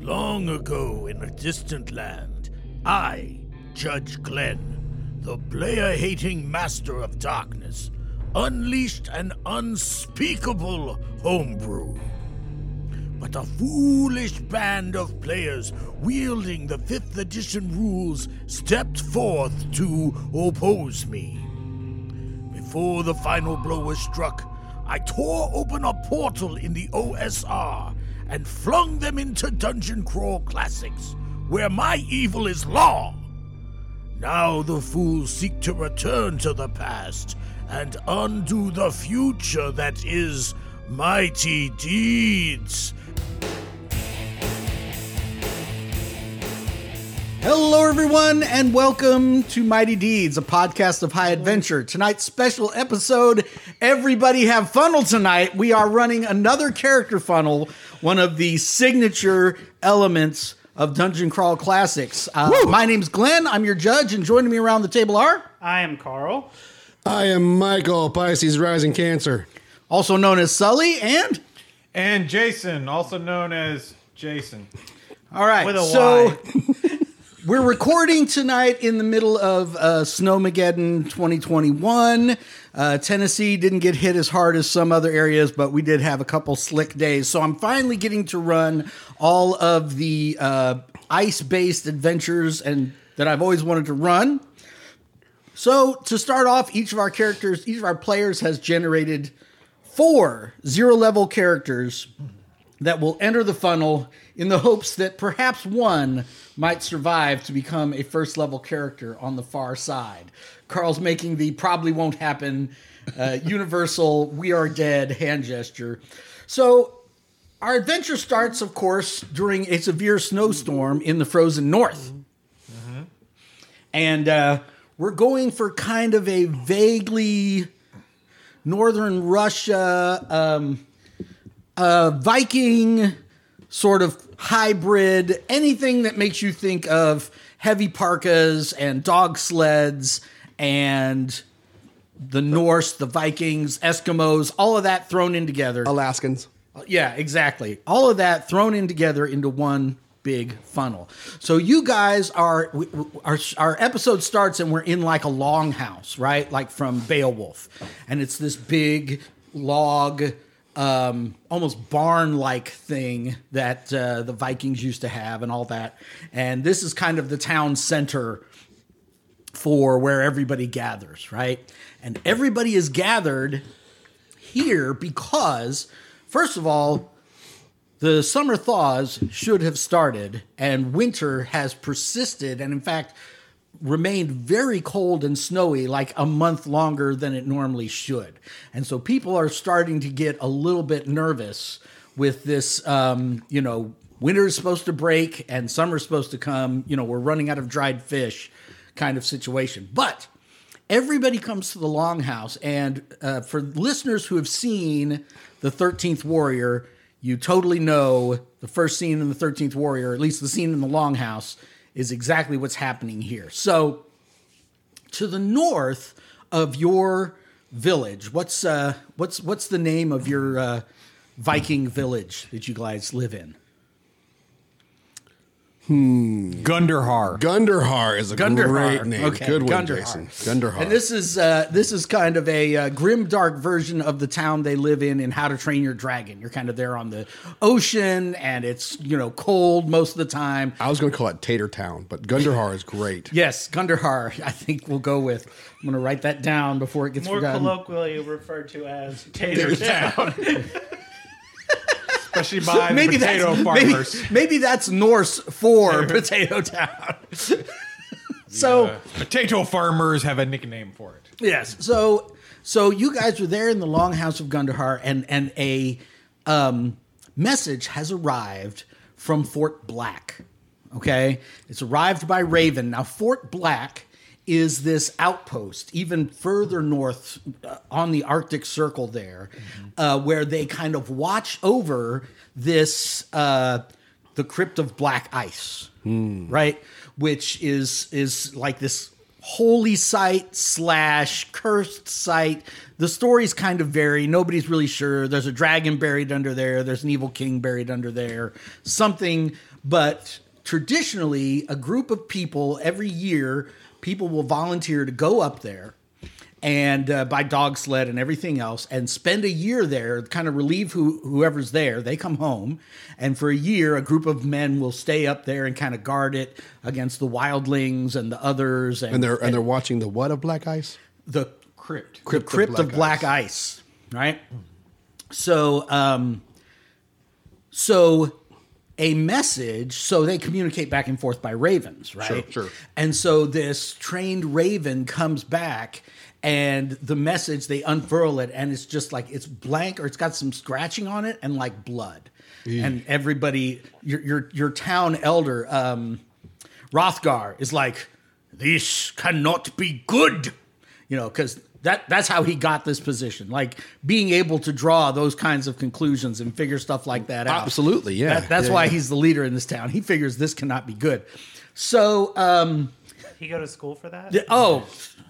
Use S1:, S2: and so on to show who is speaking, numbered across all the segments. S1: Long ago in a distant land, I, Judge Glenn, the player hating master of darkness, unleashed an unspeakable homebrew. But a foolish band of players wielding the 5th edition rules stepped forth to oppose me. Before the final blow was struck, I tore open a portal in the OSR and flung them into Dungeon Crawl Classics, where my evil is law. Now the fools seek to return to the past and undo the future that is mighty deeds.
S2: Hello, everyone, and welcome to Mighty Deeds, a podcast of high adventure. Tonight's special episode Everybody Have Funnel Tonight. We are running another character funnel, one of the signature elements of Dungeon Crawl Classics. Uh, my name's Glenn. I'm your judge, and joining me around the table are
S3: I am Carl.
S4: I am Michael, Pisces rising Cancer.
S2: also known as Sully and.
S5: And Jason, also known as Jason.
S2: All right.
S3: With a
S2: so we're recording tonight in the middle of uh, Snowmageddon 2021. Uh, Tennessee didn't get hit as hard as some other areas, but we did have a couple slick days. So I'm finally getting to run all of the uh, ice-based adventures and that I've always wanted to run. So to start off, each of our characters, each of our players has generated four zero-level characters that will enter the funnel in the hopes that perhaps one might survive to become a first level character on the far side. Carl's making the probably won't happen uh, universal we are dead hand gesture. So, our adventure starts, of course, during a severe snowstorm in the frozen north. And uh, we're going for kind of a vaguely northern Russia. Um, Viking sort of hybrid, anything that makes you think of heavy parkas and dog sleds and the Norse, the Vikings, Eskimos, all of that thrown in together.
S4: Alaskans.
S2: Yeah, exactly. All of that thrown in together into one big funnel. So you guys are we- we- our our episode starts and we're in like a longhouse, right? Like from Beowulf, and it's this big log, um, almost barn-like thing that uh, the Vikings used to have, and all that. And this is kind of the town center for where everybody gathers, right? And everybody is gathered here because, first of all, the summer thaws should have started, and winter has persisted, and in fact, remained very cold and snowy like a month longer than it normally should. And so people are starting to get a little bit nervous with this, um, you know, winter's supposed to break and summer's supposed to come, you know, we're running out of dried fish kind of situation. But everybody comes to the longhouse and uh, for listeners who have seen the 13th warrior you totally know the first scene in the 13th warrior at least the scene in the longhouse is exactly what's happening here so to the north of your village what's uh what's what's the name of your uh viking village that you guys live in
S6: Gunderhar.
S4: Gunderhar is a
S2: Gunderhar.
S4: great name.
S2: Okay,
S4: Good one,
S2: Gunderhar.
S4: Jason. Gunderhar.
S2: And this is uh, this is kind of a uh, grim, dark version of the town they live in in How to Train Your Dragon. You're kind of there on the ocean, and it's you know cold most of the time.
S4: I was going to call it Tater Town, but Gunderhar is great.
S2: Yes, Gunderhar, I think we'll go with. I'm going to write that down before it gets
S3: More
S2: forgotten.
S3: colloquially referred to as Tater Town.
S5: Especially by
S2: maybe
S5: the potato
S2: that's
S5: farmers.
S2: maybe, maybe that's Norse for potato town. so.
S5: Uh, potato farmers have a nickname for it.
S2: Yes. So so you guys were there in the longhouse of Gundahar and and a um, message has arrived from Fort Black. Okay? It's arrived by Raven. Now Fort Black is this outpost even further north uh, on the Arctic Circle there uh, where they kind of watch over this uh, the crypt of black ice right which is is like this holy site slash cursed site. The stories kind of vary. Nobody's really sure. There's a dragon buried under there. There's an evil king buried under there. Something, but traditionally, a group of people every year, people will volunteer to go up there and uh, by dog sled and everything else and spend a year there kind of relieve who, whoever's there they come home and for a year a group of men will stay up there and kind of guard it against the wildlings and the others and,
S4: And they're and they're watching the what of Black Ice?
S2: the
S5: Crypt.
S2: crypt, the crypt of black ice, right? So, um, so a message. So they communicate back and forth by ravens, right?
S4: Sure, sure.
S2: And so this trained raven comes back, and the message they unfurl it, and it's just like it's blank or it's got some scratching on it and like blood. And everybody, your your your town elder, um, Rothgar, is like, "This cannot be good," you know, because that that's how he got this position. Like being able to draw those kinds of conclusions and figure stuff like that out.
S4: Absolutely, yeah.
S2: That- that's
S4: Yeah,
S2: why
S4: yeah.
S2: he's the leader in this town. He figures this cannot be good. So, um,
S3: He go to school for that?
S2: th- oh,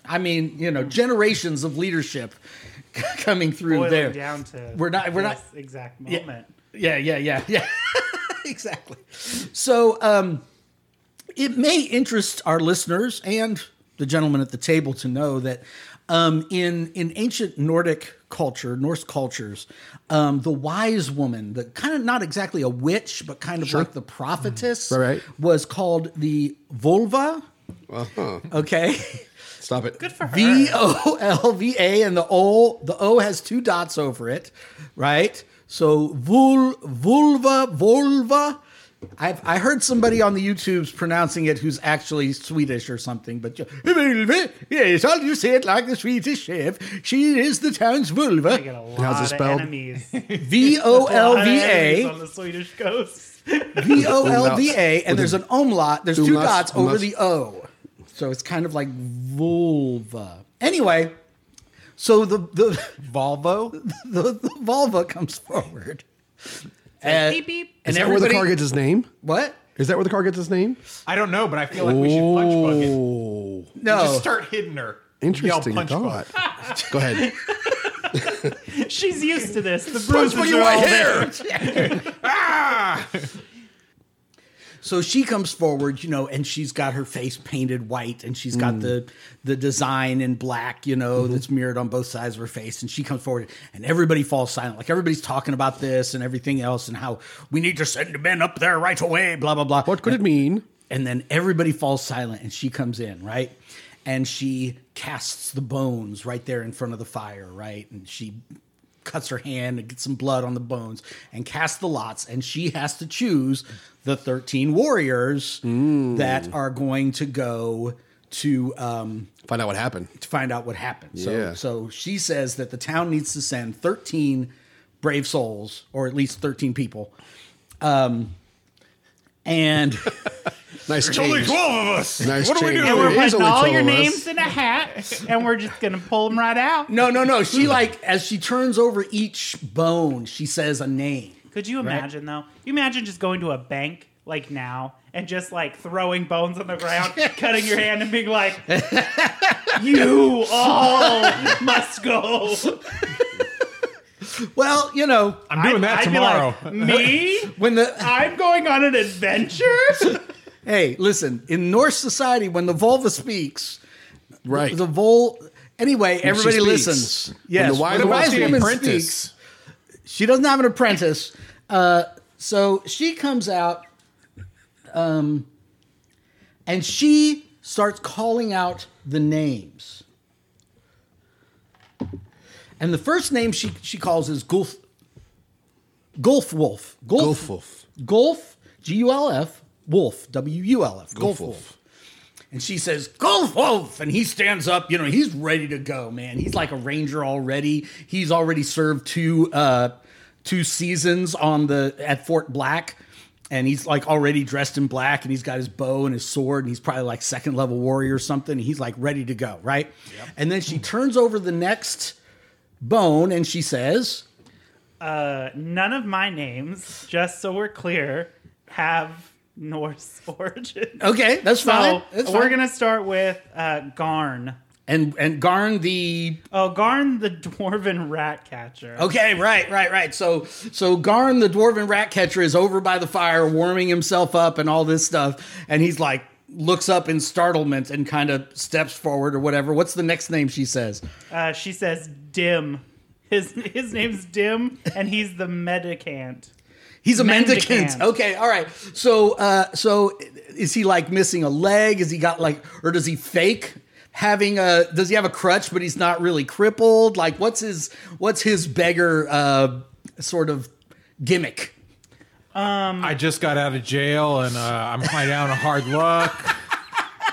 S2: I mean, you know, generations of leadership coming through
S3: Boiling
S2: there.
S3: down to
S2: We're not- we're not-
S3: this exact moment.
S2: Yeah, yeah, yeah, yeah. exactly. So um, it may interest our listeners and the gentleman at the table to know that um, in in ancient Nordic culture, Norse cultures, um, the wise woman, the kind of not exactly a witch, but kind of like the prophetess,
S4: Right, right.
S2: was called the Volva. Okay.
S4: Stop it.
S3: Good for her.
S2: V O L V A, and the O the O has two dots over it, right? So vul, vulva vulva. I've I heard somebody on the YouTube's pronouncing it who's actually Swedish or something, but you- yes, I'll just say it like the Swedish chef. She is the town's
S3: I got
S2: vulva.
S3: a lot
S4: How's it
S3: of
S4: spelled?
S3: enemies.
S2: V O L V
S3: enemies
S2: A.
S3: on the Swedish coast.
S2: V O L V A, and there's an umlaut. There's two
S4: Umlaut,
S2: dots over
S4: umlaut.
S2: the O, so it's kind of like vulva. Anyway, so the the
S6: Volvo.
S2: the, the vulva comes forward. And,
S3: beep, beep.
S2: and
S4: Is that where the
S2: everybody-
S4: car gets his name?
S2: what?
S4: Is that where the car gets his name? Oh,
S5: I don't know, but I feel like we should punch bug it.
S2: No.
S5: Just start hitting her.
S4: Interesting
S5: Yell punch
S4: thought.
S5: bug.
S4: Go ahead.
S3: She's used to this. The bruises are
S4: my
S3: all
S4: hair.
S2: So she comes forward, you know, and she's got her face painted white, and she's got the the design in black, you know, that's mirrored on both sides of her face. And she comes forward, and everybody falls silent, like everybody's talking about this and everything else, and how we need to send the men up there right away, blah blah blah.
S4: What could it mean?
S2: and then everybody falls silent and she comes in right and she casts the bones right there in front of the fire right and she cuts her hand and gets some blood on the bones and casts the lots and she has to choose the 13 warriors that are going to go to um,
S4: Find out what happened.
S2: to find out what happened. So,
S4: Yeah.
S2: so she says that the town needs to send 13 brave souls, or at least 13 people. Um, and
S4: Nice
S5: There's only
S4: change.
S5: 12 of us.
S4: Nice
S5: what
S4: change.
S5: are
S3: And
S5: we
S4: It
S5: doing?
S4: is
S3: we're putting
S4: only
S3: all
S4: 12
S3: your
S4: of us.
S3: names in a hat, and we're just gonna pull them right out.
S2: No, no, no. She like as she turns over each bone, she says a name.
S3: Could you imagine though? You imagine just going to a bank like now and just like throwing bones on the ground, cutting your hand, and being like, "You all must go."
S2: Well, you know,
S5: I'm doing that
S3: I'd be
S5: tomorrow.
S3: like, Me?
S2: when the
S3: I'm going on an adventure.
S2: hey, listen, in Norse society, when the vulva speaks,
S4: Right.
S2: the vol. Anyway, everybody
S4: speaks.
S2: listens.
S4: When
S2: Yes,
S4: the wise
S2: when the
S4: woman
S2: wise
S4: speaks.
S2: woman speaks, she doesn't have an apprentice. Uh, so she comes out, um, and she starts calling out the names. And the first name she she calls is Gulf, Gulf Wolf,
S4: Gulf Wolf.
S2: Gulf, G U L F, Wolf, W U L F, Gulf
S4: Wolf.
S2: Wolf. And she says, Golf Wolf. And he stands up, you know, he's ready to go, man. He's like a ranger already. He's already served two uh two seasons on the at Fort Black. And he's like already dressed in black and he's got his bow and his sword and he's probably like second level warrior or something. And he's like ready to go, right? And then she turns over the next bone and she says,
S3: Uh, none of my names, just so we're clear, have Norse origin.
S2: Okay, that's Oh, fine.
S3: So
S2: That's
S3: we're
S2: fine.
S3: gonna start with uh, Garn.
S2: and and Garn the
S3: Oh, Garn the dwarven rat catcher.
S2: Okay, right, right, right. So so Garn the dwarven rat catcher is over by the fire warming himself up and all this stuff and he's like looks up in startlement and kind of steps forward or whatever. What's the next name she says?
S3: Uh, she says Dim. His his name's Dim, and he's the medicant.
S2: He's a mendicant.
S3: Mendicant.
S2: Okay, all right. So, uh, so is he like missing a leg? Is he got like, or does he fake having a? Does he have a crutch, but he's not really crippled? Like, what's his what's his beggar uh, sort of gimmick?
S5: I just got out of jail and uh, I'm high down on hard luck.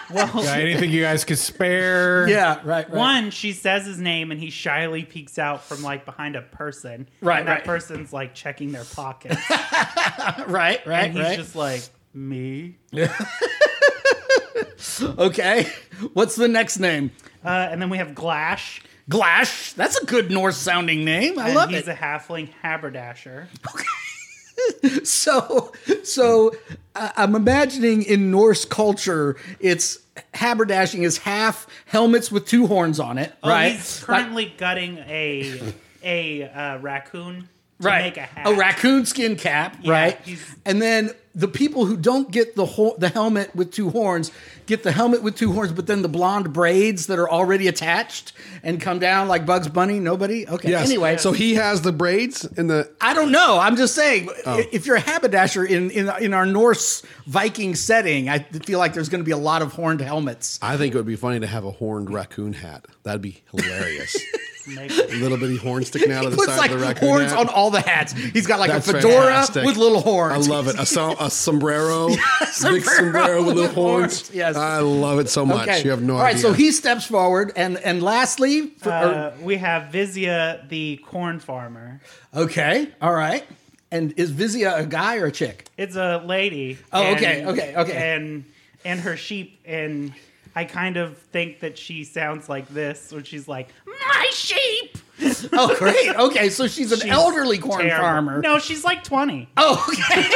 S3: Well,
S5: Got anything you guys could spare?
S2: Yeah, right. right.
S3: One, she says his name and he shyly peeks out from like behind a person.
S2: Right,
S3: And that
S2: right.
S3: person's like checking their pockets.
S2: right, right,
S3: and he's
S2: right.
S3: just like, me?
S2: okay, what's the next name?
S3: Uh, and then we have Glash.
S2: Glash. That's a good Norse sounding name. I
S3: And
S2: love
S3: he's
S2: it.
S3: a halfling haberdasher.
S2: so, so I I'm imagining in Norse culture, it's haberdashing is half helmets with two horns on it,
S3: Oh,
S2: right?
S3: He's currently gutting a a uh, raccoon to
S2: right.
S3: make a hat.
S2: raccoon skin cap, right?
S3: he's-
S2: And then the people who don't get the ho- the helmet with two horns get the helmet with two horns, but then the blonde braids that are already attached and come down like Bugs Bunny. Nobody. Okay.
S4: Yes.
S2: Anyway,
S4: so he has the braids and the
S2: I don't know. I'm just saying,
S4: Oh.
S2: if you're a haberdasher in, in in our Norse Viking setting, I feel like there's going to be a lot of horned helmets.
S4: I think it would be funny to have a horned raccoon hat. That'd be hilarious.
S3: Make-
S4: little bitty horn sticking out of the
S2: Puts
S4: side
S2: like
S4: of the raccoon
S2: horns
S4: hat.
S2: on all the hats. He's got like
S4: That's
S2: a fedora
S4: fantastic.
S2: with little
S4: I
S2: horns.
S4: love it. A, som- a sombrero,
S2: sombrero
S4: big sombrero with little
S2: with horns.
S4: horns.
S2: Yes.
S4: I love it so much. You have no
S2: All right,
S4: idea.
S2: so he steps forward, and and lastly, for,
S3: uh, we have Vizia, the corn farmer.
S2: or- okay, all right, and is Vizia a guy or a chick?
S3: It's a lady.
S2: Oh, okay, okay, okay.
S3: And and her sheep and I kind of think that she sounds like this when she's like, "My sheep."
S2: Oh, great. Okay, so she's an
S3: She's
S2: elderly corn
S3: terrible.
S2: farmer.
S3: No, she's like twenty.
S2: Oh, okay.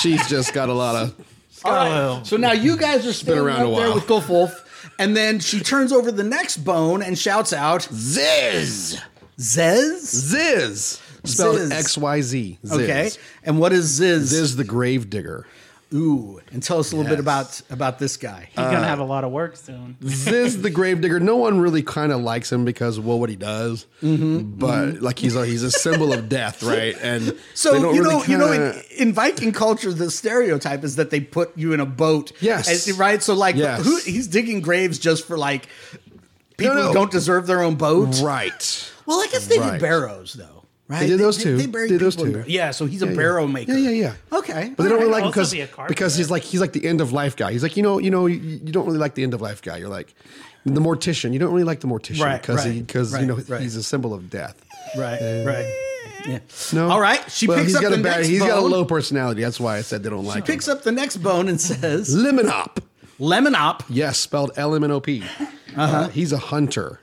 S4: she's just got a lot of.
S2: All
S3: Oh.
S4: Oh.
S2: right. So now you guys are spinning
S4: around
S2: around
S4: a
S2: up there
S4: while.
S2: with Gulfwolf, and then she turns over the next bone and shouts out,
S4: Ziz!
S2: "Zez."
S4: Ziz! Spelled
S2: Ziz.
S4: X Y Z. Ziz.
S2: Okay, and what is Ziz?
S4: Ziz the grave digger.
S2: Ooh, and tell us a little bit
S4: Yes. Uh,
S2: about about this guy.
S3: He's gonna have a lot of work soon.
S4: Ziz the Gravedigger. No one really kind of likes him because well, what he does,
S2: Mm-hmm.
S4: but like he's a he's a symbol of death, right? And
S2: So
S4: they don't
S2: you know,
S4: really
S2: you know, in,
S4: kinda-
S2: in Viking culture, the stereotype is that they put you in a boat.
S4: Yes.
S2: and- right. So like,
S4: Yes.
S2: who he's digging graves just for like people
S4: no.
S2: who don't deserve their own boat.
S4: right?
S2: Well, I guess they did
S4: Right.
S2: barrows though, right?
S4: did those two.
S2: They buried
S4: Did those
S2: people in
S4: two.
S2: bar- Yeah, so he's a barrow maker. Oh,
S4: Yeah, yeah, yeah.
S2: Okay,
S4: But they don't
S2: all
S4: really
S2: right.
S4: like him
S3: Also
S4: because
S3: be a carpenter.
S4: because he's like he's like the end of life guy. He's like you know you know you, you don't really like the end of life guy. You're like the mortician. You don't really like the mortician
S2: Right,
S4: because
S2: right,
S4: because
S2: right,
S4: you know
S2: right.
S4: he's a symbol of death.
S2: Right, right. Yeah.
S4: No,
S2: All right, she picks
S4: he's
S2: up
S4: got
S2: the
S4: a bad,
S2: next
S4: He's got a
S2: bone.
S4: low personality. That's why I said they don't like him.
S2: Picks up the next bone and says,
S4: Lemon up.
S2: "Lemon up."
S4: Yes, spelled L M N O P.
S2: Uh-huh.
S4: Uh, He's a hunter.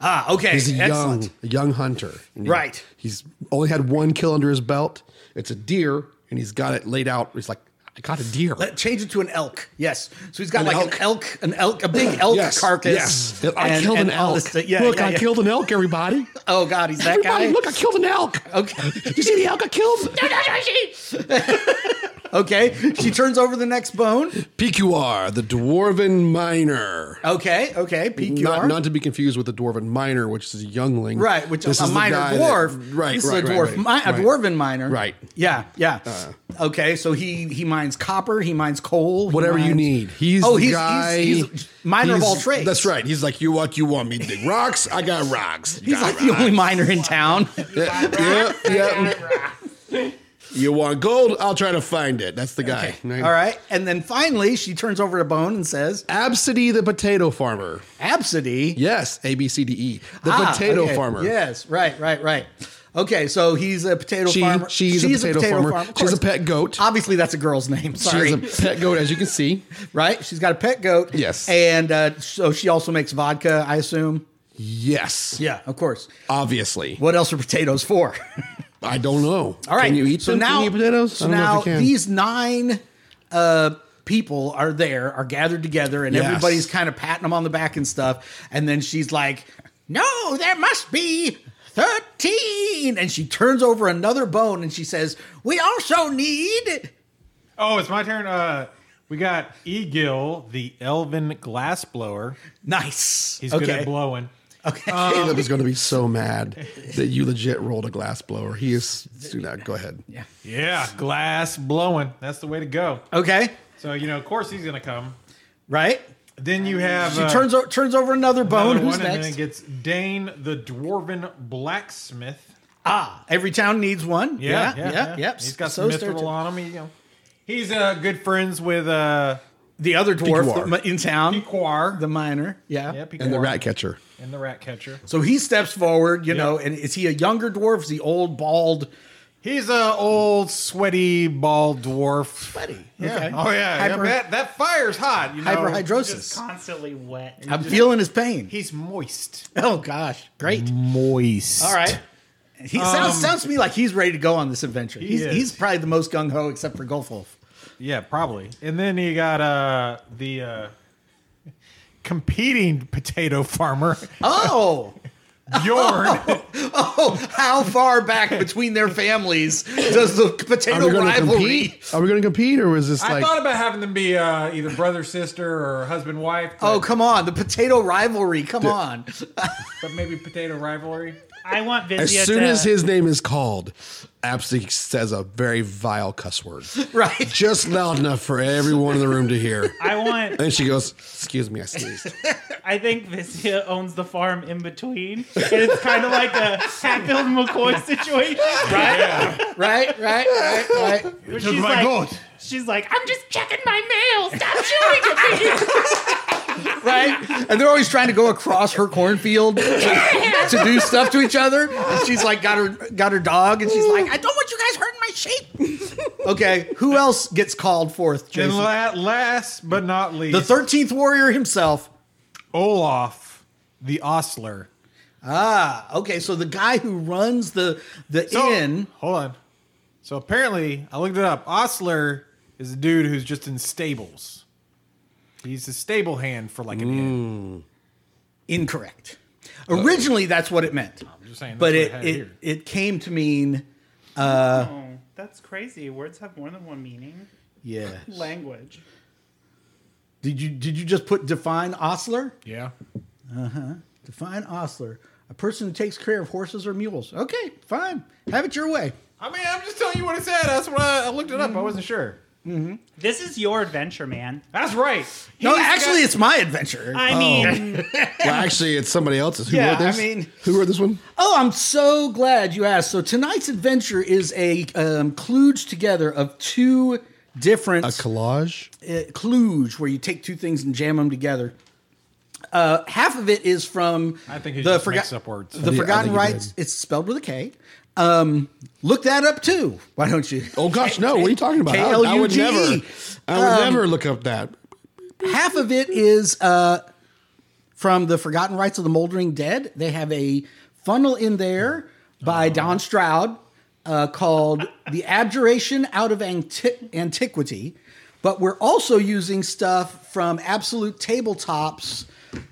S2: Ah, okay,
S4: He's a
S2: excellent.
S4: young, a young hunter. And he-
S2: Right.
S4: He's only had one kill under his belt. It's a deer, and he's got it laid out. He's like, I got a deer.
S2: Let- Uh, Change it to an elk. Yes. So he's got
S4: An
S2: like an elk, an elk, a big elk carcass.
S4: Yes. I killed an
S2: all
S4: elk.
S2: this thing. Yeah,
S4: look,
S2: yeah,
S4: I
S2: yeah.
S4: killed an elk, everybody.
S2: Oh God, he's that
S4: everybody,
S2: guy.
S4: look, I killed an elk.
S2: Okay.
S4: Did you see the elk I killed?
S2: Okay. She turns over the next bone.
S4: PQR, the Dwarven Miner.
S2: Okay. Okay. PQR.
S4: Not, not to be confused with the Dwarven Miner, which is a youngling.
S2: right. Which
S4: This
S2: a
S4: the
S2: minor
S4: guy that-
S2: dwarf.
S4: right,
S2: This
S4: right,
S2: is a
S4: right,
S2: dwarf. mi-
S4: right,
S2: a
S4: right.
S2: dwarven miner.
S4: Right. Uh.
S2: Yeah. Yeah. okay. So he he mines copper. He mines coal. he
S4: whatever you
S2: mines-
S4: need. He's
S2: Oh,
S4: the
S2: he's-
S4: guy.
S2: he's- he's minor of
S4: he's-
S2: all trades.
S4: That's right. He's like, you what? You want me to dig rocks? I got rocks.
S2: He's like the only miner in town.
S4: Yeah, yeah, yeah. You want gold? I'll try to find it. That's the guy. Right?
S2: All right. And then finally, she turns over to Bone and says,
S4: Absidy the potato farmer.
S2: "Absidy."
S4: Yes, A B C D E. The
S2: Ah,
S4: potato
S2: okay.
S4: farmer.
S2: Yes, right, right, right. Okay, so he's a potato
S4: She,
S2: farmer.
S4: she's, a potato, farmer.
S2: farm, of
S4: She has a
S2: course.
S4: pet goat.
S2: Obviously, that's a girl's name. Sorry,
S4: She has a pet goat, as you can see.
S2: right? She's got a pet goat.
S4: Yes.
S2: and uh, so she also makes vodka. I assume.
S4: Yes.
S2: Yeah, of course.
S4: Obviously.
S2: What else are potatoes for?
S4: I don't know.
S2: All right.
S4: Can you eat
S2: so
S4: them?
S2: now
S4: Can you eat potatoes?
S2: So
S4: I don't
S2: now
S4: know if you can.
S2: these nine uh, uh, people are there, are gathered together, and
S4: Yes.
S2: everybody's kind of patting them on the back and stuff. And then she's like, No, there must be 13. And she turns over another bone and she says, We also need.
S5: Oh, it's my turn. Uh, we got Egil, the elven glassblower.
S2: Nice.
S5: He's good at blowing. Um,
S2: Okay.
S4: Caleb is going to be so mad that you legit rolled a glass blower. He is. Do not go ahead. Yeah.
S5: Yeah, glass blowing. That's the way to go.
S2: okay.
S5: So you know, of course, he's gonna come.
S2: Right?
S5: Then you have uh,
S2: She turns, o- turns over another
S5: another
S2: bone.
S5: one,
S2: Who's
S5: and then it
S2: next?
S5: gets Dane, the dwarven blacksmith.
S2: Ah, every town needs one.
S5: Yeah,
S2: yeah, yeah. Yep.
S5: He's got
S2: So
S5: some
S2: stereotyp-
S5: mithril on him. He, you know, he's uh, good friends with uh,
S2: The other dwarf
S4: Piquar.
S2: in town,
S5: Piquar.
S2: the miner. Yeah.
S5: yeah,
S4: And the
S5: Piquar.
S4: rat catcher.
S5: and the rat catcher.
S2: So he steps forward, you
S5: Yeah.
S2: know, and is he a younger dwarf? Is he old, bald?
S5: He's a old sweaty bald dwarf.
S2: Buddy.
S5: Yeah. Oh yeah. yeah,
S2: Hyper-
S5: that, that fire's hot. You know.
S3: Just
S2: Hyperhidrosis.
S3: constantly wet.
S2: I'm feeling his pain.
S5: He's moist.
S2: oh gosh, great.
S5: Mm. Moist.
S2: All right. He sounds sounds to me like he's ready to go on this adventure. he's
S5: is.
S2: he's probably the most gung ho except for Golfolf.
S5: Yeah, probably. And then you got uh the uh competing potato farmer
S2: Oh,
S5: Bjorn.
S2: oh! How far back between their families does the
S4: Are
S2: potato
S4: we going to
S2: rivalry?
S4: compete? Are we going to compete, or is this
S5: I
S4: like?
S5: thought about having them be uh either brother sister or husband wife. But,
S2: Oh, come on! The potato rivalry. Come on.
S5: but maybe potato rivalry.
S3: I want Vizia
S4: As soon
S3: to,
S4: as his name is called, Absy says a very vile cuss word,
S2: Right.
S4: just loud enough for everyone in the room to hear.
S3: I want.
S4: And she goes, "Excuse me, I sneezed."
S3: I think Vizia owns the farm in between. And it's kind of like a Hatfield McCoy situation, right?
S2: Right, right, right, right.
S4: Oh
S3: Where she's like, she's like, I'm just checking my mail. Stop shooting at me.
S2: right? And they're always trying to go across her cornfield to, to do stuff to each other. And she's like, got her got her dog, and she's like, I don't want you guys hurting my sheep. okay, who else gets called forth?
S5: And
S2: Jason,
S5: la- last but not least,
S2: the thirteenth warrior himself.
S5: Olaf, the ostler.
S2: Ah, okay, so the guy who runs the the
S5: So-
S2: inn.
S5: Hold on. So apparently, I looked it up. Ostler is a dude who's just in stables. He's a stable hand for like an inn.
S2: Incorrect. Originally, that's what it meant,
S5: I'm just saying.
S2: but
S5: that's
S2: it
S5: what I had
S2: it,
S5: here.
S2: it came to mean
S3: Oh, that's crazy. Words have more than one meaning.
S2: yeah.
S3: Language.
S2: Did you did you just put define ostler?
S5: yeah.
S2: Define ostler, a person who takes care of horses or mules. Okay, fine. Have it your way.
S5: I mean, I'm just telling you what it said. That's what I, I looked it up. I wasn't sure.
S3: This is your adventure, man.
S5: That's right.
S2: No,
S5: He's
S2: actually,
S5: got-
S2: it's my adventure.
S3: Oh. I mean,
S4: Well, actually, it's somebody else's. Who
S2: Yeah,
S4: wrote this?
S2: I mean-
S4: who wrote this one?
S2: oh, I'm so glad you asked. So tonight's adventure is a um, kludge together of two different
S4: A collage.
S2: uh, kludge, where you take two things and jam them together. Uh, half of it is from
S5: I think he
S2: the
S5: just
S2: forgot-
S5: mixed up words.
S2: The
S4: Yeah, I
S2: Forgotten
S4: think he
S2: Rights. It's spelled with a K. Um, look that up too. Why don't you?
S4: Oh gosh, no! What are you talking about? I- I would
S2: K-L-U-G-E.
S4: never. I would never look up that.
S2: half of it is uh, from the Forgotten Rites of the Moldering Dead. They have a funnel in there by Don Stroud uh, called "The Abjuration Out of Anti- Antiquity," but we're also using stuff from Absolute Tabletops.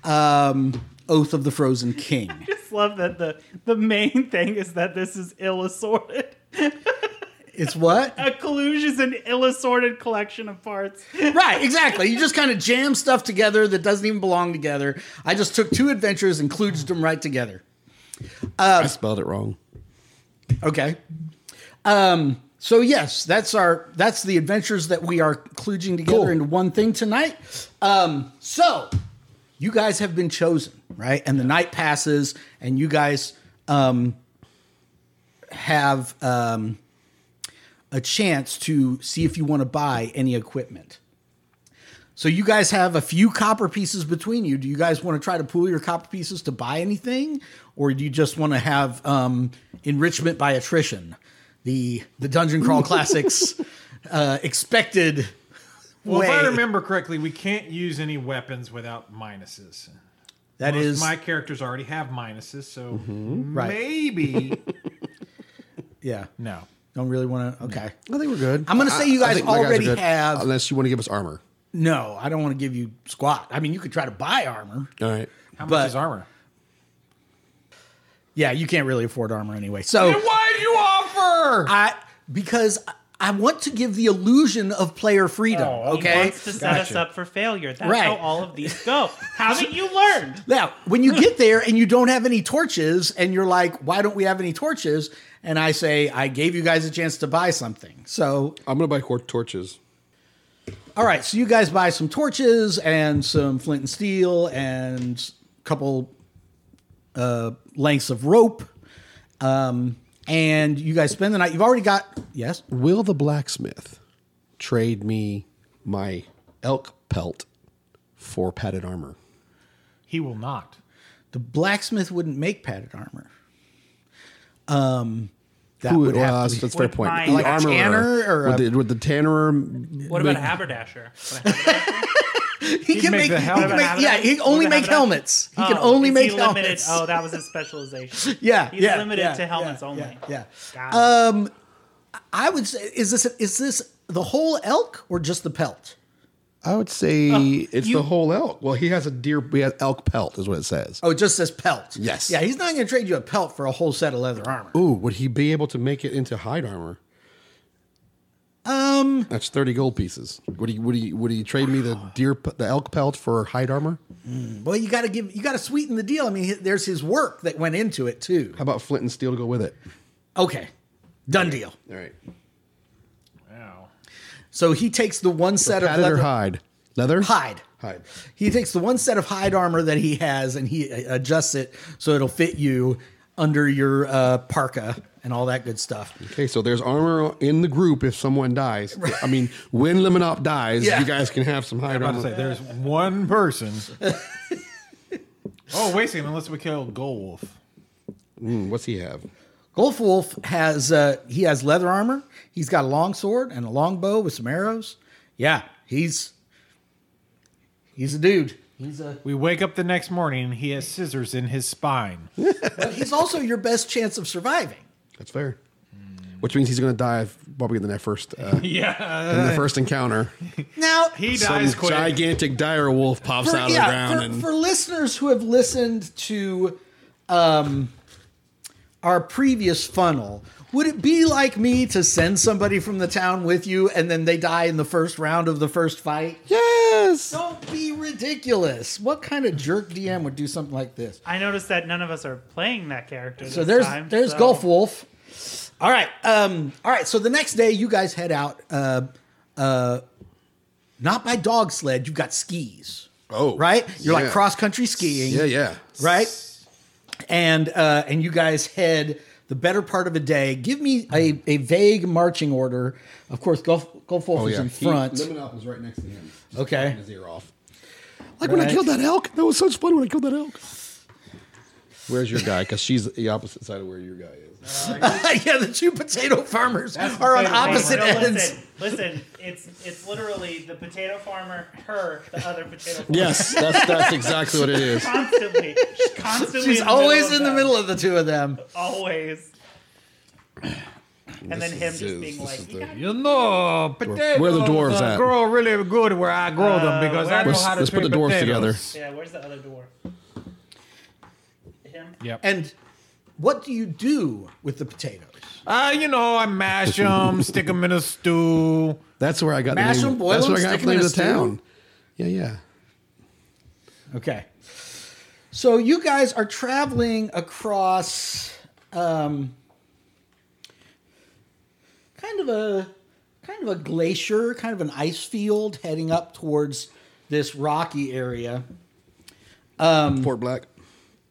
S2: Um, Oath of the Frozen King.
S3: just love that the the main thing is that this is ill assorted.
S2: It's what?
S3: A kludge is an ill assorted collection of parts.
S2: Right, exactly. You just kind of jam stuff together that doesn't even belong together. I just took two adventures and kludged them right together.
S4: I spelled it wrong.
S2: Okay. Um, so yes, that's our that's the adventures that we are kludging together
S4: Cool.
S2: into one thing tonight. Um, so you guys have been chosen, right? And the night passes, and you guys um, have um, a chance to see if you want to buy any equipment. So you guys have a few copper pieces between you. Do you guys want to try to pool your copper pieces to buy anything, or do you just want to have um, enrichment by attrition? The the dungeon crawl classics uh, expected
S5: Well, if I
S2: way.
S5: remember correctly, we can't use any weapons without minuses.
S2: that
S5: Most
S2: is
S5: of my characters already have minuses, so
S2: Right.
S5: maybe
S2: yeah.
S5: no.
S2: Don't really want to. Okay.
S4: I think we're good.
S2: I'm gonna say you
S4: I- I
S2: guys
S4: think my are
S2: already
S4: good,
S2: have-
S4: unless you want to give us armor.
S2: No, I don't want to give you squat. I mean, you could try to buy armor.
S4: All right.
S5: How
S2: But-
S5: much is armor?
S2: Yeah, you can't really afford armor anyway. So
S5: Why'd you offer?
S2: I because I- I want to give the illusion of player freedom.
S5: Oh,
S3: He
S2: okay.
S3: wants to set us up for failure. That's
S2: Right.
S3: how all of these go. Haven't you learned?
S2: Now, when you get there and you don't have any torches, and you're like, "Why don't we have any torches?" and I say, "I gave you guys a chance to buy something." So,
S4: I'm gonna buy cor- torches.
S2: all right, so you guys buy some torches and some flint and steel and a couple uh, lengths of rope, um, and you guys spend the night. You've already got yes.
S4: Will the blacksmith trade me my elk pelt for padded armor?
S5: He will not.
S2: The blacksmith wouldn't make padded armor. Um, that
S4: Who-
S2: would
S4: uh,
S2: have to
S4: so
S2: be,
S4: that's a fair
S3: Would
S4: point.
S3: my-
S4: The
S3: like a
S4: armorer.
S2: tanner or
S4: would
S2: a-
S4: the, would the tanner?
S3: What about a haberdasher? Would a haberdasher-
S2: he can make,
S5: make the
S2: he can
S5: helmet.
S2: make- yeah he can only
S3: Would a
S2: make
S3: haberdasher-
S2: helmets he can
S3: Oh,
S2: only
S3: is
S2: make
S3: he limited?
S2: helmets
S3: Oh, that was his specialization.
S2: yeah
S3: he's
S2: yeah,
S3: limited
S2: yeah,
S3: to helmets
S2: yeah,
S3: only.
S2: yeah, yeah.
S3: Got it.
S2: Um, I would say is this is this the whole elk or just the pelt
S4: I would say
S2: Oh,
S4: it's
S3: you-
S4: the whole elk. Well, he has a deer. He has elk pelt, is what it says.
S2: oh it just says pelt
S4: Yes.
S2: yeah he's not going to trade you a pelt for a whole set of leather armor
S4: Ooh, would he be able to make it into hide armor? Um, that's thirty gold pieces. Would he? Would he? Would he trade me the deer, p- the elk pelt for hide armor?
S2: well you got to give you got to sweeten the deal I mean he- there's his work that went into it too
S4: How about flint and steel to go with it?
S2: okay done deal
S4: All right,
S5: Wow.
S2: so he takes the one set of
S4: padded or
S2: leather
S4: hide? Leather?
S2: hide.
S4: Hide.
S2: He takes the one set of hide armor that he has and he uh, adjusts it so it'll fit you under your uh, parka and all that good stuff.
S4: Okay, so there's armor in the group if someone dies. I mean, when Limonop dies,
S2: Yeah.
S4: you guys can have some hide
S5: I'm about to
S4: armor.
S5: say there's one person. oh wait a second! Unless we kill Gold Wolf.
S4: Mm, what's he have?
S2: Golf Wolf has uh, he has leather armor. He's got a long sword and a long bow with some arrows. Yeah, he's he's a dude. He's a
S5: We wake up the next morning and he has scissors in his spine.
S2: but he's also your best chance of surviving.
S4: That's fair. Which means he's going to die probably in the first uh,
S5: yeah,
S4: in the first encounter.
S2: Now
S5: he
S4: Some
S5: dies quick.
S4: gigantic dire wolf pops
S2: for,
S4: out of
S2: yeah,
S4: the ground
S2: for,
S4: and
S2: for listeners who have listened to um, our previous funnel, would it be like me to send somebody from the town with you and then they die in the first round of the first fight?
S4: yes,
S2: Don't be ridiculous. What kind of jerk DM would do something like this?
S3: I noticed that none of us are playing that character.
S2: So
S3: this
S2: there's
S3: time,
S2: there's
S3: so-
S2: Gulf Wolf. All right, um, all right. So the next day, you guys head out. Uh, uh, not by dog sled. You've got skis,
S4: oh
S2: right? You're
S4: yeah.
S2: like cross country skiing.
S4: yeah yeah
S2: right? And uh, and you guys head the better part of a day. Give me a, a vague marching order. Of course, Gulf Gulf Wolf
S4: oh
S2: is
S4: yeah.
S2: in front.
S4: Limonop is right next to him. Just
S2: Okay.
S4: cutting his ear off. Like when I
S2: Right.
S4: killed that elk, that was such fun when I killed that elk. Where's your guy? Because she's the opposite side of where your guy is.
S2: yeah, the two potato farmers are on
S5: potato farmer.
S2: opposite
S3: No,
S2: ends.
S3: listen, listen. It's it's literally the potato farmer, her, the other potato. Farmer.
S4: yes, that's that's exactly what it is.
S3: Constantly, she's constantly.
S2: She's
S3: in the
S2: always
S3: middle
S2: in the
S3: of
S2: middle of the two of them.
S3: that. Always. And then him
S4: is-
S3: just being like,
S4: this is the-
S3: "You gotta
S5: You know, potatoes
S4: where the dwarves at?
S5: grow really good where I grow them because I know
S4: Let's-
S5: how to
S4: let's put
S5: tree
S4: the dwarves
S5: potatoes.
S3: Yeah, where's the other dwarf? Him?
S5: Yep.
S2: And what do you do with the potatoes?
S5: Uh, you know, I mash them, stick them in a stew.
S4: That's where I got
S2: Mash
S4: the name.
S2: them, boil
S4: that's
S2: them,
S4: where I got
S2: stick
S4: the
S2: them in
S4: name
S2: a
S4: of the
S2: stew.
S4: town. Yeah, yeah.
S2: Okay. So you guys are traveling across um, kind of a kind of a glacier, kind of an ice field heading up towards this rocky area.
S4: Fort Black.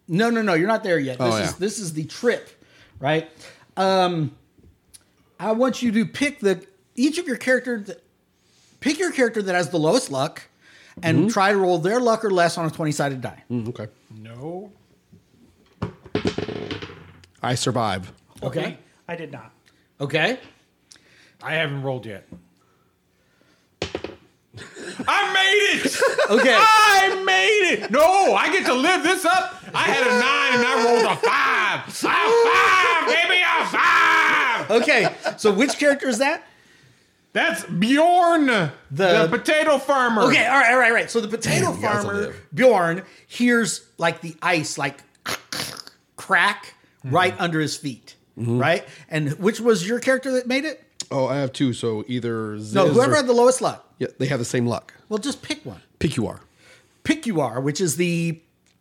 S2: No, no, no, you're not there yet.
S4: Oh,
S2: This
S4: yeah.
S2: is this is the trip, right? Um I want you to pick the each of your character th- pick your character that has the lowest luck and try to roll their luck or less on a 20-sided die.
S4: Mm-hmm. Mm, okay.
S5: No.
S4: I survive.
S2: Okay?
S3: I did not.
S2: Okay?
S5: I haven't rolled yet. I made it!
S2: Okay.
S5: I made it! No, I get to live this up. I had a nine and I rolled a five. A five, baby, a five!
S2: Okay, so which character is that?
S5: That's Bjorn, the,
S2: The-
S5: potato farmer.
S2: Okay, all right, all right, all right. So the potato
S4: you guys will
S2: farmer
S4: live.
S2: Bjorn hears like the ice like crack
S4: Mm-hmm.
S2: right under his feet, right? And which was your character that made it?
S4: Oh, I have two. So either Ziz
S2: No, whoever
S4: or-
S2: had the lowest luck.
S4: yeah, they have the same luck.
S2: Well, just pick one.
S4: Pick you are
S2: Pick you are, which is the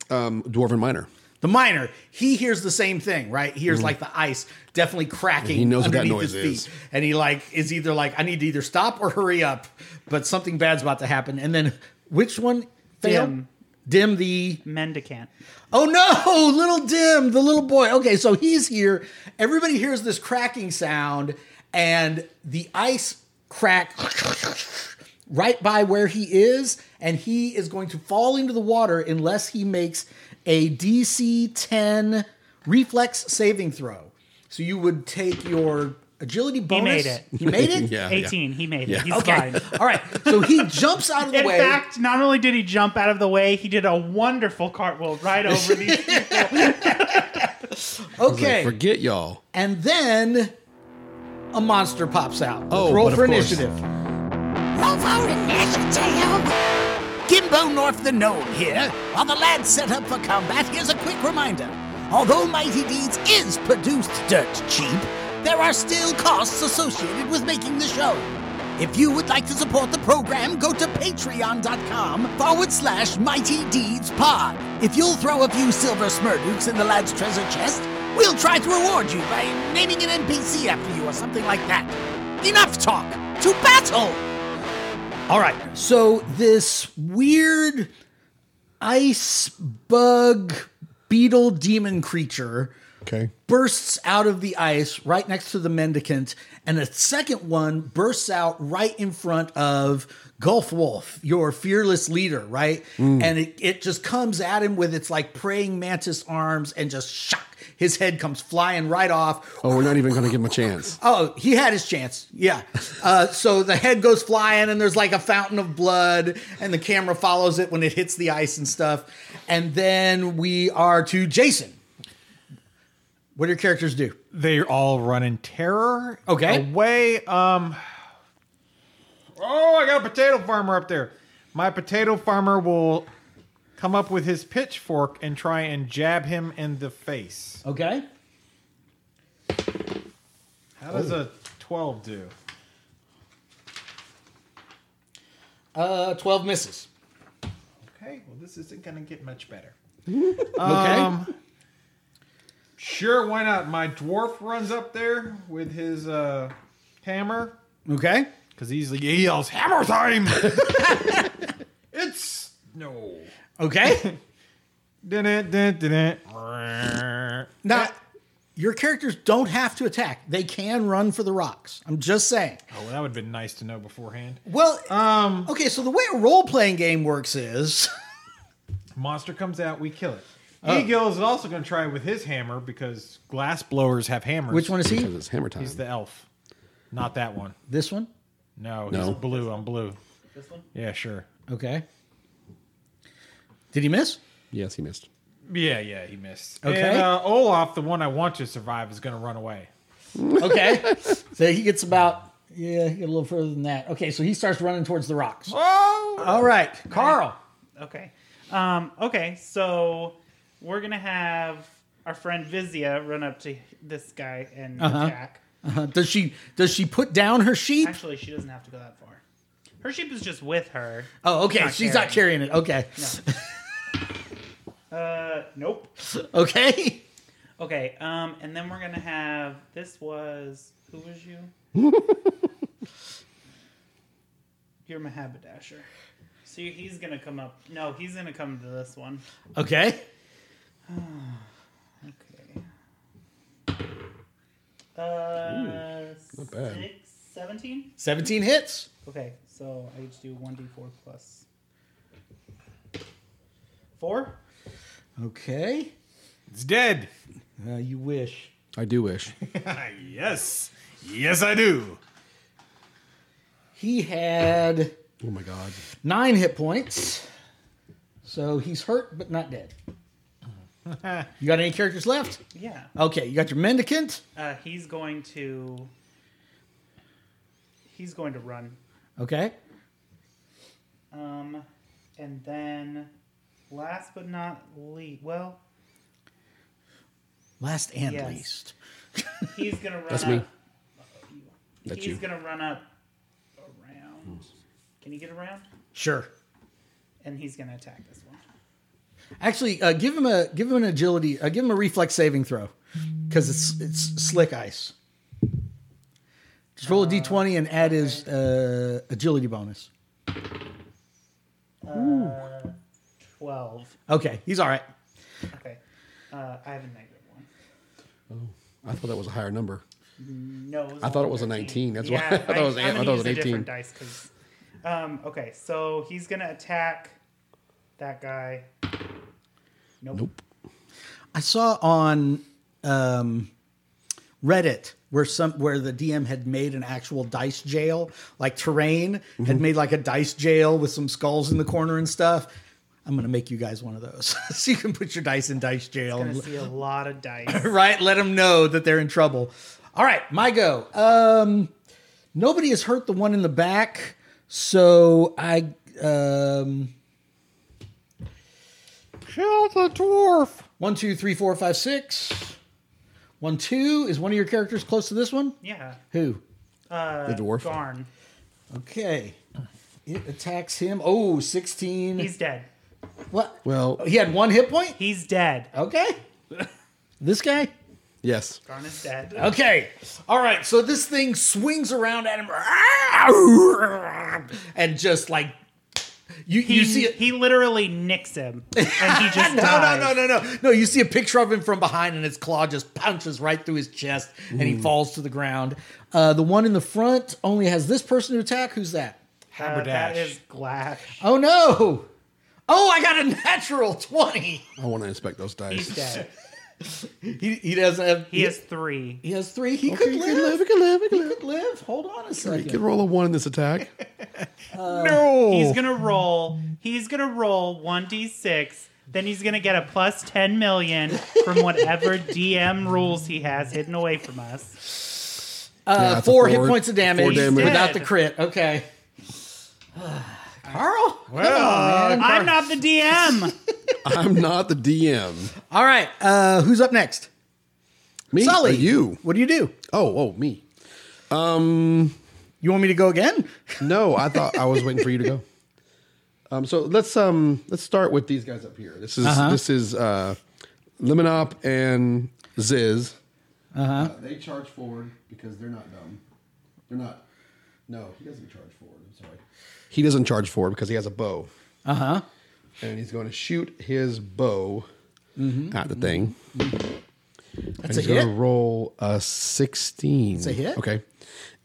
S4: um, dwarven miner.
S2: the miner. He hears the same thing, right? He hears like the ice definitely cracking.
S4: Mm-hmm. He knows what that
S2: underneath
S4: noise
S2: his
S4: is.
S2: feet, and he like is either like I need to either stop or hurry up, but something bad's about to happen. And then which one failed?
S3: Dim.
S2: Dim the
S3: Mendicant.
S4: Uh,
S2: Oh no, little Dim, the little boy. Okay, so he's here. Everybody hears this cracking sound, and the ice crack right by where he is, and he is going to fall into the water unless he makes a DC 10 reflex saving throw. So you would take your agility bonus.
S3: made it.
S2: He made it?
S4: Yeah, yeah.
S3: 18. He made it.
S4: Yeah.
S3: He's
S2: Okay.
S3: fine.
S2: All right. So he jumps out of the
S3: In
S2: way.
S3: fact, not only did he jump out of the way, he did a wonderful cartwheel right over these people.
S2: okay.
S4: Forget y'all.
S2: and then a monster pops out.
S4: Oh,
S2: roll
S4: but
S2: for
S4: of course.
S2: initiative.
S7: Roll for initiative! Gimbo North the Gnome here. While the lads set up for combat, here's a quick reminder. Although Mighty Deeds is produced dirt cheap, there are still costs associated with making the show. If you would like to support the program, go to patreon.com forward slash mighty deeds pod. If you'll throw a few silver smurdukes in the lad's treasure chest, we'll try to reward you by naming an NPC after you or something like that. Enough talk! To battle!
S2: All right. So this weird ice bug beetle demon creature
S4: Okay.
S2: bursts out of the ice right next to the mendicant, and a second one bursts out right in front of Gulf Wolf, your fearless leader, right?
S4: Mm.
S2: And it, it just comes at him with its like praying mantis arms and just shock. His head comes flying right off.
S4: Oh, we're not even going to give him a chance.
S2: Oh, he had his chance. Yeah. Uh, so the head goes flying, and there's like a fountain of blood, and the camera follows it when it hits the ice and stuff. And then we are to Jason. What do your characters do?
S5: They all run in terror.
S2: Okay.
S5: Away. Um. Oh, I got a potato farmer up there. My potato farmer will come up with his pitchfork and try and jab him in the face.
S2: Okay.
S5: How does a twelve do?
S2: Uh, 12 misses.
S5: Okay. Well, this isn't gonna get much better.
S2: Okay.
S5: Um, Sure, why not? My dwarf runs up there with his uh, hammer
S2: okay.
S5: because he's he yells hammer time. it's no.
S2: Okay.
S5: Dun it, dun dun it.
S2: now, your characters don't have to attack, they can run for the rocks. I'm just saying.
S5: Oh, that would have been nice to know beforehand.
S2: Well, um, okay, so the way a role playing game works is.
S5: Monster comes out, we kill it. Egil is also going to try with his hammer because glass blowers have hammers.
S2: Which one is
S4: Because
S2: he?
S4: it's hammer time.
S5: He's the elf. Not that one.
S2: This one?
S5: No, he's
S4: No.
S5: blue. I'm blue. This one? Yeah, sure.
S2: Okay. Did he miss?
S4: yes, he missed.
S5: Yeah, yeah, he missed.
S2: Okay.
S5: And uh, Olaf, the one I want to survive, is going to run away.
S2: Okay. so he gets about yeah, he get a little further than that. Okay, so he starts running towards the rocks.
S5: Oh!
S2: All right, Carl.
S3: Okay. Um, okay, so we're going to have our friend Vizia run up to this guy and attack.
S2: Uh, does she does she put down her sheep?
S3: Actually, she doesn't have to go that far. Her sheep is just with her.
S2: Oh, okay. She's not carrying it. Okay.
S3: Uh, nope.
S2: Okay.
S3: Okay, um, and then we're gonna have this was who was you? You're my haberdasher. So he's gonna come up. No, he's gonna come to this one.
S2: Okay.
S3: Okay. Uh,
S4: bad.
S3: six, 17?
S2: 17 hits.
S3: Okay, so I each do 1d4 plus 4?
S2: Okay.
S5: It's dead.
S2: Uh, you wish.
S4: I do wish.
S5: yes. Yes, I do.
S2: He had
S4: Oh my god.
S2: 9 hit points. So he's hurt but not dead. You got any characters left?
S3: Yeah.
S2: Okay, you got your mendicant.
S3: Uh, he's going to. He's going to run.
S2: Okay.
S3: Um, and then, last but not least, well,
S2: Last and
S3: Yes.
S2: least.
S3: he's gonna run
S4: That's
S3: up.
S4: me. That's
S3: he's
S4: you.
S3: gonna run up around. Can he get around?
S2: Sure.
S3: And he's gonna attack this one.
S2: Actually, uh, give him a give him an agility. Uh, give him a reflex saving throw because it's it's slick ice. Just roll a d20 and add his uh, agility bonus.
S3: Twelve.
S2: Okay, he's all right.
S3: Okay. Uh, I have a negative one.
S4: I thought that was a higher number.
S3: No,
S4: I thought it was a 19. That's why- I thought it was
S3: I'm
S4: eight- I
S3: gonna
S4: thought it was
S3: use a different
S4: 18.
S3: Dice 'cause- um, okay, so he's gonna attack that guy. Nope.
S2: I saw on um, Reddit where some where the DM had made an actual dice jail, like terrain had made like a dice jail with some skulls in the corner and stuff. I'm gonna make you guys one of those, so you can put your dice in dice jail.
S3: Gonna
S4: Um,
S2: and-
S3: see a lot of dice.
S2: right? Let them know that they're in trouble. All right, my go. Um, nobody has hurt the one in the back, so I um,
S4: Kill the dwarf.
S2: one, two, three, four, five, six. One, two is one of your characters close to this one.
S3: yeah.
S2: Who?
S3: Uh,
S4: The dwarf.
S3: Garn.
S2: Okay, it attacks him. Oh, 16.
S3: He's dead.
S2: what?
S4: Well,
S2: Oh, he had one hit point.
S3: He's dead.
S2: Okay, this guy.
S4: yes.
S3: Garn is dead.
S2: Okay. All right. So this thing swings around at him and just like you
S3: He,
S2: you see it.
S3: he literally nicks him, and he just
S2: No, no,
S3: dies.
S2: no, no, no, no! You see a picture of him from behind, and his claw just punches right through his chest, and he falls to the ground. Uh, the one in the front only has this person to attack. Who's that?
S3: Uh, that
S5: Haberdash.
S3: is Glash.
S2: Oh no! Oh, I got a natural twenty.
S4: I want to inspect those
S3: He's
S4: dice.
S3: dead.
S2: He, he doesn't have.
S3: He has three.
S2: He has three. He
S4: Okay,
S2: could
S4: you
S2: live.
S4: can live. You can live. You can
S2: He
S4: live.
S2: could live. Hold on a
S4: You can
S2: second.
S4: roll a one in this attack.
S2: Uh,
S3: He's gonna roll. He's gonna roll one d six. Then he's gonna get a plus ten million from whatever DM rules he has hidden away from us.
S2: Uh,
S4: Yeah, it's a
S2: four, hit
S4: four.
S2: points of damage,
S4: Four damage.
S2: without
S3: Dead.
S2: the crit. Okay. Carl?
S5: Well,
S3: I'm not the DM.
S4: I'm not the DM.
S2: All right. Uh, who's up next?
S4: Me
S2: Sully.
S4: or you?
S2: What do you do?
S4: Oh, oh, me.
S2: You want me to go again?
S4: No, I thought I was waiting for you to go. Um, so let's um let's start with these guys up here. This is this is uh, Limonop and Ziz. Uh-huh. they charge forward because they're not dumb. They're not. No, he doesn't charge forward. I'm sorry. He doesn't charge forward because he has a bow. Uh huh. And he's going to shoot his bow at the thing. That's
S2: a
S4: he's going
S2: hit?
S4: to roll a sixteen. It's
S2: a hit?
S4: Okay.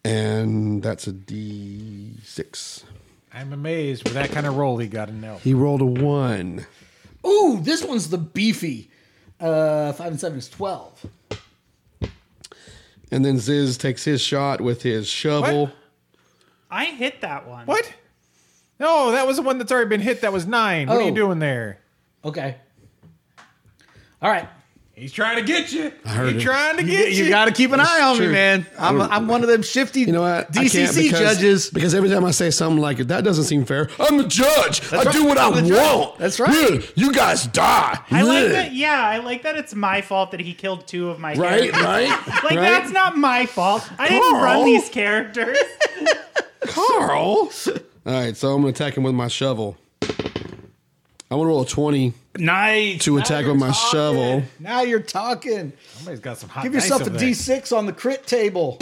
S4: And that's a D6.
S5: I'm amazed with that kind of roll he got in elf.
S4: He rolled a one.
S2: Ooh, this one's the beefy. Uh, five and seven is 12.
S4: And then Ziz takes his shot with his shovel.
S5: What?
S3: I hit that one.
S5: What? No, that was the one that's already been hit. That was nine. What are
S2: Oh.
S5: you doing there?
S2: Okay. All right.
S5: He's trying to get you. I
S4: heard
S5: He's
S4: it.
S5: trying to get you.
S2: You got to keep an eye on me,
S4: true.
S2: man. I'm, I'm one of them shifty
S4: You know what? I can't
S2: DCC judges.
S4: Because every time I say something like that doesn't seem fair. I'm the judge. I do what I want.
S2: That's right.
S4: Yeah, you guys die.
S3: I like
S4: Yeah.
S3: that. Yeah, I like that. It's my fault that he killed two of my
S4: Right,
S3: characters.
S4: right,
S3: Like
S4: right?
S3: that's not my fault. I didn't run
S4: Carl.
S3: these characters.
S4: Carl. All right, so I'm gonna attack him with my shovel. I want to roll a twenty
S2: Nice.
S4: to attack with my shovel.
S2: Now you're talking.
S5: Somebody's got some hot
S2: Give yourself a
S5: dice over there.
S2: D6 on the crit table.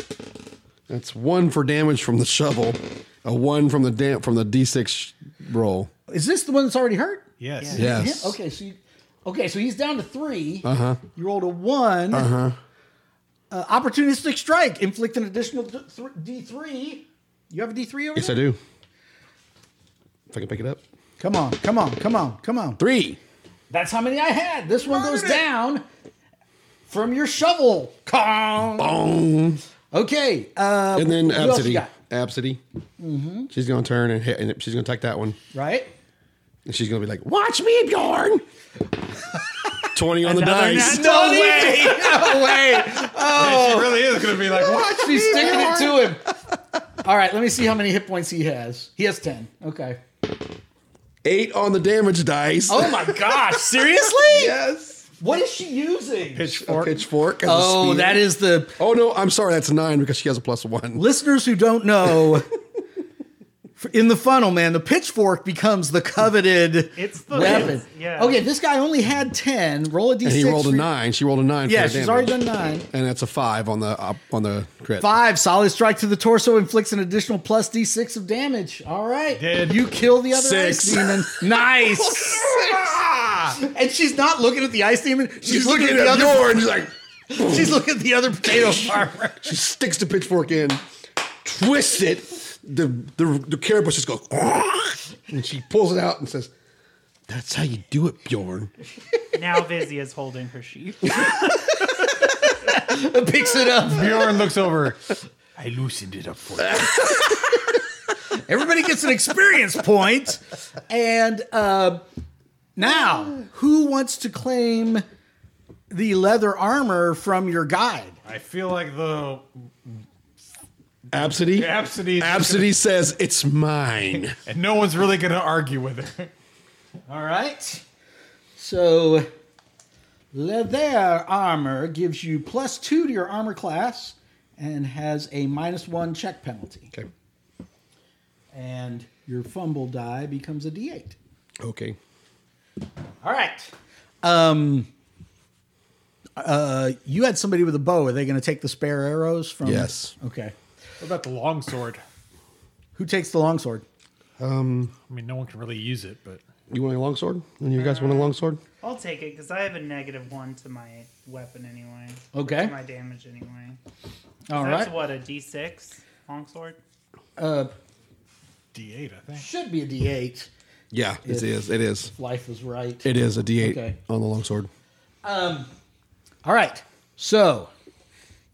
S4: That's one for damage from the shovel, a one from the dam- from the d6 sh- roll.
S2: Is this the one that's already hurt?
S5: Yes.
S4: Yes.
S2: Yeah, okay, so you, okay, so he's down to three. Uh huh. You rolled a one. Uh-huh. Uh Opportunistic strike, inflict an additional th- th- D three. You have a D three over
S4: Yes, I
S2: there.
S4: do. If I can pick it up.
S2: Come on, come on, come on, come on.
S4: Three.
S2: That's how many I had. This one goes down from your shovel. Kong.
S4: Boom.
S2: Okay. Uh,
S4: And then
S2: who else you
S4: Absidy.
S2: got? Mm-hmm.
S4: Absidy. She's going to turn and hit, and she's going to take that one.
S2: right.
S4: And she's going to be like, Watch me, Bjorn. Twenty on the
S3: Another
S4: dice.
S3: nat-
S2: No way! No way!
S5: It really is going to be like, what?
S2: She's sticking it to him. All right, let me see how many hit points he has. He has 10. Okay.
S4: Eight on the damage dice.
S2: Oh my gosh, seriously?
S4: yes.
S2: What is she using?
S4: A
S5: Pitchfork.
S4: pitchfork. as a
S2: Oh,
S4: spear.
S2: that is the
S4: Oh no, I'm sorry. That's nine because she has a plus one.
S2: listeners who don't know. In the funnel, man, the pitchfork becomes the coveted
S3: It's the
S2: weapon.
S3: Yeah.
S2: Okay, this guy only had ten. Roll a d6.
S4: And he rolled a
S2: for-
S4: nine. She rolled a nine.
S2: Yeah,
S4: for the
S2: she's
S4: damage.
S2: already done nine.
S4: And that's a five on the op on the crit.
S2: Five solid strike to the torso inflicts an additional plus d6 of damage. All right,
S5: Did.
S2: you kill the other
S4: Six.
S2: ice demon? Nice. and she's not looking at the ice demon. She's,
S4: She's
S2: looking, at the other.
S4: door and she's like,
S2: She's looking at the other potato farmer.
S4: she sticks the pitchfork in, twists it. The the the carrot bush just goes, and she pulls it out and says, "That's how you do it, Bjorn."
S3: Now Vizzy is holding her sheep.
S2: Picks it up.
S5: Bjorn looks over.
S6: I loosened it up for you.
S2: Everybody gets an experience point. And uh, now, who wants to claim the leather armor from your guide?
S5: I feel like the
S4: Absidy.
S5: Absidy.
S4: Absidy says, "It's mine."
S5: And no one's really going to argue with her.
S2: All right. So, leather armor gives you plus two to your armor class and has a minus one check penalty.
S4: Okay.
S2: And your fumble die becomes a d8.
S4: Okay.
S2: All right. Um, uh, you had somebody with a bow. Are they going to take the spare arrows from?
S4: Yes.
S2: Okay.
S5: What about the longsword?
S2: Who takes the longsword?
S5: I mean, no one can really use it, but
S4: Um, You want a longsword? And you guys want a longsword?
S3: I'll take it because I have a negative one to my weapon anyway.
S2: Okay.
S3: To my damage anyway.
S2: All
S3: That's
S2: right.
S3: what a D6 longsword.
S5: D8, I think.
S2: Should be a d8.
S4: Yeah, it is. It is.
S2: Life is right.
S4: It is a D8
S2: Okay.
S4: on the longsword.
S2: All right. So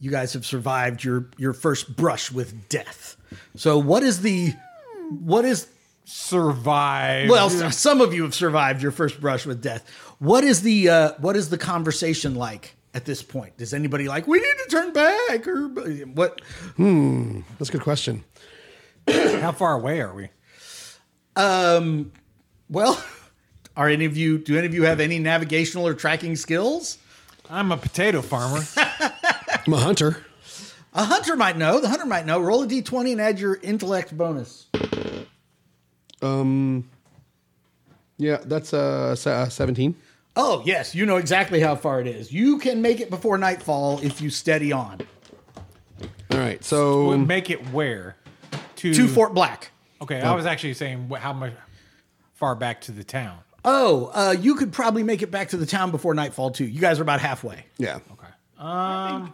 S2: you guys have survived your your first brush with death. So what is the what is
S5: Survive.
S2: well s- some of you have survived your first brush with death. What is the uh, what is the conversation like at this point? Does anybody like we need to turn back or what?
S4: That's a good question.
S5: how far away are we?
S2: Um, Well, are any of you do any of you have any navigational or tracking skills?
S5: I'm a potato farmer.
S4: I'm a hunter.
S2: A hunter might know. The hunter might know. Roll a d20 and add your intellect bonus.
S4: Um, Yeah, that's uh, se- uh, 17.
S2: Oh, yes, you know exactly how far it is. You can make it before nightfall if you steady on
S4: All right,
S5: We'll
S4: so
S5: make it where? To,
S2: to Fort Black.
S5: Okay, I was actually saying wh- how much far back to the town.
S2: Oh, uh, you could probably make it back to the town before nightfall, too. You guys are about halfway.
S4: yeah,
S5: Okay.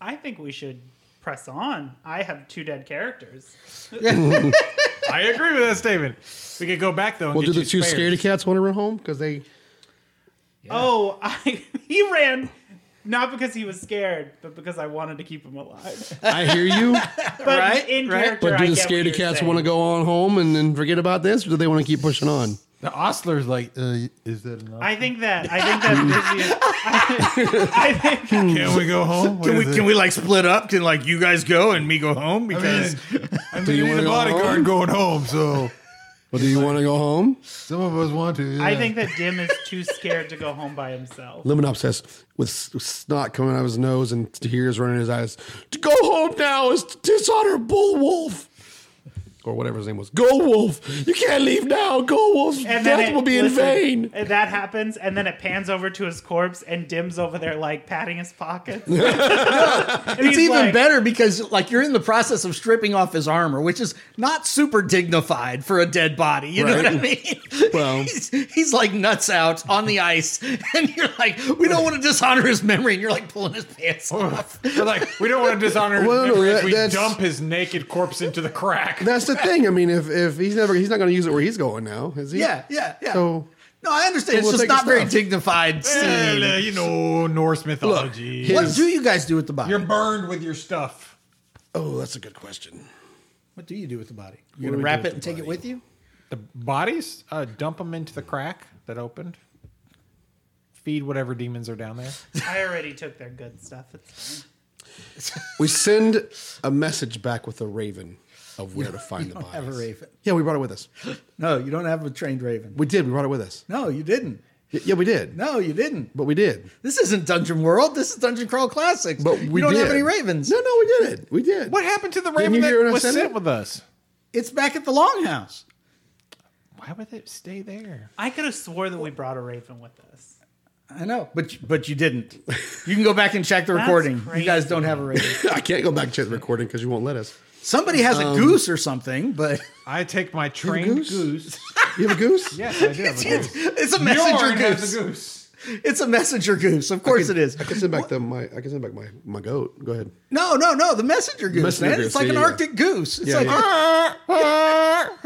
S3: I think we should press on. I have two dead characters.
S5: I agree with that statement. We could go back though. And
S4: well, do
S5: get
S4: the
S5: you
S4: two
S5: spares.
S4: scaredy cats want to run home because they?
S3: Oh, I, he ran not because he was scared, but because I wanted to keep him alive.
S4: I hear you,
S3: But
S2: Right,
S3: in
S2: right.
S3: character,
S4: but do
S3: I
S4: the
S3: get what
S4: scaredy
S3: you're
S4: cats
S3: saying.
S4: want to go on home and then forget about this, or do they want to keep pushing on?
S6: The ostler's like, uh, is that enough?
S3: I think that I think that Vizzy. Is, I, I think
S5: Can we go home? What is it?
S2: we like split up? Can like you guys go and me go home?
S6: Because
S5: I mean,
S4: you
S5: you need
S4: wanna
S5: a
S4: go
S5: bodyguard
S4: home?
S5: going home, so
S4: Well, do you want to go home?
S6: some of us want to.
S3: I
S6: yeah.
S3: think that Dim is too scared to go home by himself.
S4: Lemon says with s- with snot coming out of his nose and tears running in his eyes. To go home now is to dishonor Bull Wolf. Or whatever his name was. Go Wolf! You can't leave now. Go Wolf! Death
S3: it-
S4: will be
S3: listen,
S4: in vain.
S3: and That happens, and then it pans over to his corpse, and Dim's over there like patting his pockets.
S2: It's even better because like you're in the process of stripping off his armor, which is not super dignified for a dead body. You know what I mean?
S4: Well-
S2: he's, he's like nuts out on the ice, and you're like, we don't want to dishonor his memory, and you're like pulling his pants off.
S5: we're like, we don't want to dishonor his
S4: Well, no,
S5: memory if
S4: that-
S5: we
S4: that's-
S5: dump his naked corpse into the crack.
S4: That's the thing. I mean, if, if he's never he's not going to use it where he's going now, is he?
S2: Yeah, yeah, yeah.
S4: So
S2: no, I understand.
S4: we'll
S2: it's just
S4: take his
S2: not very
S4: stuff.
S2: dignified scene.
S5: Well, uh, you know, Norse
S2: Oh,
S5: mythology.
S4: his-
S2: what do you guys do with the body?
S5: You're burned with your stuff.
S4: Oh, that's a good question.
S2: what do you do with the body? You're gonna wrap it and take it with you?
S5: The bodies, uh, dump them into the crack that opened. feed whatever demons are down there.
S3: I already took their good stuff. It's fine.
S4: We send a message back with a raven of where to find the
S2: don't
S4: bodies.
S2: have a raven.
S4: Yeah, we brought it with us.
S2: No, you don't have a trained raven.
S4: We did. We brought it with us.
S2: No, you didn't.
S4: Y- Yeah, we did.
S2: No, you didn't.
S4: But we did.
S2: This isn't Dungeon World. This is Dungeon Crawl Classics.
S4: But we
S2: you don't have
S4: did.
S2: any ravens.
S4: No, no, we did it. We did.
S5: What happened to the
S4: Didn't you
S5: raven
S4: hear what
S5: that
S4: I
S5: was
S4: said?
S5: sent with us?
S2: It's back at the Longhouse.
S5: Why would it stay there?
S3: I could have swore that we brought a raven with us.
S2: I know, but but you didn't. You can go back and check the
S3: That's
S2: recording. You
S3: crazy.
S2: guys don't have a raven.
S4: I can't go back and check the recording because you won't let us.
S2: Somebody has
S4: Um,
S2: a goose or something, but
S5: I take my trained
S4: goose?
S5: goose?
S4: You have a goose?
S5: Yes, I do have a goose.
S2: it's a messenger
S5: Bjorn has
S2: goose.
S5: a goose.
S2: It's a messenger goose. Of course it is.
S4: I can send back the, my. I can send back my my goat. Go ahead.
S2: No, no, no. The messenger goose,
S4: Messenger
S2: man.
S4: goose,
S2: It's like
S4: yeah,
S2: an
S4: yeah.
S2: Arctic goose. It's
S4: Yeah,
S2: like. "Ah,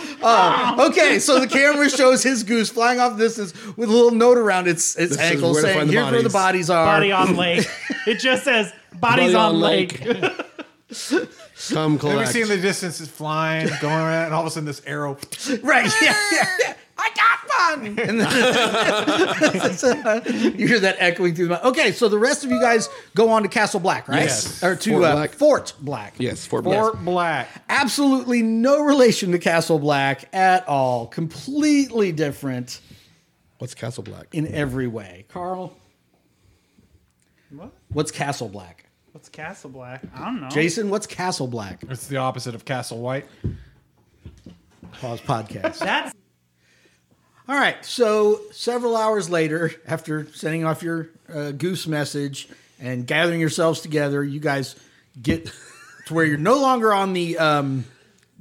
S4: yeah.
S2: Oh, okay, so the camera shows his goose flying off the distance with a little note around its its
S4: This is
S2: ankle
S4: where to
S2: saying,
S4: find the
S2: "Here's where the bodies are."
S3: Body on lake. It just says bodies
S4: Body
S3: on,
S4: on
S3: lake.
S4: Come
S5: Have you
S4: collect.
S5: seen the distance? It's flying, going around, and all of a sudden this arrow.
S2: Right. Yeah, yeah, yeah. I got fun. And then you hear that echoing through the mouth. Okay, so the rest of you guys go on to Castle Black, right?
S5: Yes.
S2: Or to
S4: Fort
S2: uh,
S4: Black.
S2: Fort Black.
S4: yes, Fort Black.
S5: Fort Black.
S2: Absolutely no relation to Castle Black at all. Completely different
S4: What's Castle Black?
S2: in every way. Carl,
S3: What?
S2: what's Castle Black?
S3: What's Castle Black? I don't know.
S2: Jason, what's Castle Black?
S5: It's the opposite of Castle White.
S2: Pause podcast.
S3: That's
S2: All right. So several hours later, after sending off your uh, goose message and gathering yourselves together, you guys get to where you're no longer on the um,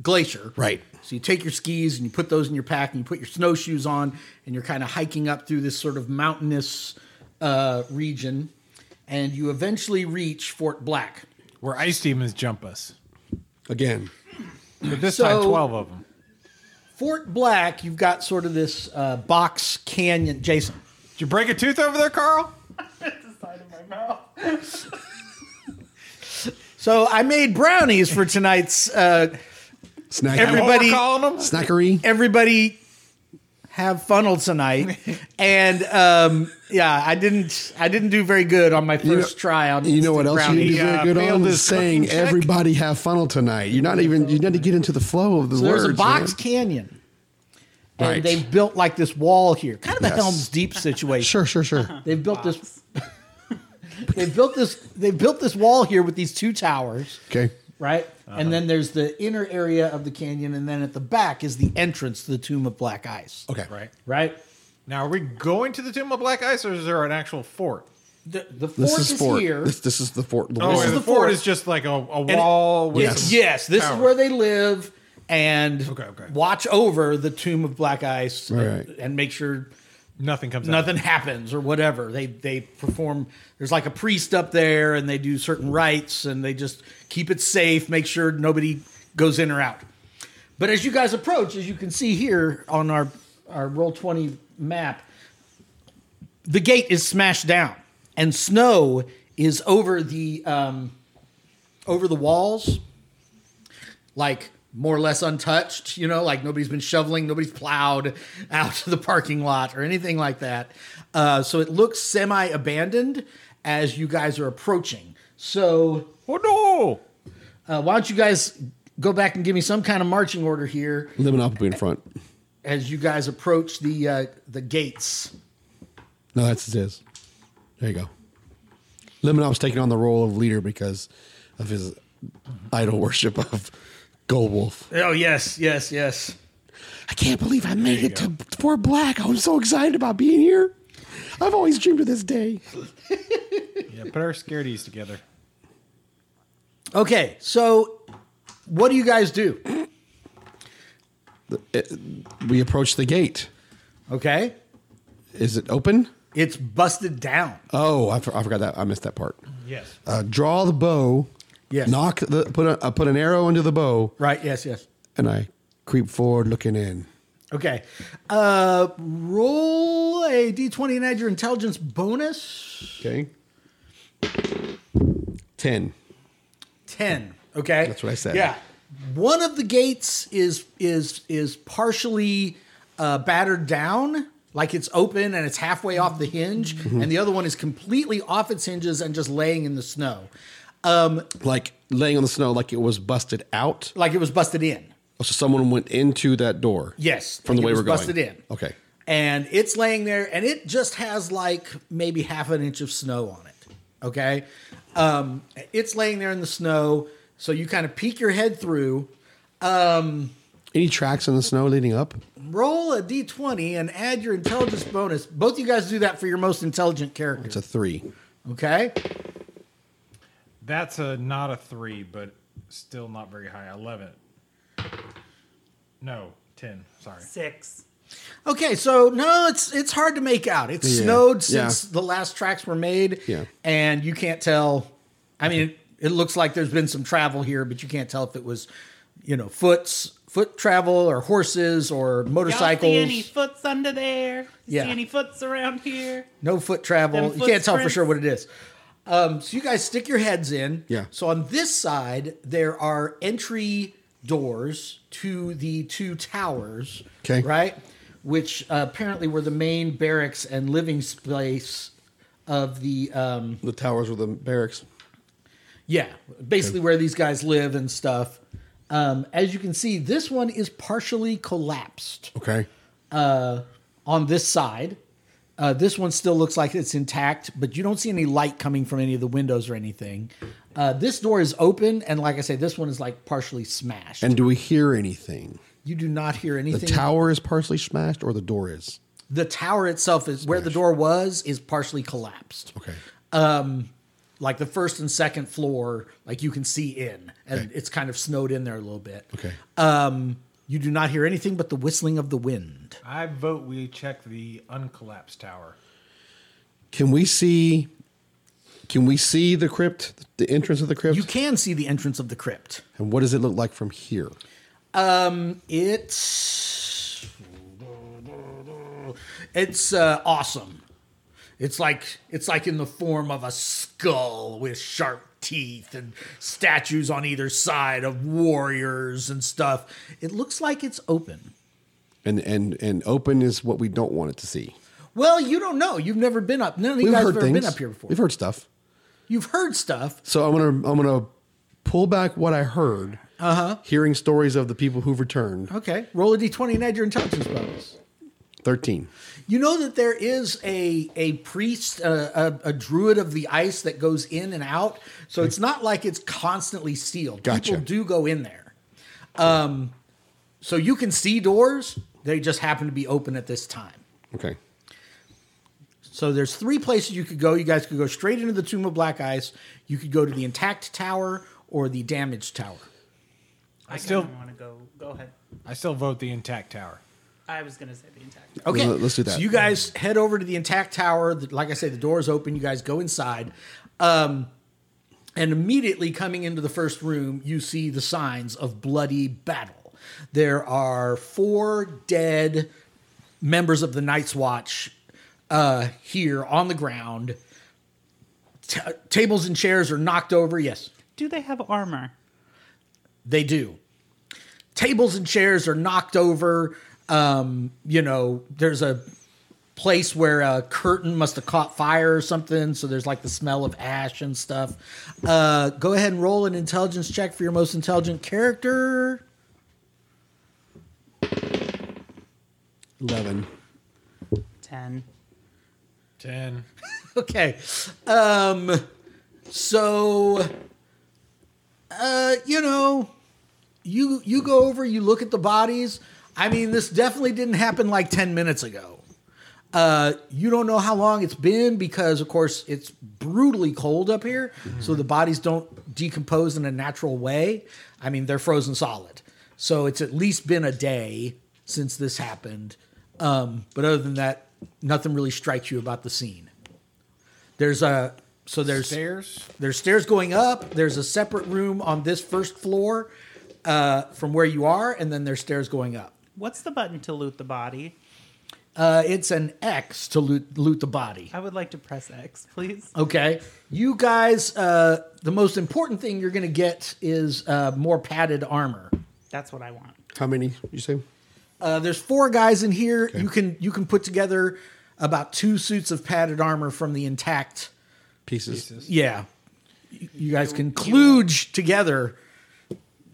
S2: glacier.
S4: Right.
S2: So you take your skis and you put those in your pack and you put your snowshoes on and you're kind of hiking up through this sort of mountainous uh, region, and you eventually reach Fort Black.
S5: Where ice demons jump us.
S4: Again.
S5: But this
S2: So-
S5: time, 12 of them.
S2: Fort Black, you've got sort of this uh, box canyon. Jason,
S5: Did you break a tooth over there, Carl?
S3: the side of my mouth.
S2: So I made brownies for tonight's. Uh,
S4: Snack.
S2: Everybody- Buddy-
S5: What we're calling them?
S4: Snackery.
S2: everybody have funnel tonight, and um, yeah, I didn't. I didn't do very good on my first
S4: know-
S2: try on.
S4: You know what else you
S2: brownies.
S4: did
S5: Brownie,
S4: very
S5: uh,
S4: good
S5: failed
S4: on?
S5: his
S4: Saying
S5: cooking check.
S4: everybody have funnel tonight. You're not even. You need to get into the flow of the
S2: There's
S4: words.
S2: a box
S4: man.
S2: canyon, and
S4: Right.
S2: they've built like this wall here, kind of a
S4: Yes.
S2: Helm's Deep situation.
S4: Sure, sure, sure.
S2: They've built this. they've built this. They've built this wall here with these two towers.
S4: Okay.
S2: right? And then there's the inner area of the canyon, and then at the back is the entrance to the Tomb of Black Ice.
S4: Okay.
S5: Right.
S2: Right?
S5: Now, are we going to the Tomb of Black Ice, or is there an actual fort?
S2: The, the fort
S4: This
S2: is,
S4: is fort.
S2: here.
S4: This, this is the fort. The
S5: Oh,
S4: wall.
S5: and
S2: the
S5: the fort
S2: fort.
S5: is just like a, a wall with
S4: Yes.
S5: some
S2: yes, this
S5: towers.
S2: is where they live and
S5: Okay, okay.
S2: watch over the Tomb of Black Ice
S4: All
S2: and,
S4: right.
S2: and make sure
S5: nothing comes out.
S2: nothing happens or whatever. They they perform. There's like a priest up there, and they do certain rites, and they just keep it safe, make sure nobody goes in or out. But as you guys approach, as you can see here on our our roll twenty map, the gate is smashed down, and snow is over the um, over the walls, like more or less untouched, you know, like nobody's been shoveling, nobody's plowed out to the parking lot or anything like that. Uh, so it looks semi abandoned as you guys are approaching. So
S5: Oh no!
S2: uh, why don't you guys go back and give me some kind of marching order here
S4: Lemon apple in front.
S2: as you guys approach the uh, the gates?
S4: No, that's Ziz. There you go. Limonop's taking on the role of leader because of his idol worship of Gold Wolf.
S2: Oh yes, yes, yes.
S4: I can't believe I made it to Fort Black. I'm so excited about being here. I've always dreamed of this day.
S5: Yeah, put our scareties together.
S2: Okay, so what do you guys do?
S4: We approach the gate.
S2: Okay,
S4: Is it open?
S2: it's busted down.
S4: Oh, I, for- I forgot that. I missed that part.
S5: Yes.
S4: Uh, draw the bow.
S2: Yes.
S4: Knock the put a uh, put an arrow into the bow,
S2: Right. Yes. Yes.
S4: and I creep forward, looking in.
S2: Okay. Uh, roll a d20 and add your intelligence bonus.
S4: Okay. Ten.
S2: 10. Okay.
S4: That's what I said.
S2: Yeah. One of the gates is is is partially uh, battered down Like it's open and it's halfway off the hinge,
S4: Mm-hmm.
S2: and the other one is completely off its hinges and just laying in the snow,
S4: Like laying on the snow, like it was busted out. Oh,
S2: like it was busted in.
S4: So someone went into that door.
S2: Yes,
S4: From the
S2: like
S4: way
S2: it was
S4: we're going.
S2: busted in.
S4: Okay.
S2: and it's laying there and it just has like maybe half an inch of snow on it okay um it's laying there in the snow so you kind of peek your head through
S4: Any tracks in the snow leading up?
S2: roll a d20 and add your intelligence bonus both you guys do that for your most intelligent
S4: It's a
S2: character
S4: three.
S2: okay
S5: That's a not a three, but still not very high. Eleven. No, ten. Sorry.
S3: Six.
S2: okay so no it's it's hard to make out it's
S4: Yeah.
S2: snowed
S4: Yeah.
S2: since the last tracks were made
S4: Yeah.
S2: and you can't tell i mean it, it looks like there's been some travel here but you can't tell if it was you know foots foot travel or horses or
S3: Y'all
S2: motorcycles
S3: see any foots under there? You
S2: Yeah.
S3: See any foots around here?
S2: No foot travel.
S3: Them
S2: you can't tell for
S3: footprints.
S2: sure what it is. Um, so you guys stick your heads in.
S4: Yeah.
S2: So on this side, there are entry doors to the two towers.
S4: 'Kay.
S2: Right? Which uh, apparently were the main barracks and living space of the um,
S4: The towers were the barracks.
S2: yeah, basically where these guys live and stuff. Um, as you can see, this one is partially collapsed.
S4: Okay.
S2: on this side. Uh, this one still looks like it's intact, but you don't see any light coming from any of the windows or anything. Uh, this door is open, and like I say, this one is like partially smashed.
S4: And do we hear anything?
S2: you do not hear
S4: The
S2: anything.
S4: tower is partially smashed, or the door is.
S2: The tower itself is where the door was is partially collapsed.
S4: Okay.
S2: Like the first and second floor, like you can see in, and it's kind of snowed in there a little bit.
S4: Okay.
S2: Um, you do not hear anything but the whistling of the wind.
S5: I vote we check the uncollapsed tower.
S4: Can we see? Can we see the crypt? The entrance of the crypt.
S2: You can see the entrance of the crypt.
S4: and what does it look like from here?
S2: It's it's uh, awesome. It's like it's like in the form of a skull with sharp teeth and statues on either side of warriors and stuff. It looks like it's open.
S4: And and and open is what we don't want it to see.
S2: Well, you don't know. You've never been up. None of you
S4: We've
S2: guys
S4: heard
S2: have ever
S4: things.
S2: been up here before.
S4: We've heard stuff.
S2: You've heard stuff.
S4: So I'm gonna I'm gonna pull back what I heard. Uh huh. Hearing stories of the people who've returned.
S2: Uh-huh. Okay, roll a d20 and add your intelligence bonus.
S4: Thirteen.
S2: You know that there is a a priest, a, a, a druid of the ice that goes in and out. So it's not like it's constantly sealed.
S4: Gotcha.
S2: People do go in there. Um, so you can see doors. They just happen to be open at this time.
S4: Okay.
S2: So there's three places you could go. You guys could go straight into the Tomb of Black Ice. You could go to the intact tower or the damaged tower.
S3: I,
S5: still-
S3: want to go. Go ahead.
S5: I still vote the intact tower.
S3: I was gonna say the intact.
S2: Okay,
S4: Let's- let's do that.
S2: So you guys head over to the intact tower. The- Like I say, the door is open. You guys go inside, um, and immediately coming into the first room, you see the signs of bloody battle. There are four dead members of the Night's Watch uh, here on the ground. T- tables and chairs are knocked over. Yes,
S3: Do they have armor?
S2: they do. Tables and chairs are knocked over. Um, you know, there's a place where a curtain must have caught fire or something. So there's like the smell of ash and stuff. Uh, go ahead and roll an intelligence check for your most intelligent character.
S4: Eleven.
S3: Ten.
S5: Ten.
S2: Okay. Um, so, uh, you know, you you go over, you look at the bodies. I mean, this definitely didn't happen like ten minutes ago. Uh, you don't know how long it's been because, of course, it's brutally cold up here, so the bodies don't decompose in a natural way. I mean, they're frozen solid, so it's at least been a day since this happened. Um, but other than that, nothing really strikes you about the scene. There's a so there's
S5: Stairs.
S2: there's stairs going up. There's a separate room on this first floor uh, from where you are, and then there's stairs going up.
S3: What's the button to loot the body?
S2: Uh, it's an X to loot, loot the body.
S3: I would like to press X, please.
S2: Okay, you guys. Uh, the most important thing you're going to get is uh, more padded armor.
S3: That's what I want.
S4: How many? You say?
S2: Uh, there's four guys in here. You can you can put together about two suits of padded armor from the intact.
S4: Pieces.
S2: Yeah, you you guys can kludge together,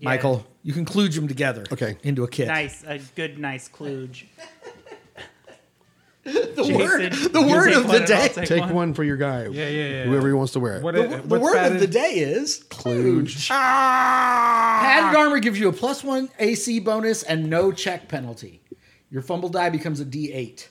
S2: Michael. You can kludge them together.
S4: Okay.
S2: into a kit.
S3: Nice, a good, nice kludge.
S2: The
S3: Jason,
S2: word, the
S3: you
S2: word
S3: take
S2: of
S3: one
S2: the
S3: and I'll
S2: day.
S4: Take one. for your guy.
S5: Yeah, yeah, yeah.
S4: Whoever he wants to wear it.
S5: What,
S2: The, the word of the day is kludge. Padded armor gives you a plus one AC bonus and no check penalty. Your fumble die becomes a D8.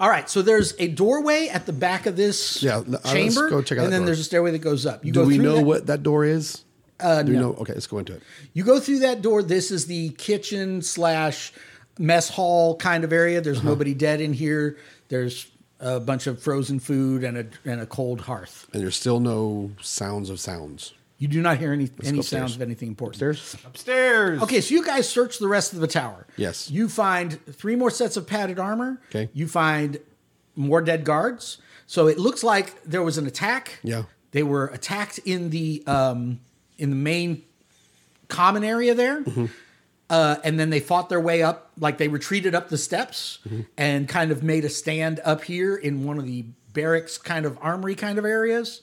S2: All right, so there's a doorway at the back of this
S4: Yeah, l- let's
S2: chamber,
S4: go check out
S2: and
S4: that
S2: then
S4: door.
S2: there's a stairway that goes up. You
S4: Do
S2: go
S4: we
S2: through
S4: know
S2: that-
S4: what that door is?
S2: Uh,
S4: Do we
S2: no.
S4: know? Okay, let's go into it.
S2: You go through that door. This is the kitchen slash mess hall kind of area. There's nobody dead in here. There's a bunch of frozen food and a and a cold hearth.
S4: And there's still no sounds of sounds.
S2: You do not hear any any sounds
S4: go upstairs.
S2: of anything important.
S4: Upstairs.
S5: upstairs.
S2: Okay, so you guys search the rest of the tower.
S4: Yes.
S2: You find three more sets of padded armor.
S4: Okay.
S2: You find more dead guards. So it looks like there was an attack.
S4: Yeah.
S2: They were attacked in the um, in the main common area there.
S4: Mm-hmm.
S2: Uh, and then they fought their way up, like they retreated up the steps
S4: Mm-hmm.
S2: and kind of made a stand up here in one of the barracks kind of armory kind of areas.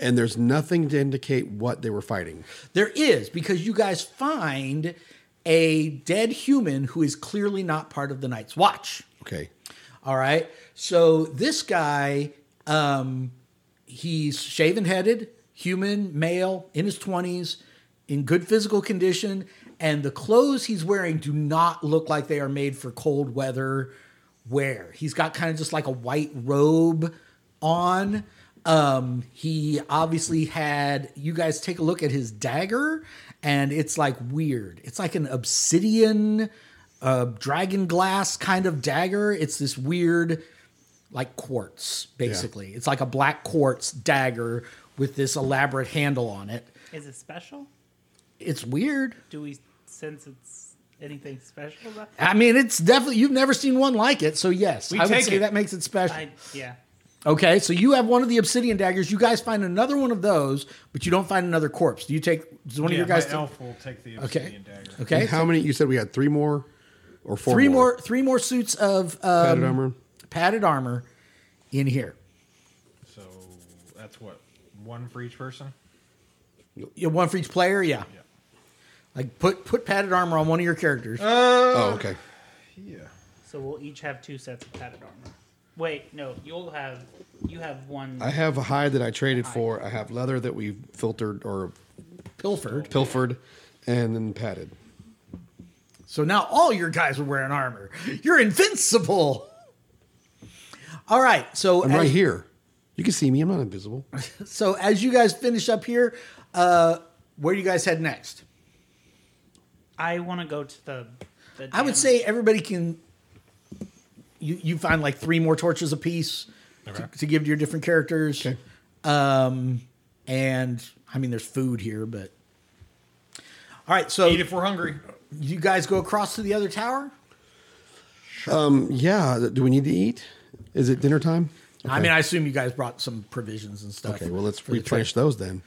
S4: And there's nothing to indicate what they were fighting.
S2: There is because you guys find a dead human who is clearly not part of the Night's Watch.
S4: Okay.
S2: All right. So this guy, um, he's shaven headed, human, male, in his 20s, in good physical condition. And the clothes he's wearing do not look like they are made for cold weather wear. He's got kind of just like a white robe on. Um, he obviously had, you guys take a look at his dagger, and it's like weird. It's like an obsidian a dragon glass kind of dagger. It's this weird, like quartz, basically. It's like a black quartz dagger with this elaborate handle on it.
S3: Is it special?
S2: It's weird.
S3: Do we sense it's anything special? About
S2: I mean, it's definitely, you've never seen one like it. So, yes, I would
S5: take
S2: say
S5: it.
S2: that makes it special.
S3: I, yeah.
S2: okay, so you have one of the obsidian daggers. You guys find another one of those, but you don't find another corpse. Do you take, does one
S5: Yeah,
S2: of your guys
S5: my
S2: take-
S5: elf will take the
S2: Okay.
S5: obsidian dagger.
S2: Okay.
S4: And how many? You said we had three more, or four?
S2: three more, three more suits of um,
S4: padded armor.
S2: padded armor in here.
S5: So that's what one for each person.
S2: Yeah, one for each player. Yeah. Like put put padded armor on one of your characters.
S5: Uh,
S4: oh, okay.
S5: Yeah.
S3: So we'll each have two sets of padded armor. Wait, no, you'll have you have one.
S4: I have a hide that I traded for. I have leather that we filtered or
S2: pilfered.
S4: pilfered, and then padded.
S2: So now all your guys are wearing armor. You're invincible. All right. So
S4: I'm
S2: as,
S4: right here. You can see me. I'm not invisible.
S2: So as you guys finish up here, uh, where do you guys head next?
S3: I want to go to the. the
S2: I
S3: damn-
S2: would say everybody can. You you find like three more torches apiece to, to give to your different characters.
S4: Okay.
S2: Um, and I mean, there's food here, but. All right, so
S5: Eat if we're hungry.
S2: you guys go across to the other tower.
S4: Yeah. Do we need to eat? Is it dinner time?
S2: I mean, I assume you guys brought some provisions and stuff.
S4: Okay. Well, let's
S2: for the
S4: replenish
S2: trip.
S4: those then.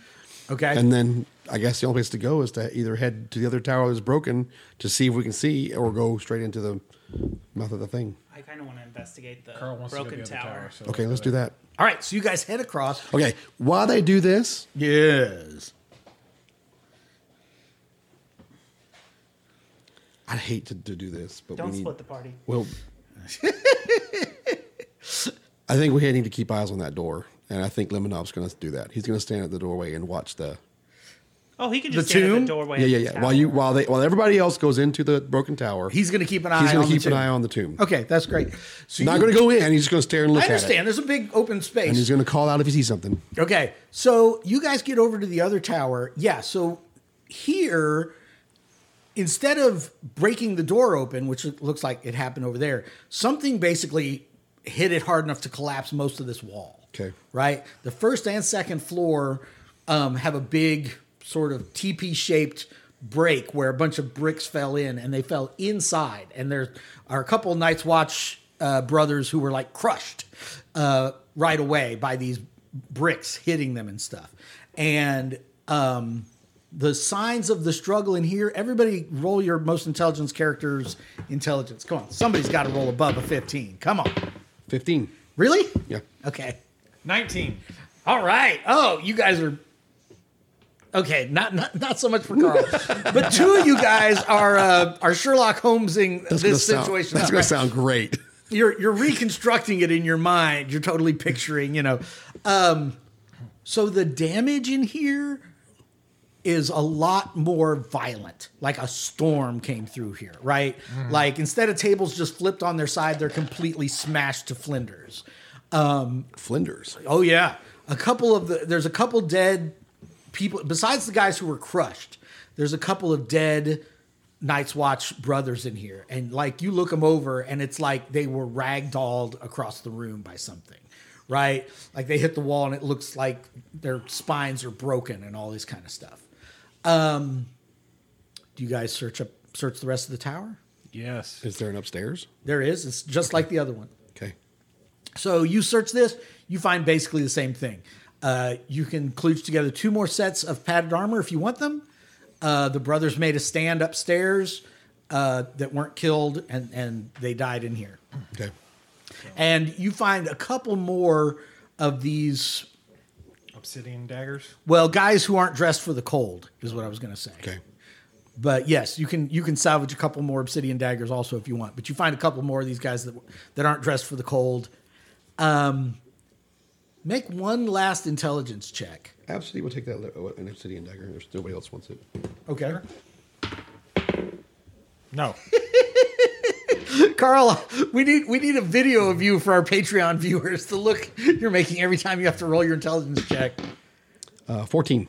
S2: Okay,
S4: And then I guess the only place to go is to either head to the other tower that's broken to see if we can see, or go straight into the mouth of the thing.
S3: I kind of want to investigate the
S5: Carl wants
S3: broken
S5: to go to the other
S3: tower.
S5: tower. so
S4: Okay, let's do that.
S2: all right. So you guys head across.
S4: Okay, while they do this,
S2: Yes.
S4: I hate to, to do this, but
S3: Don't
S4: we need,
S3: split the party.
S4: Well, I think we need to keep eyes on that door, and I think Lemonov's going to do that. He's going to stand at the doorway and watch the
S3: Oh, he can just
S2: The
S3: stand at
S2: tomb?
S3: the doorway.
S4: yeah,
S3: of
S4: yeah,
S3: the
S4: yeah.
S3: tower.
S4: While you while they while everybody else goes into the broken tower,
S2: He's going to keep an eye.
S4: he's going
S2: on
S4: to
S2: the
S4: keep an
S2: tomb.
S4: eye on the tomb.
S2: Okay, that's great. So
S4: not
S2: you-
S4: going to go in. He's just going to stare and look
S2: I
S4: at
S2: understand.
S4: it,
S2: There's a big open space.
S4: and he's going to call out if he sees something.
S2: Okay, so you guys get over to the other tower. Yeah, so here, instead of breaking the door open, which it looks like it happened over there, something basically hit it hard enough to collapse most of this wall.
S4: Okay.
S2: Right? The first and second floor um, have a big sort of teepee shaped break where a bunch of bricks fell in and they fell inside. And there are a couple Night's Watch uh, brothers who were like crushed uh, right away by these bricks hitting them and stuff. And um, the signs of the struggle in here, everybody roll your most intelligence character's intelligence. Come on, somebody's got to roll above a 15. Come on.
S4: 15.
S2: Really?
S4: Yeah.
S2: Okay.
S5: 19.
S2: All right. Oh, you guys are okay. Not not, not so much for Carl, but two of you guys are uh, are Sherlock Holmesing
S4: gonna
S2: this
S4: sound-
S2: situation.
S4: that's
S2: up,
S4: going
S2: right?
S4: to sound great.
S2: You're you're reconstructing it in your mind. You're totally picturing. You know. Um, so the damage in here is a lot more violent. Like a storm came through here, right? Like instead of tables just flipped on their side, they're completely smashed to flinders.
S4: Flinders.
S2: Oh yeah, a couple of the there's a couple dead people besides the guys who were crushed. There's a couple of dead Night's Watch brothers in here, and like you look them over, and it's like they were ragdolled across the room by something, right? Like they hit the wall, and it looks like their spines are broken and all this kind of stuff. Um, do you guys search up search the rest of the tower?
S5: Yes.
S4: Is there an upstairs?
S2: There is. It's just like the other one.
S4: Okay.
S2: So you search this, you find basically the same thing. Uh, you can kludge together two more sets of padded armor if you want them. Uh, the brothers made a stand upstairs uh, that weren't killed, and, and they died in here.
S4: Okay.
S2: And you find a couple more of these,
S5: Obsidian daggers.
S2: well, guys who aren't dressed for the cold is what I was going to say.
S4: Okay.
S2: But yes, you can you can salvage a couple more obsidian daggers also if you want. But you find a couple more of these guys that that aren't dressed for the cold. Um, make one last intelligence check.
S4: Absolutely, we'll take that li- oh, an obsidian dagger. There's nobody else wants it.
S2: Okay,
S5: No.
S2: Carl, we need we need a video of you for our Patreon viewers. The look you're making every time you have to roll your intelligence check.
S4: Uh, 14.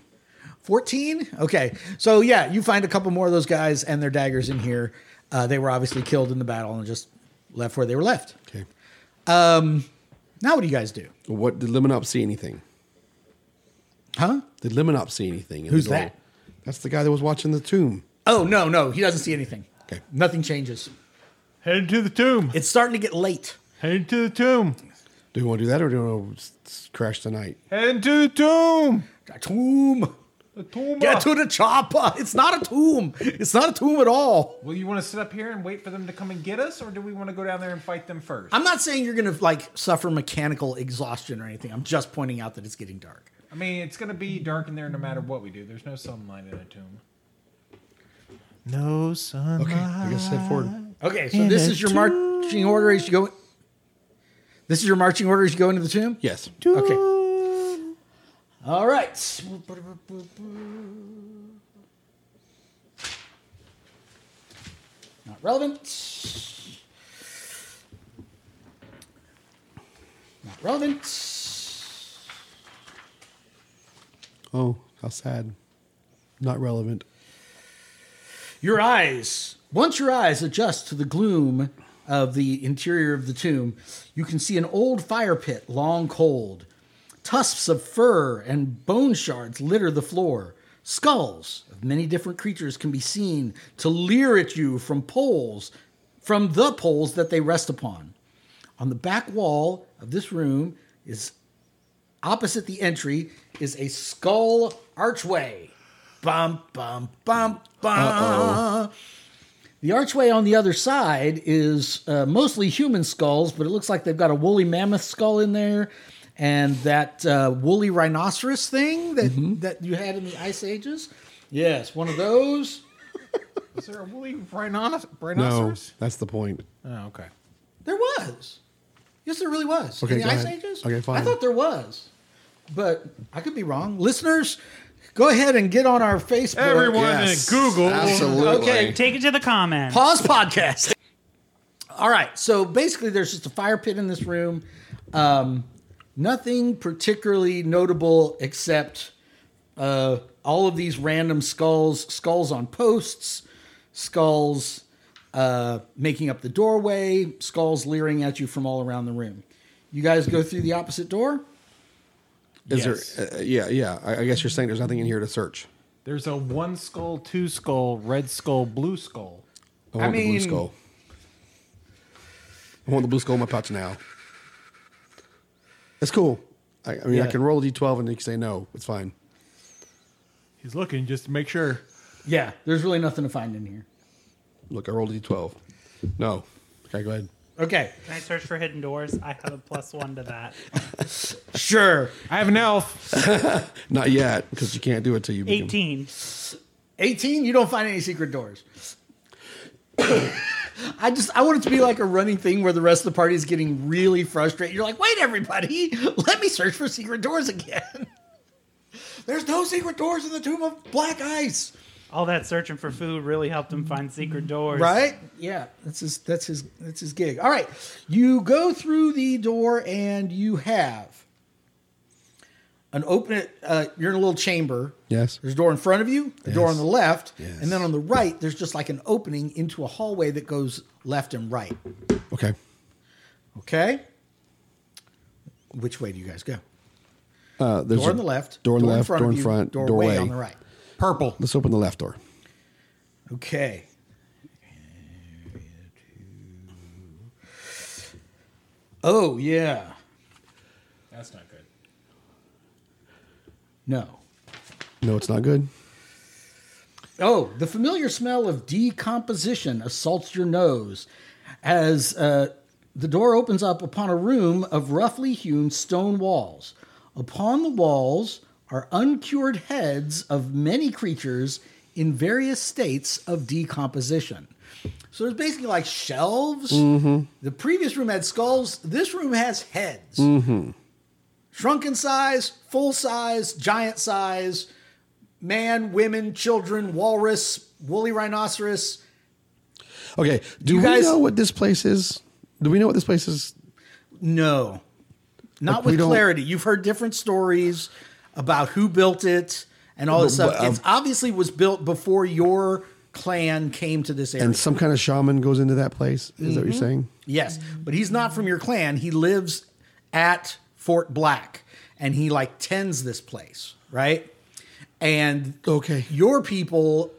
S2: 14 okay so yeah you find a couple more of those guys and their daggers in here uh, they were obviously killed in the battle and just left where they were left
S4: Okay.
S2: now what do you guys do
S4: What did Limonop see anything?
S2: huh
S4: Did Limonop see anything? in the
S2: Who's
S4: door?
S2: that?
S4: That's the guy that was watching the tomb.
S2: Oh no, no, he doesn't see anything.
S4: Okay.
S2: Nothing changes.
S5: Head to the tomb.
S2: It's starting to get late.
S5: Head to the tomb.
S4: Do we want to do that or do we want to s- s- crash tonight?
S5: Head to the tomb.
S2: A tomb.
S5: The tomb.
S2: Get to the chopper. It's not a tomb. It's not a tomb at all.
S5: Well, you want to sit up here and wait for them to come and get us, or do we want to go down there and fight them first?
S2: I'm not saying you're gonna like suffer mechanical exhaustion or anything. I'm just pointing out that it's getting dark.
S5: I mean, it's going to be dark in there no matter what we do. There's no sunlight in a tomb.
S6: No sun.
S4: Okay. I guess head forward.
S2: Okay, so this is your marching order as you go. This is your marching order as you go into the tomb.
S4: Yes.
S2: Okay. All right. Not relevant. Not relevant.
S4: Oh, how sad. Not relevant.
S2: Your eyes. Once your eyes adjust to the gloom of the interior of the tomb, you can see an old fire pit, long cold. Tusks of fur and bone shards litter the floor. Skulls of many different creatures can be seen to leer at you from poles, from the poles that they rest upon. On the back wall of this room is opposite the entry is a skull archway. Bum bum bum bum. The archway on the other side is uh, mostly human skulls, but it looks like they've got a woolly mammoth skull in there, and that uh, woolly rhinoceros thing that that you had in the Ice Ages. Yes, one of those.
S5: Is there a woolly rhinoceros?
S4: No,
S5: rhinoceros?
S4: that's the point.
S5: Oh, okay.
S2: There was. Yes, there really was.
S4: Okay,
S2: In the
S4: go
S2: Ice
S4: ahead.
S2: Ages?
S4: Okay,
S2: I
S4: fine.
S2: thought there was. But I could be wrong. Listeners, go ahead and get on our Facebook.
S5: Everyone
S4: Yes.
S5: in Google.
S4: Absolutely.
S2: Okay.
S3: Take it to the comments.
S2: Pause podcast. All right. So basically, there's just a fire pit in this room. Um, nothing particularly notable except uh, all of these random skulls, skulls on posts, skulls uh, making up the doorway, skulls leering at you from all around the room. You guys go through the opposite door.
S4: Is
S5: Yes.
S4: there? Uh, yeah, yeah. I, I guess you're saying there's nothing in here to search.
S5: There's a one skull, two skull, red skull, blue skull.
S4: I want the blue
S2: mean-
S4: skull. I want the blue skull in my pouch now. That's cool. I, I mean, I
S2: Yeah.
S4: can roll a d12 and you can say no. It's fine.
S5: He's looking just to make sure.
S2: Yeah, there's really nothing to find in here.
S4: Look, I rolled a d12. No. Okay, go ahead.
S2: Okay,
S3: Can I search for hidden doors? I have a plus one to that.
S2: sure.
S5: I have an elf.
S4: Not yet, because you can't do it till you become-
S3: 18.
S2: 18, you don't find any secret doors. I just I want it to be like a running thing where the rest of the party is getting really frustrated. You're like, wait, everybody, let me search for secret doors again. There's no secret doors in the tomb of black ice.
S3: All that searching for food really helped him find secret doors.
S2: Right? Yeah, that's his that's his that's his gig. All right. You go through the door and you have an open uh, you're in a little chamber.
S4: Yes.
S2: There's a door in front of you, a door on the left,
S4: Yes.
S2: and then on the right there's just like an opening into a hallway that goes left and right.
S4: Okay.
S2: Okay? Which way do you guys go?
S4: Uh, there's
S2: Door
S4: a
S2: on the left,
S4: Door on the
S2: in
S4: left,
S2: front
S4: door
S2: of
S4: in
S2: you,
S4: front,
S2: doorway
S4: doorway.
S2: on the right.
S5: Purple.
S4: Let's open the left door.
S2: Okay. Oh yeah.
S8: That's not good.
S2: No.
S4: No, it's not good.
S2: Oh, the familiar smell of decomposition assaults your nose as uh, the door opens up upon a room of roughly hewn stone walls. Upon the walls are uncured heads of many creatures in various states of decomposition. So there's basically like shelves. The previous room had skulls. This room has heads. Shrunken size, full size, giant size, man, women, children, walrus, woolly rhinoceros.
S4: Okay. Do we
S2: guys-
S4: know what this place is? Do we know what this place is?
S2: No, not
S4: Like, we
S2: with
S4: don't-
S2: clarity. You've heard different stories about who built it and all this
S4: But-
S2: stuff.
S4: but,
S2: it
S4: um,
S2: obviously was built before your clan came to this area.
S4: And some kind of shaman goes into that place. Is that what you're
S2: Mm-hmm.
S4: saying?
S2: Yes, but he's not from your clan. He lives at Fort Black and he like tends this place, right? And
S4: Okay.
S2: your people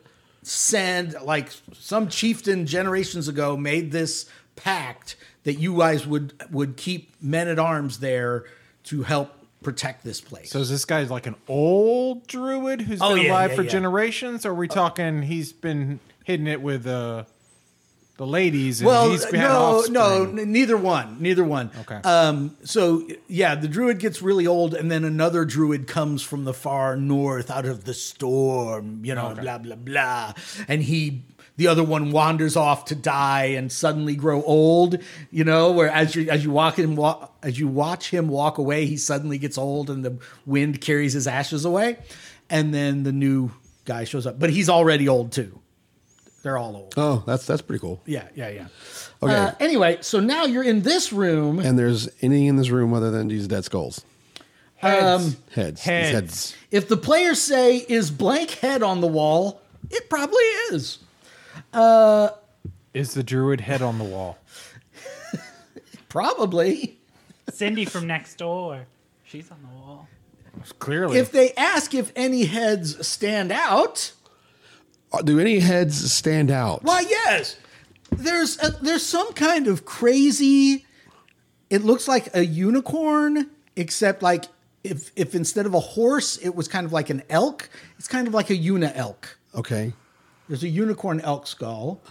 S2: send like some chieftain generations ago made this pact that you guys would would keep men at arms there to help protect this place.
S5: So is this guy like an old druid who's
S2: Oh,
S5: been
S2: yeah,
S5: alive
S2: yeah,
S5: for
S2: yeah. Uh,
S5: generations? Or are we talking he's been hitting it with uh, the ladies and
S2: well,
S5: he's had
S2: no, um,
S5: offspring?
S2: no, n- neither one, neither one.
S5: Okay.
S2: Um, so yeah, the druid gets really old, and then another druid comes from the far north, out of the storm, you know, blah blah blah, and he. The other one wanders off to die and suddenly grow old, you know. Where as you as you walk him wa- as you watch him walk away, he suddenly gets old and the wind carries his ashes away, and then the new guy shows up, but he's already old too. They're all old.
S4: Oh, that's that's pretty cool.
S2: Yeah, yeah, yeah.
S4: Okay.
S2: Uh, anyway, so now you're in this room.
S4: And there's anything in this room other than these dead skulls,
S5: Heads.
S4: heads, These
S5: Heads.
S4: heads.
S2: if the players say is blank head on the wall, it probably is.
S5: Is the druid head on the wall?
S2: Probably.
S3: Cindy from next door. She's on the wall.
S5: Clearly.
S2: If they ask if any heads stand out,
S4: Uh, Do any heads stand out?
S2: why yes. There's a, there's some kind of crazy it looks like a unicorn except like if if instead of a horse it was kind of like an elk, it's kind of like a una elk.
S4: Okay.
S2: There's a unicorn elk skull.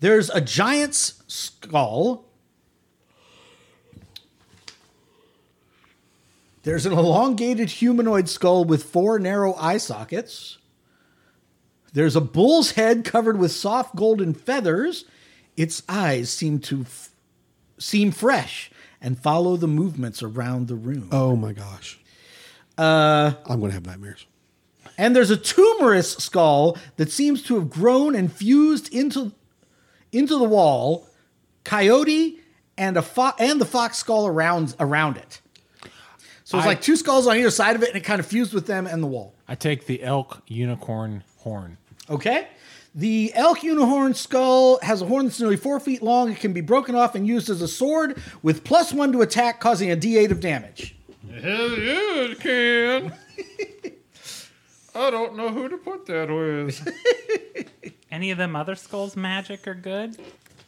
S2: There's a giant's skull. There's an elongated humanoid skull with four narrow eye sockets. There's a bull's head covered with soft golden feathers. Its eyes seem to f- seem fresh and follow the movements around the room.
S4: Oh my gosh. Uh, I'm gonna have nightmares.
S2: And there's a tumorous skull that seems to have grown and fused into into the wall, coyote and a fo- and the fox skull around around it. So it's
S5: I-
S2: like two skulls on either side of it, and it kind of fused with them and the wall.
S5: I take the elk unicorn horn.
S2: Okay. The elk unihorn skull has a horn that's nearly four feet long. It can be broken off and used as a sword with plus one to attack, causing a D8 of damage.
S6: Hell yeah, it can. I don't know who to put that with.
S3: Any of them other skulls magic are good?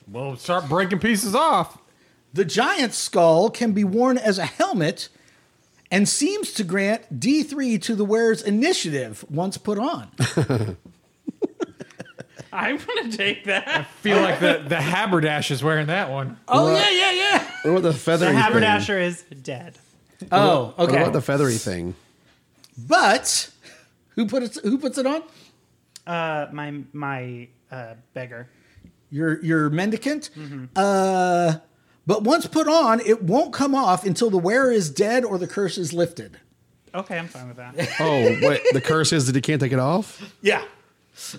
S5: Well, start breaking pieces off.
S2: The giant skull can be worn as a helmet and seems to grant D3 to the wearer's initiative once put on.
S3: I'm gonna take that.
S5: Feel like the the haberdash is wearing that one.
S2: oh, yeah, yeah, yeah.
S4: What about the
S3: The
S4: feathery thing?
S3: haberdasher is dead.
S2: Oh,
S4: What
S2: okay.
S4: about the feathery thing?
S2: but who puts who puts it on?
S3: Uh, my my uh, beggar.
S2: Your your mendicant. Uh, but once put on, it won't come off until the wearer is dead or the curse is lifted.
S3: Okay, I'm fine with that.
S4: Oh, wait, the curse is that he can't take it off?
S2: Yeah.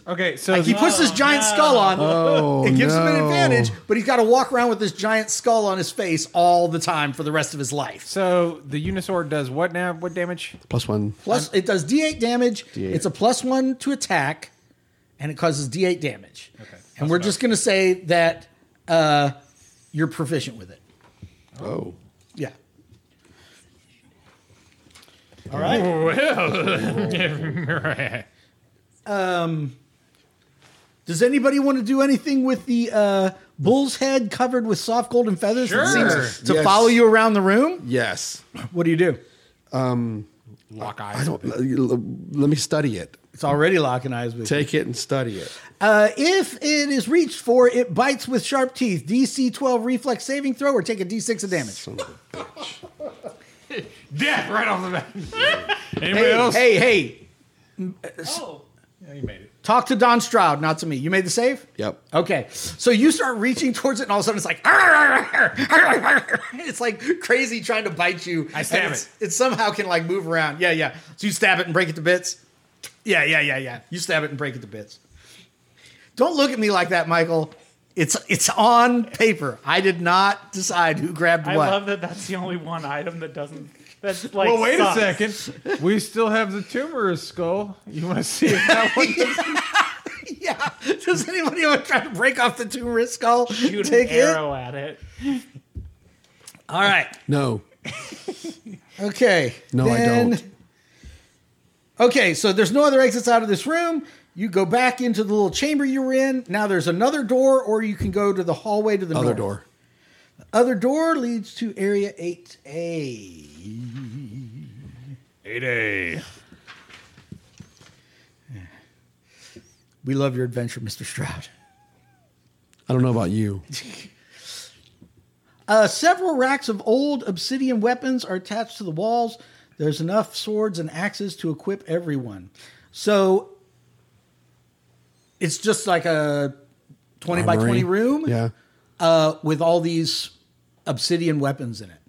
S5: Okay, so
S2: Like he puts this giant skull on.
S4: Oh,
S2: it gives him an
S4: no.
S2: advantage, but he's got to walk around with this giant skull on his face all the time for the rest of his life.
S5: so the Unisword does what now? What damage?
S4: Plus one.
S2: Plus, it does D8 damage. It's a plus one to attack, and it causes D8 damage. Okay. And we're just going to say that uh, you're proficient with it.
S4: Oh.
S2: Yeah. Does anybody want to do anything with the uh, bull's head covered with soft golden feathers that
S5: Sure.
S2: seems to
S4: Yes.
S2: follow you around the room?
S4: Yes.
S2: What do you do?
S5: Lock
S4: I
S5: eyes.
S4: don't. Let, let me study it.
S2: It's already locking eyes with you.
S4: Take it and study it.
S2: Uh, if it is reached for, it bites with sharp teeth. DC 12 reflex saving throw or take a D6 of damage.
S5: Death right off the bat. Anybody
S2: Hey,
S5: else?
S2: hey, hey,
S3: oh,
S5: Yeah, you made it.
S2: talk to Don Stroud, not to me. You made the save?
S4: Yep.
S2: Okay. So you start reaching towards it, and all of a sudden it's like, it's like crazy trying to bite you. I
S5: stab
S2: It somehow can like move around. Yeah, yeah. So you stab it and break it to bits. Yeah, yeah, yeah, yeah. You stab it and break it to bits. Don't look at me like that, Michael. It's it's on paper. I did not decide who grabbed
S3: I
S2: what.
S3: love that. That's the only one item that doesn't. That's like.
S5: Well, wait
S3: sucks.
S5: a second. We still have the tumorous skull. You want to see if that one?
S2: Yeah. Does anybody ever try to break off the tumorous skull?
S3: Shoot
S2: Take
S3: an arrow at it.
S2: it. All right.
S4: No.
S2: Okay.
S4: No, I don't.
S2: Okay, so there's no other exits out of this room. You go back into the little chamber you were in. Now there's another door, or you can go to the hallway to the
S4: Other
S2: north.
S4: door.
S2: Other door leads to area 8A.
S6: 8A.
S2: We love your adventure, Mr. Stroud.
S4: I don't know about you.
S2: Uh, several racks of old obsidian weapons are attached to the walls. There's enough swords and axes to equip everyone. So it's just like a 20 by
S4: Armory.
S2: 20 room
S4: Yeah.
S2: uh, with all these obsidian weapons in it.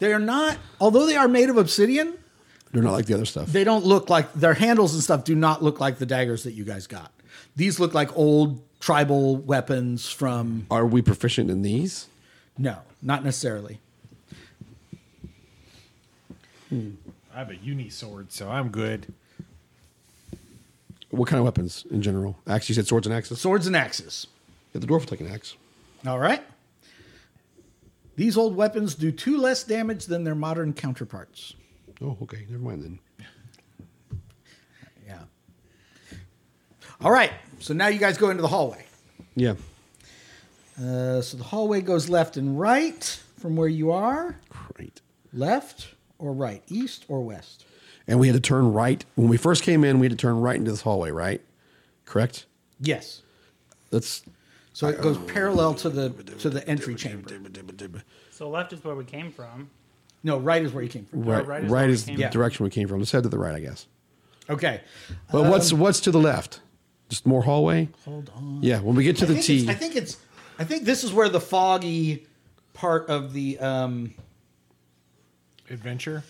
S2: They are not, although they are made of obsidian,
S4: They're not like the other stuff.
S2: they don't look like their handles and stuff do not look like the daggers that you guys got. These look like old tribal weapons from
S4: Are we proficient in these?
S2: no, not necessarily.
S5: I have a Unisword, so I'm good.
S4: What kind of weapons in general? Axe. You said swords and axes.
S2: Swords and axes.
S4: Yeah, the dwarf will take an axe.
S2: All right. These old weapons do two less damage than their modern counterparts.
S4: Oh, okay. Never mind then.
S2: Yeah. All right. So now you guys go into the hallway.
S4: Yeah.
S2: Uh, so the hallway goes left and right from where you are.
S4: Great.
S2: Left or right? East or west?
S4: And we had to turn right when we first came in. We had to turn right into this hallway, right? Correct.
S2: Yes.
S4: That's
S2: So it goes parallel to the to the entry chamber.
S3: So left is where we came from.
S2: No, right is where you came from.
S3: right
S4: right. Right,
S3: is where we
S4: is
S3: came
S4: the
S2: from.
S4: direction we came from. Let's head to the right, I guess.
S2: Okay.
S4: But what's what's to the left? Just more hallway.
S2: Um, Hold on.
S4: Yeah. When we get to
S2: I
S4: the
S2: think
S4: T,
S2: it's- I think it's. I think this is where the foggy part of the. Um,
S5: Adventure.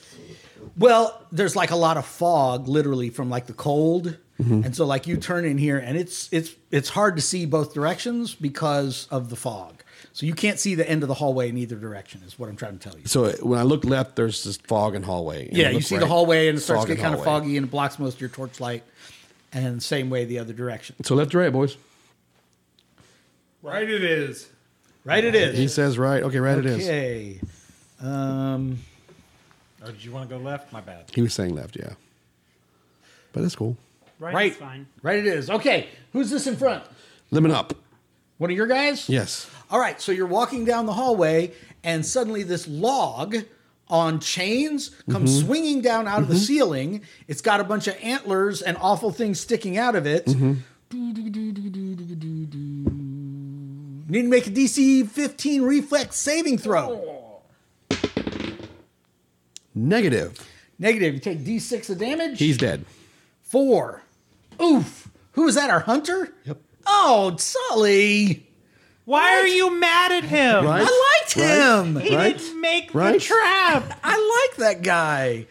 S2: well, there's like a lot of fog, literally from like the cold,
S4: Mm-hmm.
S2: and so like you turn in here, and it's it's it's hard to see both directions because of the fog. So you can't see the end of the hallway in either direction. Is what I'm trying to tell you.
S4: so when I look left, there's this fog and hallway. And I
S2: yeah, you
S4: look
S2: see the
S4: right,
S2: hallway, and it starts
S4: fog
S2: to
S4: and
S2: get kind of
S4: hallway.
S2: foggy, and it blocks most of your torchlight. And same way the other direction.
S4: So left to right, boys.
S5: Right, it is.
S2: Right, it is.
S4: He says right. Okay, right it is.
S2: Okay. Um,
S5: Or did you want to go left? My bad.
S4: He was saying left, yeah. But that's cool.
S3: Right,
S2: right.
S3: is fine.
S2: Right, it is. Okay. Who's this in front?
S4: Lemon up.
S2: One of your guys?
S4: Yes.
S2: All right, so you're walking down the hallway, and suddenly this log on chains comes
S4: Mm-hmm.
S2: swinging down out of the ceiling. It's got a bunch of antlers and awful things sticking out of it.
S4: Mm-hmm.
S2: Need to make a DC 15 reflex saving throw.
S4: Negative.
S2: Negative. You take D6 of damage.
S4: He's dead.
S2: Four. Oof. Who is that? Our hunter? Yep. Oh, Sully.
S3: Why are you mad at him?
S4: Right?
S2: I liked him.
S3: He
S4: Right?
S3: didn't make the
S4: Right?
S3: trap.
S2: I like that guy.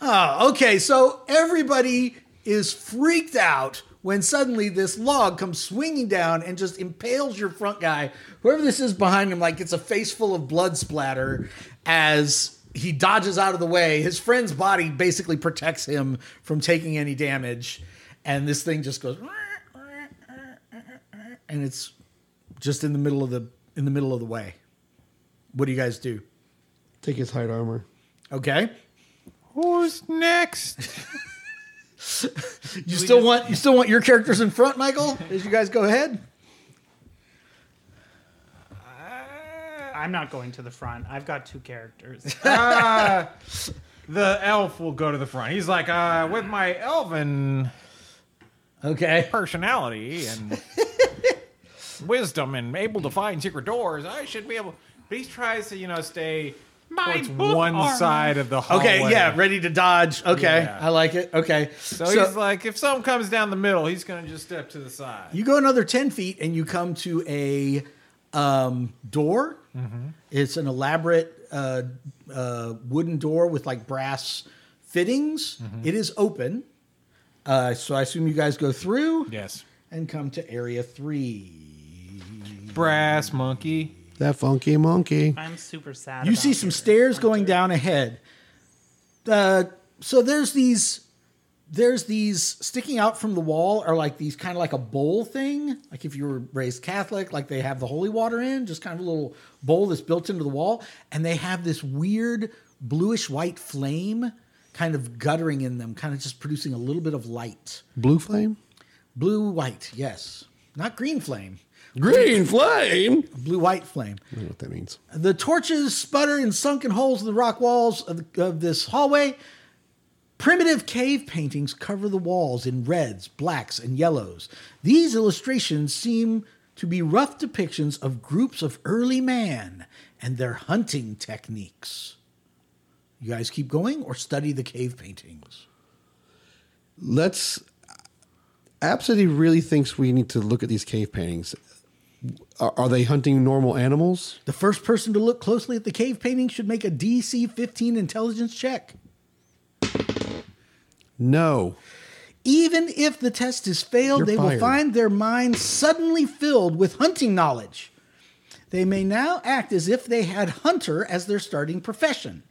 S2: Oh, okay. So everybody is freaked out when suddenly this log comes swinging down and just impales your front guy. Whoever this is behind him, like, gets a face full of blood splatter as he dodges out of the way. His friend's body basically protects him from taking any damage. And this thing just goes. And it's just in the middle of the in the middle of the way. What do you guys do?
S4: Take his hide armor.
S2: Okay.
S5: Who's next?
S2: You still want you still want your characters in front, Michael? As you guys go ahead.
S3: I'm not going to the front. I've got two characters.
S5: the elf will go to the front. He's like, uh, with my elven
S2: Okay.
S5: personality and wisdom and able to find secret doors, I should be able. But he tries to, you know, stay
S3: My
S5: towards
S3: book
S5: one
S3: armor.
S5: side of the hallway.
S2: Okay. Yeah. Ready to dodge. Okay.
S5: Yeah.
S2: I like it. Okay. So, uh,
S5: So, he's like, if something comes down the middle, he's gonna just step to the side.
S2: you go another ten feet and you come to a um, door. It's an elaborate uh, uh, wooden door with like brass fittings. It is open. Uh, so I assume you guys go through
S5: yes,
S2: and come to area three.
S5: brass monkey.
S4: That funky monkey.
S3: I'm super sad.
S2: You
S3: about
S2: see some
S3: it.
S2: stairs going down ahead. Uh, so there's these, there's these sticking out from the wall are like these kind of like a bowl thing. Like if you were raised Catholic, like they have the holy water in, just kind of a little bowl that's built into the wall, and they have this weird bluish white flame kind of guttering in them, kind of just producing a little bit of light.
S4: Blue flame?
S2: Blue white, yes, not green flame,
S4: Green flame?
S2: blue white flame.
S4: I don't know what that means.
S2: The torches sputter in sunken holes in the rock walls of, of this hallway. Primitive cave paintings cover the walls in reds, blacks, and yellows. These illustrations seem to be rough depictions of groups of early man and their hunting techniques. You guys keep going or study the cave paintings?
S4: Let's. Absidy really thinks we need to look at these cave paintings. Are, are they hunting normal animals?
S2: The first person to look closely at the cave painting should make a DC 15 intelligence check.
S4: No.
S2: Even if the test is failed,
S4: You're
S2: they will
S4: fired.
S2: find their minds suddenly filled with hunting knowledge. They may now act as if they had hunter as their starting profession.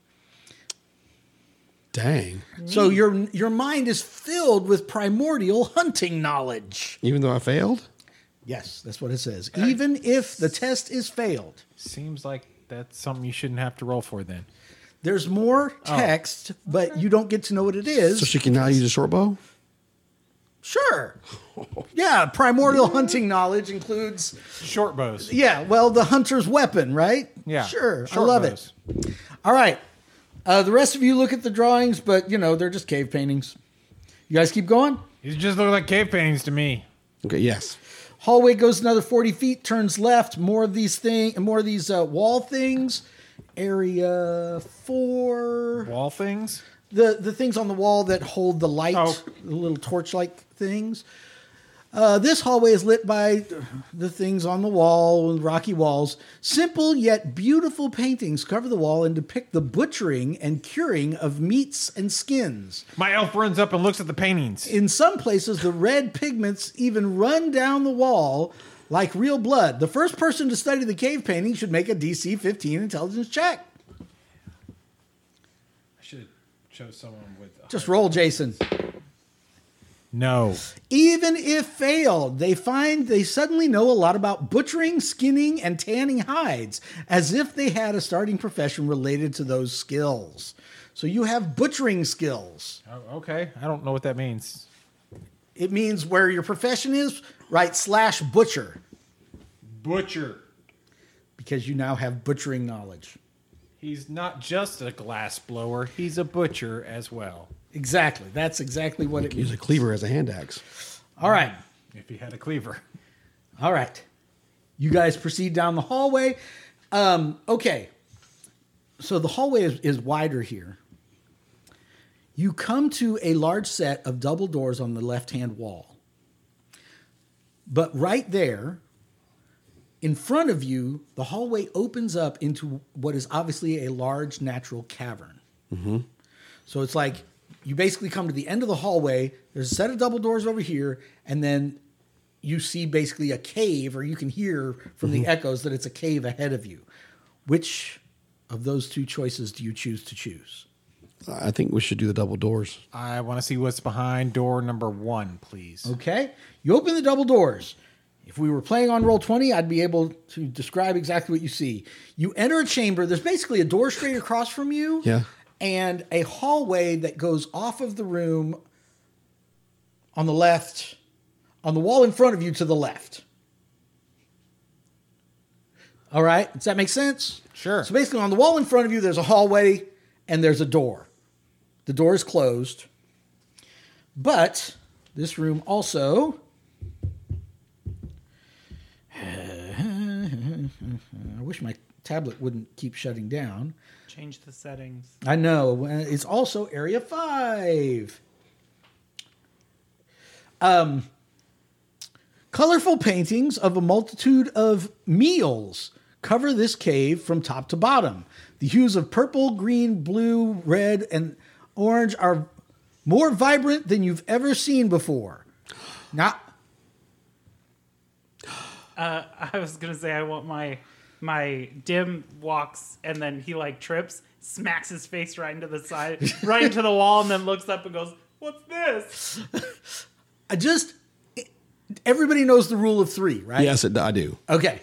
S4: Dang.
S2: So your your mind is filled with primordial hunting knowledge.
S4: Even though I failed?
S2: Yes, that's what it says. Even if the test is failed,
S5: Seems like that's something you shouldn't have to roll for then.
S2: there's more text, but you don't get to know what it is.
S4: So she can now use a short bow?
S2: sure. Yeah, primordial hunting knowledge includes
S5: Short bows.
S2: yeah, well, the hunter's weapon, right?
S5: Yeah.
S2: Sure. I
S5: Short
S2: love it.
S5: bows.
S2: All right. Uh, the rest of you look at the drawings, but you know they're just cave paintings. You guys keep going.
S5: These just look like cave paintings to me.
S4: Okay, yes.
S2: Hallway goes another forty feet, turns left. More of these thing, more of these uh, wall things. Area four.
S5: Wall things.
S2: The the things on the wall that hold the light,
S5: Oh.
S2: the little torch like things. Uh, this hallway is lit by the things on the wall, rocky walls. Simple yet beautiful paintings cover the wall and depict the butchering and curing of meats and skins.
S5: My elf runs up and looks at the paintings.
S2: In some places, the red pigments even run down the wall like real blood. The first person to study the cave painting should make a DC 15 intelligence check.
S8: I should have chose someone with. a
S2: Just
S8: higher-
S2: roll, Jason.
S5: No.
S2: Even if failed, they find they suddenly know a lot about butchering, skinning, and tanning hides, as if they had a starting profession related to those skills. So you have butchering skills.
S5: Oh, okay. I don't know what that means.
S2: It means where your profession is, right? Slash butcher,
S5: Butcher.
S2: because you now have butchering knowledge.
S5: He's not just a glass blower, he's a butcher as well.
S2: Exactly. That's exactly what it
S4: Use
S2: means.
S4: a cleaver as a hand axe.
S2: All right.
S5: If he had a cleaver.
S2: All right. You guys proceed down the hallway. Um, okay. So the hallway is, is wider here. You come to a large set of double doors on the left hand wall. But right there, in front of you, the hallway opens up into what is obviously a large natural cavern. So it's like you basically come to the end of the hallway, there's a set of double doors over here, and then you see basically a cave, or you can hear from the echoes that it's a cave ahead of you. Which of those two choices do you choose to choose?
S4: I think we should do the double doors.
S5: I want to see what's behind door number one, please.
S2: Okay. You open the double doors. If we were playing on roll 20, I'd be able to describe exactly what you see. You enter a chamber. There's basically a door straight across from you.
S4: Yeah.
S2: And a hallway that goes off of the room on the left, on the wall in front of you to the left. All right. Does that make sense?
S5: Sure.
S2: So basically, on the wall in front of you, there's a hallway and there's a door. The door is closed. But this room also. I wish my tablet wouldn't keep shutting down.
S3: Change the settings.
S2: I know. uh, It's also Area 5. Um, colorful paintings of a multitude of meals cover this cave from top to bottom. The hues of purple, green, blue, red, and orange are more vibrant than you've ever seen before. Not.
S3: I was gonna say I want my my dim walks and then he like trips, smacks his face right into the side, right into the wall, and then looks up and goes, "What's this?"
S2: I just. Everybody knows the rule of three, right?
S4: Yes, it, I do.
S2: Okay.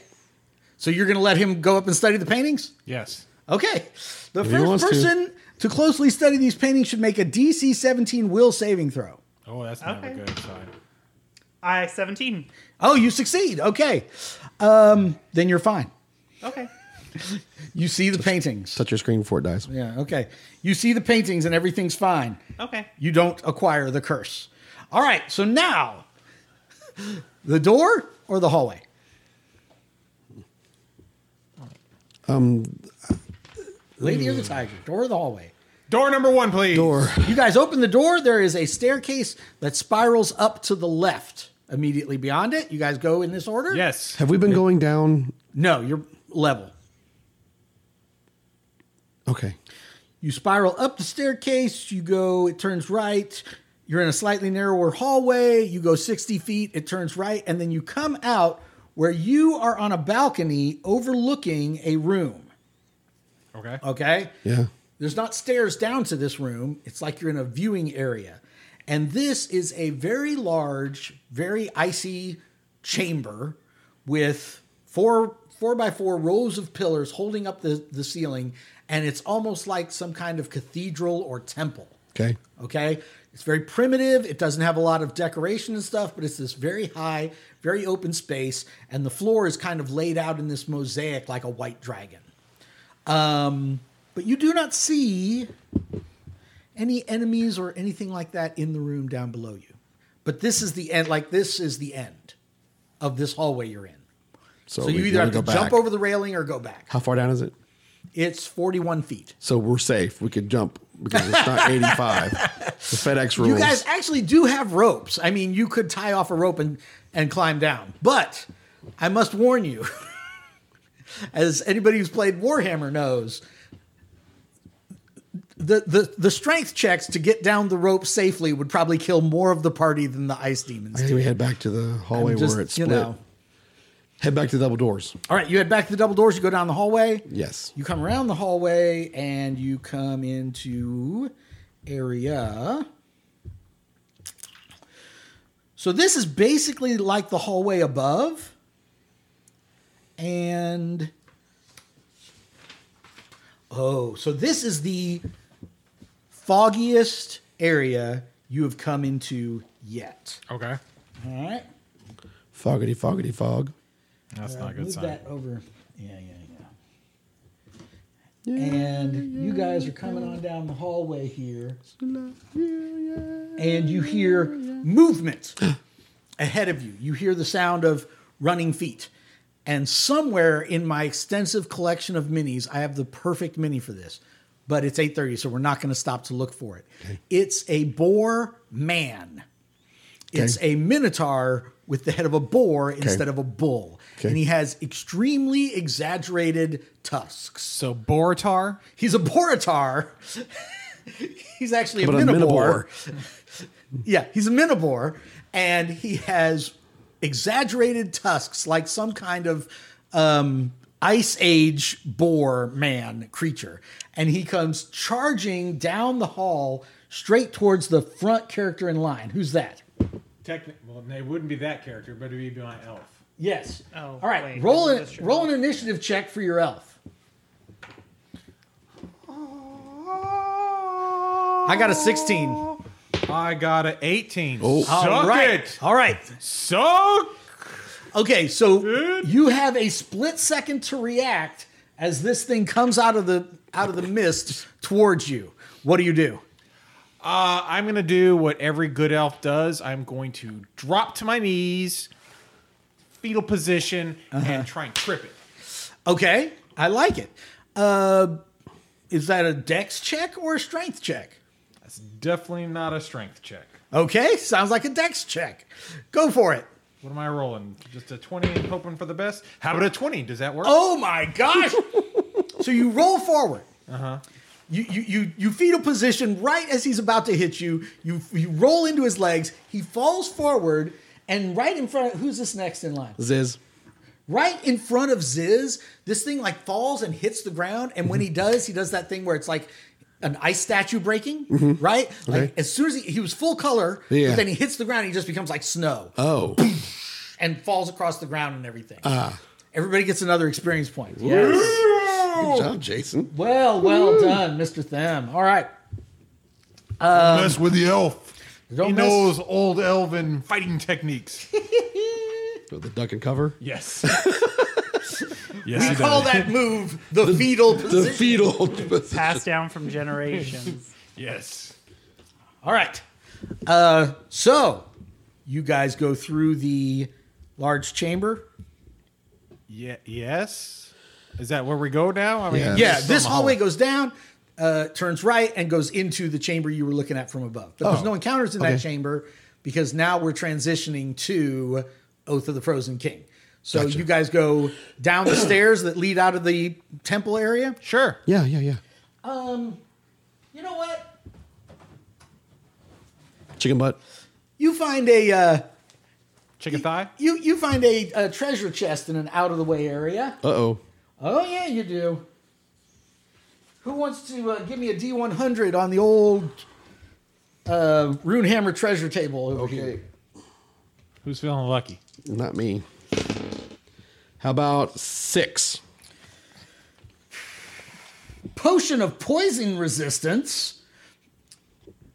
S2: So you're going to let him go up and study the paintings?
S5: Yes.
S2: Okay. The
S4: he
S2: first
S4: wants to.
S2: person to. closely study these paintings should make a DC 17 will saving throw.
S5: Oh, that's not
S3: Okay.
S5: a good sign.
S3: I seventeen.
S2: Oh, you succeed. Okay. Um, then you're fine.
S3: Okay.
S2: You see the paintings.
S4: Touch your screen before it dies.
S2: Yeah, okay. You see the paintings and everything's fine.
S3: Okay.
S2: You don't acquire the curse. All right, so now the door or the hallway? Um, Lady of the Tiger, door or the hallway?
S5: Door number one, please.
S4: Door.
S2: You guys open the door. There is a staircase that spirals up to the left immediately beyond it. You guys go in this order?
S5: Yes.
S4: Have we been going down?
S2: No, you're level.
S4: Okay.
S2: You spiral up the staircase. You go, it turns right. You're in a slightly narrower hallway. You go 60 feet, it turns right. And then you come out where you are on a balcony overlooking a room.
S5: Okay.
S2: Okay.
S4: Yeah.
S2: There's not stairs down to this room. It's like you're in a viewing area. And this is a very large, very icy chamber with four four by four rows of pillars holding up the, the ceiling, and it's almost like some kind of cathedral or temple.
S4: Okay.
S2: Okay. It's very primitive. It doesn't have a lot of decoration and stuff, but it's this very high, very open space. And the floor is kind of laid out in this mosaic like a white dragon. Um, but you do not see any enemies or anything like that in the room down below you. But this is the end. Like, this is the end of this hallway you're in. So,
S4: we
S2: you either
S4: gotta
S2: have to
S4: go
S2: jump
S4: back.
S2: over the railing or go back.
S4: How far down is it?
S2: It's 41 feet.
S4: So we're safe. We could jump because it's not 85. The FedEx rules.
S2: You guys actually do have ropes. I mean, you could tie off a rope and, and climb down. But I must warn you, as anybody who's played Warhammer knows, the, the, the strength checks to get down the rope safely would probably kill more of the party than the ice
S4: I
S2: demons.
S4: think we head back to the hallway
S2: Just,
S4: where it's
S2: you
S4: split.
S2: know.
S4: Head back to the double doors.
S2: All right, you head back to the double doors, you go down the hallway.
S4: Yes.
S2: You come around the hallway and you come into area. So this is basically like the hallway above. And oh, so this is the foggiest area you have come into yet.
S5: Okay.
S2: All right.
S4: Foggity, foggity, fog.
S5: That's not a good
S2: Move
S5: sign.
S2: that over. Yeah, yeah, yeah. and you guys are coming on down the hallway here, and you hear movement ahead of you. You hear the sound of running feet. And somewhere in my extensive collection of minis, I have the perfect mini for this. But it's 8:30, so we're not going to stop to look for it. It's a boar man. It's a minotaur with the head of a boar instead of a bull. And he has extremely exaggerated tusks.
S5: So Boratar.
S2: He's a boratar. he's actually a
S4: But a
S2: minibor. yeah, he's a minibor, and he has exaggerated tusks like some kind of um, ice age boar man creature. And he comes charging down the hall straight towards the front character in line. Who's that?
S5: Techni- well, it wouldn't be that character, but it'd be my elf.
S2: Yes.
S3: Oh,
S2: All right.
S3: wait,
S2: roll
S3: this
S2: an,
S3: is a
S2: roll an initiative check for your elf. I got a 16.
S5: I got a 18. Oh, suck
S2: All right.
S5: it.
S2: All right.
S5: Suck.
S2: Okay, so you have a split second to react as this thing comes out of the out of the mist towards you. What do you do?
S5: Uh, I'm gonna do what every good elf does. I'm going to drop to my knees, fetal position, and try and trip it.
S2: Okay, I like it. Uh, is that a dex check or a strength check?
S5: That's definitely not a strength check.
S2: Okay, sounds like a dex check. Go for it.
S5: What am I rolling? Just a 20 and hoping for the best? How about a 20? Does that work?
S2: Oh my gosh! so you roll forward. Uh huh.
S4: Uh-huh.
S2: You, you, you, you fetal position right as he's about to hit you. You, you roll into his legs. He falls forward, and right in front of who's this next in line?
S4: Ziz.
S2: right in front of Ziz, this thing like falls and hits the ground. And when
S4: Mm-hmm.
S2: he does, he does that thing where it's like an ice statue breaking, right? Like
S4: Mm-hmm. Okay.
S2: as soon as he, he was full color,
S4: Yeah.
S2: but then he hits the ground, he just becomes like snow
S4: Oh.
S2: and falls across the ground and everything.
S4: Ah.
S2: Everybody gets another experience point.
S4: Good job, Jason.
S2: Well, well done, Mr. Them. All right.
S6: mess with the elf.
S2: Don't
S5: he
S2: mess-
S5: knows old elven fighting techniques.
S4: With the duck and cover.
S5: Yes. yes,
S2: We call that move the, fetal
S4: The
S2: position.
S4: fetal.
S3: Passed down from generations.
S5: Yes.
S2: All right. Uh, so you guys go through the large chamber.
S5: Yeah. Yes. Is that where we go now? I mean,
S4: Yeah.
S2: Yeah,
S5: just
S2: this
S5: on the
S2: hallway goes down, uh, turns right, and goes into the chamber you were looking at from above. But there's no encounters in that chamber because now we're transitioning to Oath of the Frozen King. So you guys go down the stairs that lead out of the temple area.
S5: Sure.
S4: Yeah, yeah, yeah.
S2: You know what?
S4: Chicken butt.
S2: You find a uh,
S5: Chicken thigh.
S2: you you find a, a treasure chest in an out of the way area.
S4: Uh oh.
S2: Oh yeah, you do. Who wants to uh, give me a D one hundred on the old uh, Runehammer treasure table over here?
S5: Who's feeling lucky?
S4: Not me. How about six?
S2: potion of poison resistance.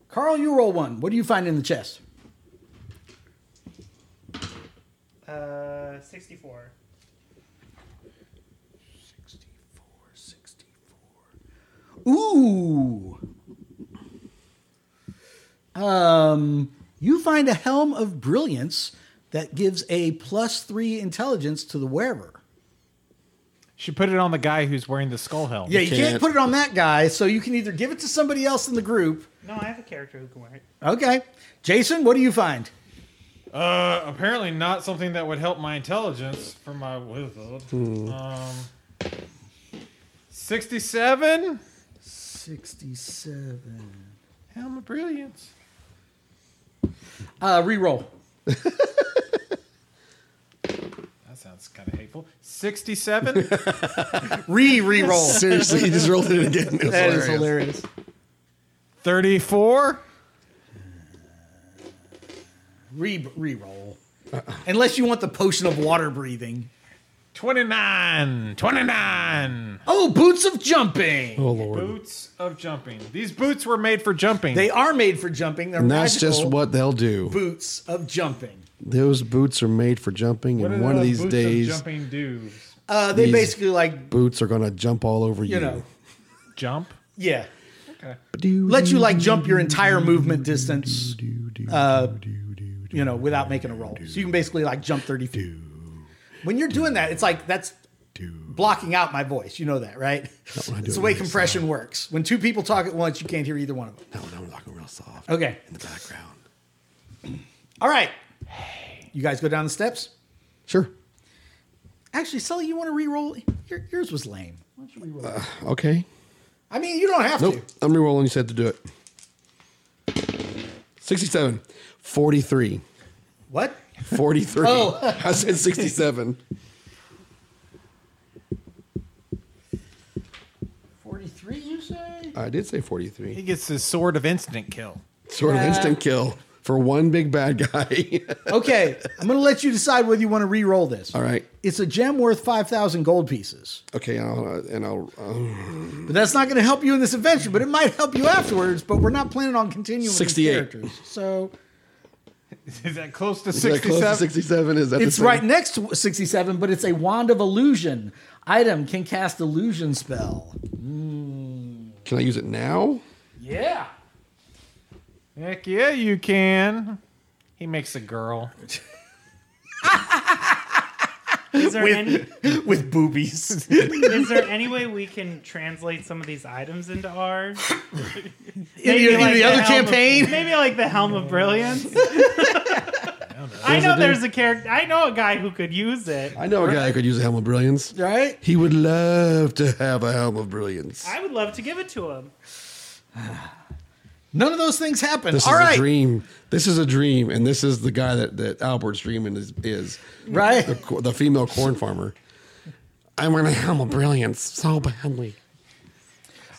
S2: Carl, you roll one. What do you find in the chest?
S3: Uh, 64.
S2: 64. Ooh. Um, you find a helm of brilliance that gives a plus three intelligence to the wearer.
S5: Should put it on the guy who's wearing the skull helm.
S2: Yeah, you can't,
S4: can't.
S2: put it on that guy, so you can either give it to somebody else in the group.
S3: No, I have a character who can wear it.
S2: Okay. Jason, what do you find?
S5: Uh, apparently not something that would help my intelligence for my wizard. Um, sixty-seven.
S2: 67.
S5: Helm of brilliance.
S2: Uh, reroll.
S5: That sounds kind of hateful. Sixty-seven.
S2: Re reroll.
S4: Seriously, he just rolled it again. It was
S2: that is
S4: hilarious.
S2: hilarious.
S5: Thirty-four.
S2: Re re-roll. Unless you want the potion of water breathing.
S5: 29 29
S2: Oh, boots of jumping.
S4: Oh lord.
S5: boots of jumping these boots were made for jumping
S2: They are made for jumping. They're
S4: And that's
S2: magical
S4: just what they'll do.
S2: boots of jumping.
S4: Those boots are made for jumping,
S5: What
S4: and
S5: do
S4: one of
S5: the
S4: these
S5: boots
S4: days,
S5: jumping do
S2: Uh, they
S4: These-
S2: basically like
S4: boots are gonna jump all over you.
S2: you know
S5: jump?
S2: Yeah.
S5: Okay.
S2: Let you like jump your entire movement distance, uh, you know, without making a roll. So you can basically like jump 30 feet. When you're doing that, it's like that's blocking out my voice. You know that, right? It's the way compression works. When two people talk at once, you can't hear either one of them.
S4: No, no, we're talking real soft.
S2: Okay.
S4: In the background.
S2: All right. You guys go down the steps.
S4: Sure.
S2: Actually, Sully, you want to re-roll? Your, yours was lame.
S4: Okay.
S2: I mean, you don't have
S4: Nope.
S2: to.
S4: I'm rerolling. You said to do it. 67. 43.
S2: What?
S4: 43.
S2: Oh.
S4: I said 67.
S2: 43, you say?
S4: I did say 43.
S5: He gets his sword of instant kill.
S4: Sort of instant kill for one big bad guy.
S2: Okay, I'm going to let you decide whether you want to re-roll this.
S4: All right.
S2: It's a gem worth 5,000 gold pieces.
S4: Okay. I'll, uh, and I'll. Uh,
S2: But that's not going to help you in this adventure, but it might help you afterwards, but we're not planning on continuing these
S4: 68.
S2: characters. So
S5: Is that close to
S4: is that close to
S5: 67?
S4: 67? Is that the
S2: it's
S4: same?
S2: right next to 67, but it's a wand of illusion. Item can cast illusion spell.
S4: Can I use it now?
S2: Yeah.
S5: Heck yeah, you can. He makes a girl.
S3: Is there any
S2: With boobies.
S3: is there any way we can translate some of these items into ours?
S2: in the other
S3: helm of-
S2: campaign?
S3: maybe like the helm of brilliance. I know there's a character. I know a guy who could use it.
S4: I know a guy who could use a helm of brilliance.
S2: right?
S4: He would love to have a helm of brilliance.
S3: I would love to give it to him.
S2: None of those things happen.
S4: This
S2: All
S4: is
S2: right.
S4: a dream. This is a dream, and this is the guy that, that Albert's dreaming is, is
S2: Right?
S4: the, co- the female corn farmer. I want a helm of brilliance so badly.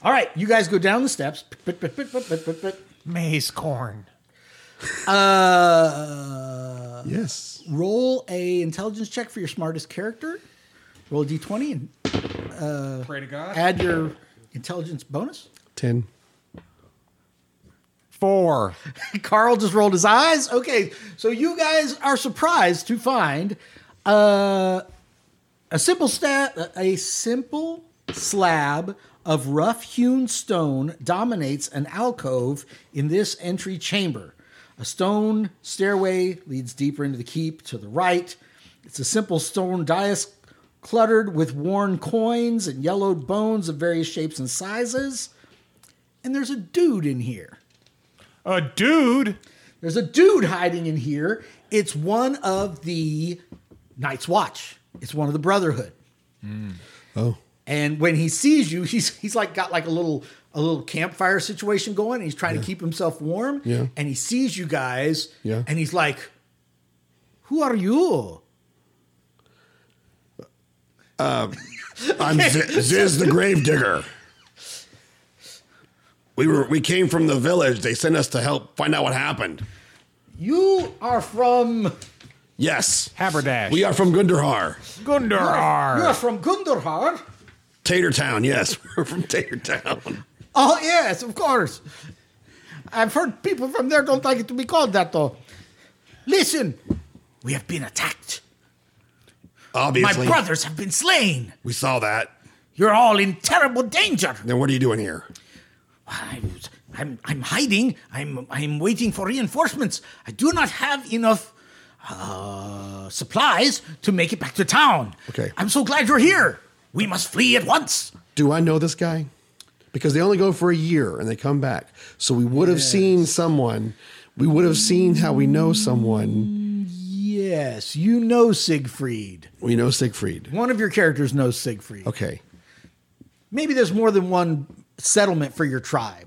S2: All right. You guys go down the steps. Pit, pit, pit, pit, pit, pit, pit.
S5: Maze corn.
S2: Uh,
S4: Yes.
S2: roll a intelligence check for your smartest character. Roll a d20 and
S8: Pray to God.
S2: add your intelligence bonus.
S4: Ten.
S5: Four.
S2: Carl just rolled his eyes. Okay, so you guys are surprised to find uh, a simple stat, a simple slab of rough-hewn stone dominates an alcove in this entry chamber. A stone stairway leads deeper into the keep to the right. It's a simple stone dais cluttered with worn coins and yellowed bones of various shapes and sizes. And there's a dude in here.
S5: A dude.
S2: There's a dude hiding in here. It's one of the Night's Watch. It's one of the Brotherhood.
S4: Oh.
S2: And when he sees you, he's he's like got like a little a little campfire situation going. And he's trying to keep himself warm.
S4: Yeah.
S2: And he sees you guys.
S4: Yeah.
S2: And he's like, "Who are you?"
S4: I'm Z- Ziz the Gravedigger. We were we came from the village. They sent us to help find out what happened.
S2: You are from
S4: Yes.
S5: Haberdash.
S4: We are from Gunderhar.
S2: you are
S5: Gundarar.
S2: from Gundurhar.
S4: Tatertown, yes. We're from Tatertown.
S2: Oh yes, of course. I've heard people from there don't like it to be called that though. Listen, we have been attacked. My
S4: Obviously.
S2: brothers have been slain.
S4: We saw that.
S2: You're all in terrible danger.
S4: Then what are you doing here?
S2: I was- I'm, I'm hiding. I'm, I'm waiting for reinforcements. I do not have enough uh, supplies to make it back to town.
S4: Okay.
S2: I'm so glad you're here. We must flee at once.
S4: Do I know this guy? Because they only go for a year and they come back. So we would have seen someone. We would have seen how we know someone.
S2: Yes, you know Siegfried.
S4: We know Siegfried.
S2: One of your characters knows Siegfried.
S4: Okay.
S2: Maybe there's more than one settlement for your tribe.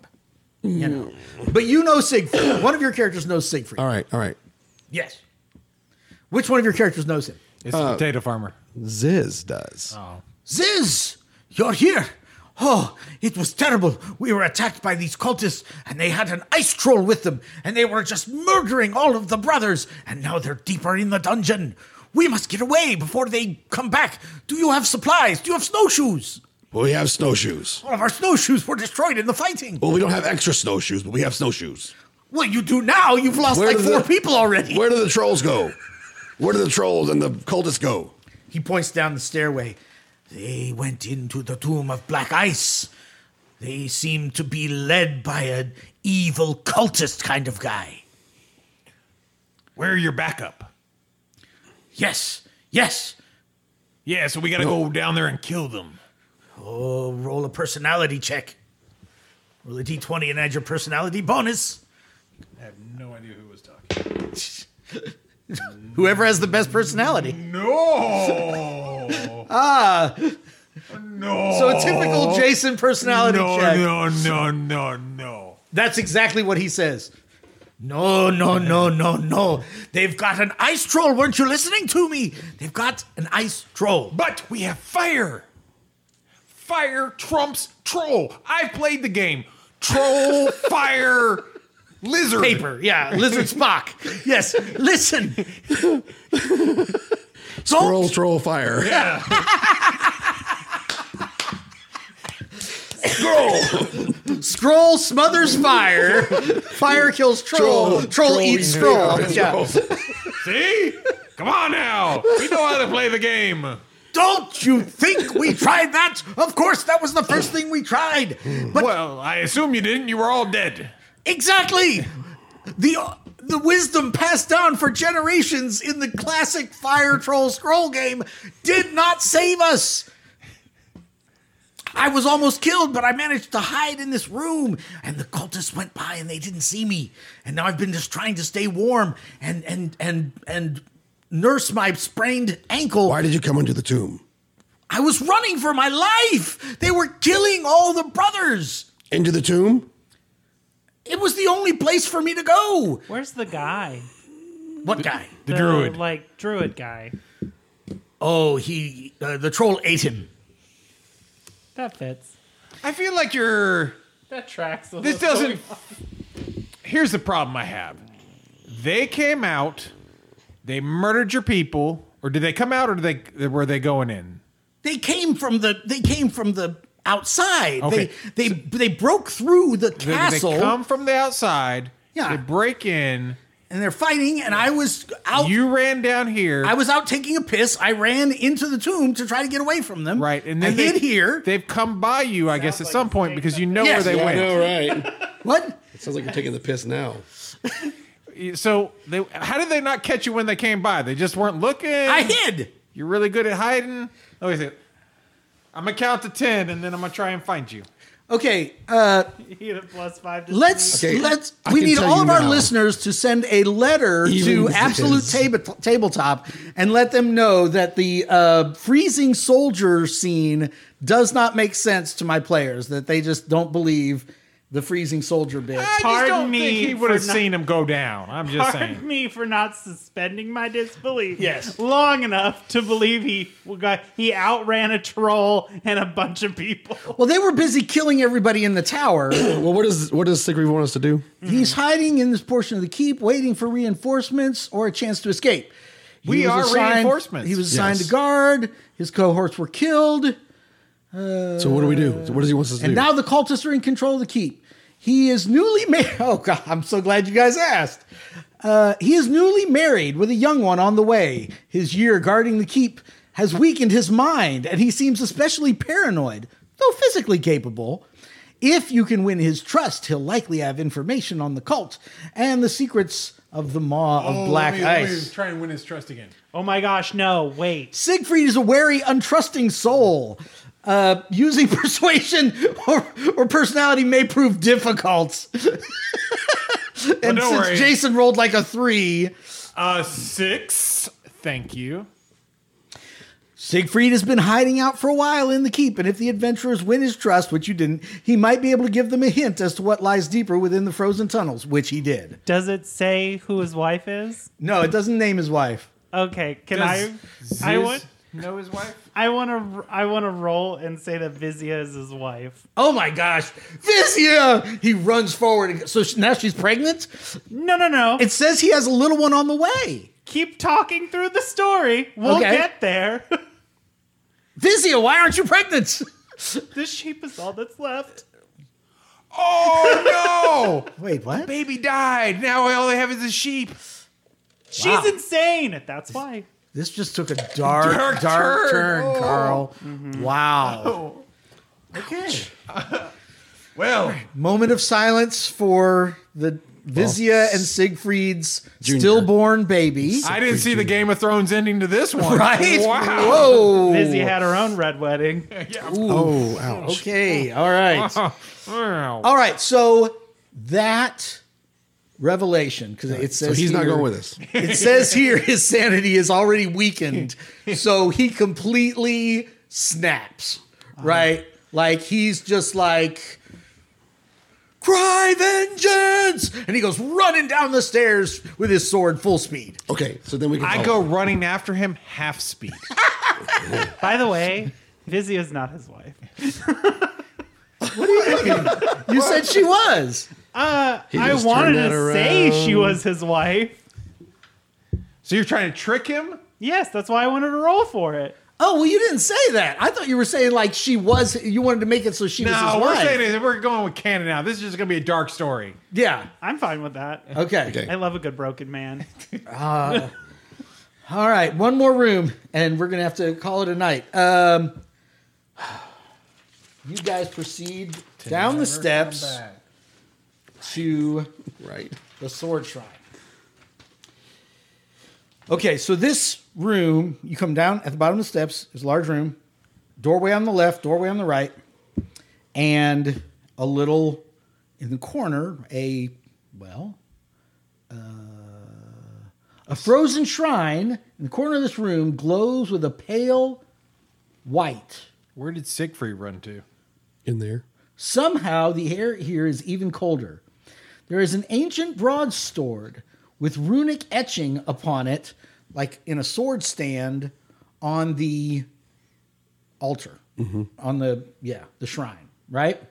S2: You know. But you know Siegfried. One of your characters knows Siegfried.
S4: All right. All right.
S2: Yes. Which one of your characters knows him?
S5: It's
S4: uh,
S5: a potato farmer.
S4: Ziz does.
S2: Ziz, you're here. Oh, it was terrible. We were attacked by these cultists, and they had an ice troll with them, and they were just murdering all of the brothers, and now they're deeper in the dungeon. We must get away before they come back. Do you have supplies? Do you have snowshoes?
S4: We have snowshoes.
S2: All of our snowshoes were destroyed in the fighting.
S4: Well, we don't have extra snowshoes, but we have snowshoes.
S2: Well, you do now. You've lost
S4: Where
S2: like
S4: do
S2: four
S4: the-
S2: people already.
S4: Where do the trolls go? Where do the trolls and the cultists go?
S2: He points down the stairway. They went into the tomb of black ice.
S1: They seem to be led by an evil cultist kind of guy.
S6: Where are your backup?
S1: Yes, yes.
S6: Yeah, so we gotta go down there and kill them.
S1: Oh, roll a personality check. Roll a d20 and add your personality bonus.
S6: I have no idea who was talking.
S2: Whoever has the best personality.
S6: No!
S2: Ah,
S6: No!
S2: so a typical Jason personality
S6: no,
S2: check.
S6: no, no, no, no.
S2: That's exactly what he says.
S1: No, no, no, no, no. They've got an ice troll. Weren't you listening to me? They've got an ice troll.
S6: But we have fire. Fire trumps troll. I've played the game. Troll, fire, lizard.
S1: Paper, yeah, lizard Spock. Yes, listen.
S4: Troll, troll, fire.
S2: Scroll smothers fire. Fire kills troll. Troll,
S4: Troll- troll
S2: eats
S4: eats
S2: troll.
S4: troll.
S2: Yeah.
S6: See? Come on now. We know how to play the game.
S1: Don't you think we tried that? Of course, that was the first thing we tried. But
S6: Well, I assume you didn't. You were all dead.
S1: exactly. The the wisdom passed down for generations in the classic fire troll scroll game did not save us. I was almost killed, but I managed to hide in this room, and the cultists went by and they didn't see me. And now I've been just trying to stay warm and and and and nurse my sprained ankle.
S4: Why did you come into the tomb?
S1: I was running for my life. They were killing all the brothers.
S4: Into the tomb?
S1: It was the only place for me to go.
S3: Where's the guy?
S1: What guy?
S6: The druid.
S3: Like, druid guy.
S1: Oh, he uh, the troll ate him.
S3: That fits.
S5: I feel like you're.
S3: That tracks.
S5: This doesn't. Here's the problem I have. They came out. They murdered your people, or did they come out, or did they were they going in?
S1: They came from the they came from the outside.
S5: Okay.
S1: They they they broke through the
S5: They, they
S1: castle
S5: come from the outside.
S1: Yeah.
S5: They break in.
S1: and they're fighting and I was
S2: Oh.
S1: out
S5: You ran down here.
S1: I was out taking a piss. I ran into the tomb to try to get away from them.
S5: right, and
S1: I
S5: then they,
S1: hid here.
S5: They've come by you, I guess, at
S3: like
S5: some
S3: a
S5: point
S3: snake
S5: because
S3: that-
S5: you know
S1: Yes.
S5: where they
S4: Yeah, I
S5: went.
S4: know, right?
S1: what?
S4: It sounds like you're taking the piss now.
S5: So they, how did they not catch you when they came by? They just weren't looking.
S1: I hid.
S5: You're really good at hiding. Oh, wait a second. I'm gonna count to ten, and then I'm gonna try and find you.
S2: Okay, uh,
S3: He had a plus five. To
S2: let's
S4: Okay,
S2: let's.
S4: I
S2: We
S4: can
S2: need
S4: tell
S2: all
S4: you
S2: of our
S4: now.
S2: listeners to send a letter
S4: Even
S2: to
S4: this.
S2: Absolute Tab- Tabletop and let them know that the uh, freezing soldier scene does not make sense to my players. That they just don't believe the freezing soldier bit.
S5: I just
S3: Pardon
S5: don't think
S3: me
S5: he would have
S3: for not-
S5: seen him go down. I'm just
S3: Pardon
S5: saying.
S3: me for not suspending my disbelief.
S1: Yes.
S3: Long enough to believe he got he outran a troll and a bunch of people.
S2: Well, they were busy killing everybody in the tower.
S4: Well, what does what does Sigrid want us to do?
S2: He's hiding in this portion of the keep, waiting for reinforcements or a chance to escape. He
S5: We
S2: was
S5: are
S2: assigned-
S5: reinforcements.
S2: He was assigned
S4: Yes.
S2: to guard. His cohorts were killed.
S4: So what do we do? So what does he want us to
S2: And
S4: do?
S2: now the cultists are in control of the keep. He is newly married. Oh God, I'm so glad you guys asked. Uh, he is newly married with a young one on the way. His year guarding the keep has weakened his mind, and he seems especially paranoid, though physically capable. If you can win his trust, he'll likely have information on the cult and the secrets of the Maw
S5: Oh,
S2: of Black Ice.
S5: try and win his trust again.
S3: Oh my gosh, no, wait.
S2: Siegfried is a wary, untrusting soul. Uh, using persuasion or, or personality may prove difficult. and
S5: don't
S2: since
S5: worry.
S2: Jason rolled like a three,
S5: Uh, six. Thank you.
S2: Siegfried has been hiding out for a while in the keep. And if the adventurers win his trust, which you didn't, he might be able to give them a hint as to what lies deeper within the frozen tunnels, which he did.
S3: Does it say who his wife is?
S2: No, it doesn't name his wife.
S3: Okay, can
S5: Does
S3: I? I
S5: Ziz
S3: want.
S5: know his wife.
S3: I want to. I want to roll and say that Vizia is his wife.
S2: Oh my gosh, Vizia! He runs forward. and- So sh- now she's pregnant?
S3: No, no, no.
S2: It says he has a little one on the way.
S3: Keep talking through the story. We'll
S2: Okay.
S3: get there.
S2: Vizia, why aren't you pregnant?
S3: this sheep is all that's left.
S5: Oh no!
S2: Wait, what?
S5: Baby died. Now all they have is a sheep.
S2: Wow.
S3: She's insane. That's why.
S2: This just took a dark, dark,
S5: Dark
S2: turn, Mm-hmm.
S5: turn. Oh.
S2: Carl. Wow. Okay.
S6: Well,
S2: Moment of silence for the Vizia and Siegfried's stillborn baby.
S6: I didn't see the Game of Thrones ending to this one.
S2: Right?
S6: Wow.
S2: Whoa.
S3: Lizzie had her own red wedding.
S2: Oh, ouch. Okay. All right.
S6: Wow.
S2: All right. So that revelation, because it says
S4: So he's not
S2: here-
S4: going with us.
S2: It says here his sanity is already weakened, so he completely snaps.
S5: Uh-huh.
S2: Right? Like he's just like cry vengeance and he goes running down the stairs with his sword full speed
S4: Okay, so then we can.
S5: I
S4: follow.
S5: go running after him half speed.
S3: By the way, Vizzy is not his wife.
S2: you said she was
S3: I
S4: just
S3: wanted
S4: turned that
S3: to say she was his wife.
S5: So you're trying to trick him?
S3: Yes, that's why I wanted to roll for it.
S2: oh well you didn't say that i thought you were saying like she was you wanted to make it so she was
S5: No,
S2: his
S5: we're
S2: wife
S5: saying is we're going with canon now. This is just gonna be a dark story.
S2: yeah
S3: I'm fine with that.
S2: okay
S4: Okay.
S3: I love a good broken man.
S2: all right one more room and we're gonna have to call it a night um you guys proceed down the steps to
S4: right.
S2: the sword shrine. Okay, so this room, you come down at the bottom of the steps, is a large room, doorway on the left, doorway on the right, and a little in the corner, a well, uh, a frozen shrine in the corner of this room glows with a pale white.
S5: Where did Siegfried run to?
S4: In there.
S2: Somehow the air here is even colder. There is an ancient broadsword with runic etching upon it, like in a sword stand on the altar, on the, yeah, the shrine, right?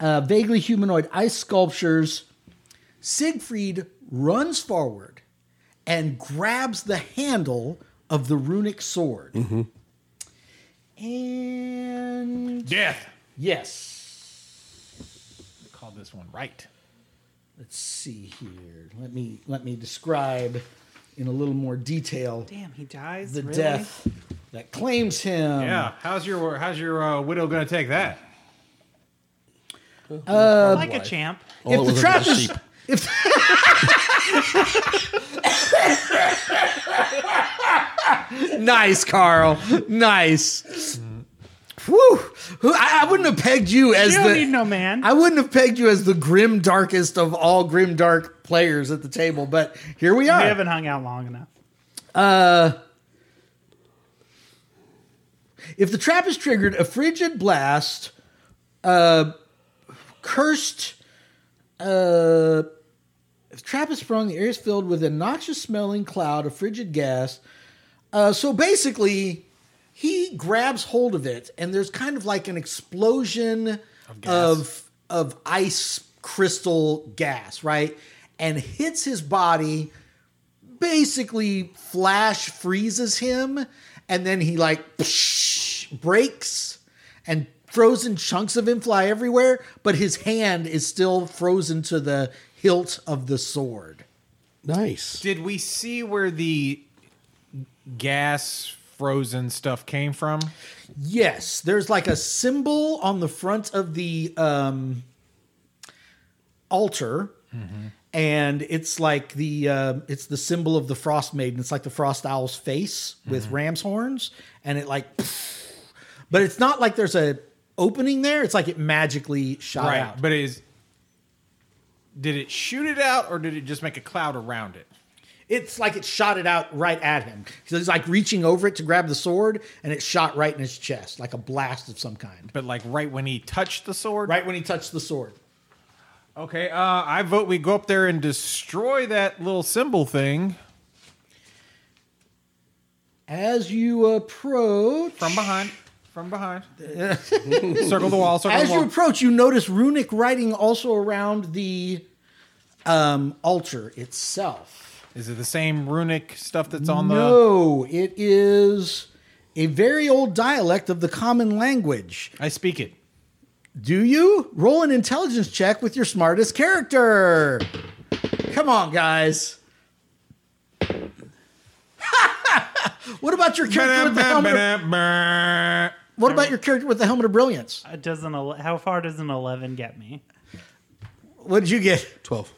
S2: Uh, vaguely humanoid ice sculptures. Siegfried runs forward and grabs the handle of the runic sword. And
S5: Death.
S2: Yes.
S5: Called this one right.
S2: Let's see here. Let me let me describe in a little more detail
S3: Damn, he dies.
S2: the
S3: really?
S2: death that claims him.
S5: Yeah. How's your how's your uh, widow gonna take that?
S3: like a champ.
S4: All
S2: If
S4: it
S2: the
S4: was
S2: trap
S4: was a
S2: is
S4: sheep.
S2: if nice, Carl. Nice. Whew. Who- I, I wouldn't have pegged you as
S3: You don't
S2: the
S3: need no man.
S2: I wouldn't have pegged you as the grim darkest of all grim dark players at the table, but here we are.
S3: we haven't hung out long enough.
S2: If the trap is triggered, a frigid blast, uh, cursed. Uh, if the trap is sprung, the air is filled with a noxious smelling cloud of frigid gas. Uh, so basically, he grabs hold of it, and there's kind of like an explosion of of, ice crystal gas, right? And hits his body, basically flash freezes him, and then he like breaks, and frozen chunks of him fly everywhere. But his hand is still frozen to the hilt of the sword.
S4: Nice.
S5: Did we see where the gas frozen stuff came from?
S2: Yes, there's like a symbol on the front of the um, altar, and it's like the uh, it's the symbol of the frost maiden. It's like the frost owl's face with ram's horns, and it like, but it's not like there's a opening there. It's like it magically shot out.
S5: But is did it shoot it out or did it just make a cloud around it?
S2: It's like it shot it out right at him. So he's like reaching over it to grab the sword, and it shot right in his chest, like a blast of some kind.
S5: But like right when he touched the sword?
S2: Right when he touched the sword.
S5: Okay, uh, I vote we go up there and destroy that little symbol thing
S2: As you approach,
S5: from behind. From behind. circle the wall, circle
S2: as
S5: the
S2: you
S5: wall.
S2: approach, you notice runic writing also around the um, altar itself.
S5: is it the same runic stuff that's on
S2: No, it is a very old dialect of the common language.
S5: the I speak it.
S2: Do you roll an intelligence check with your smartest character? Come on, guys. what about your character with the helmet?
S5: Ba-da-ba-ba-da-ba.
S2: What about your character with the helmet of brilliance?
S3: Uh, Does an ele- how far does an eleven get me?
S2: What did you get?
S4: 12.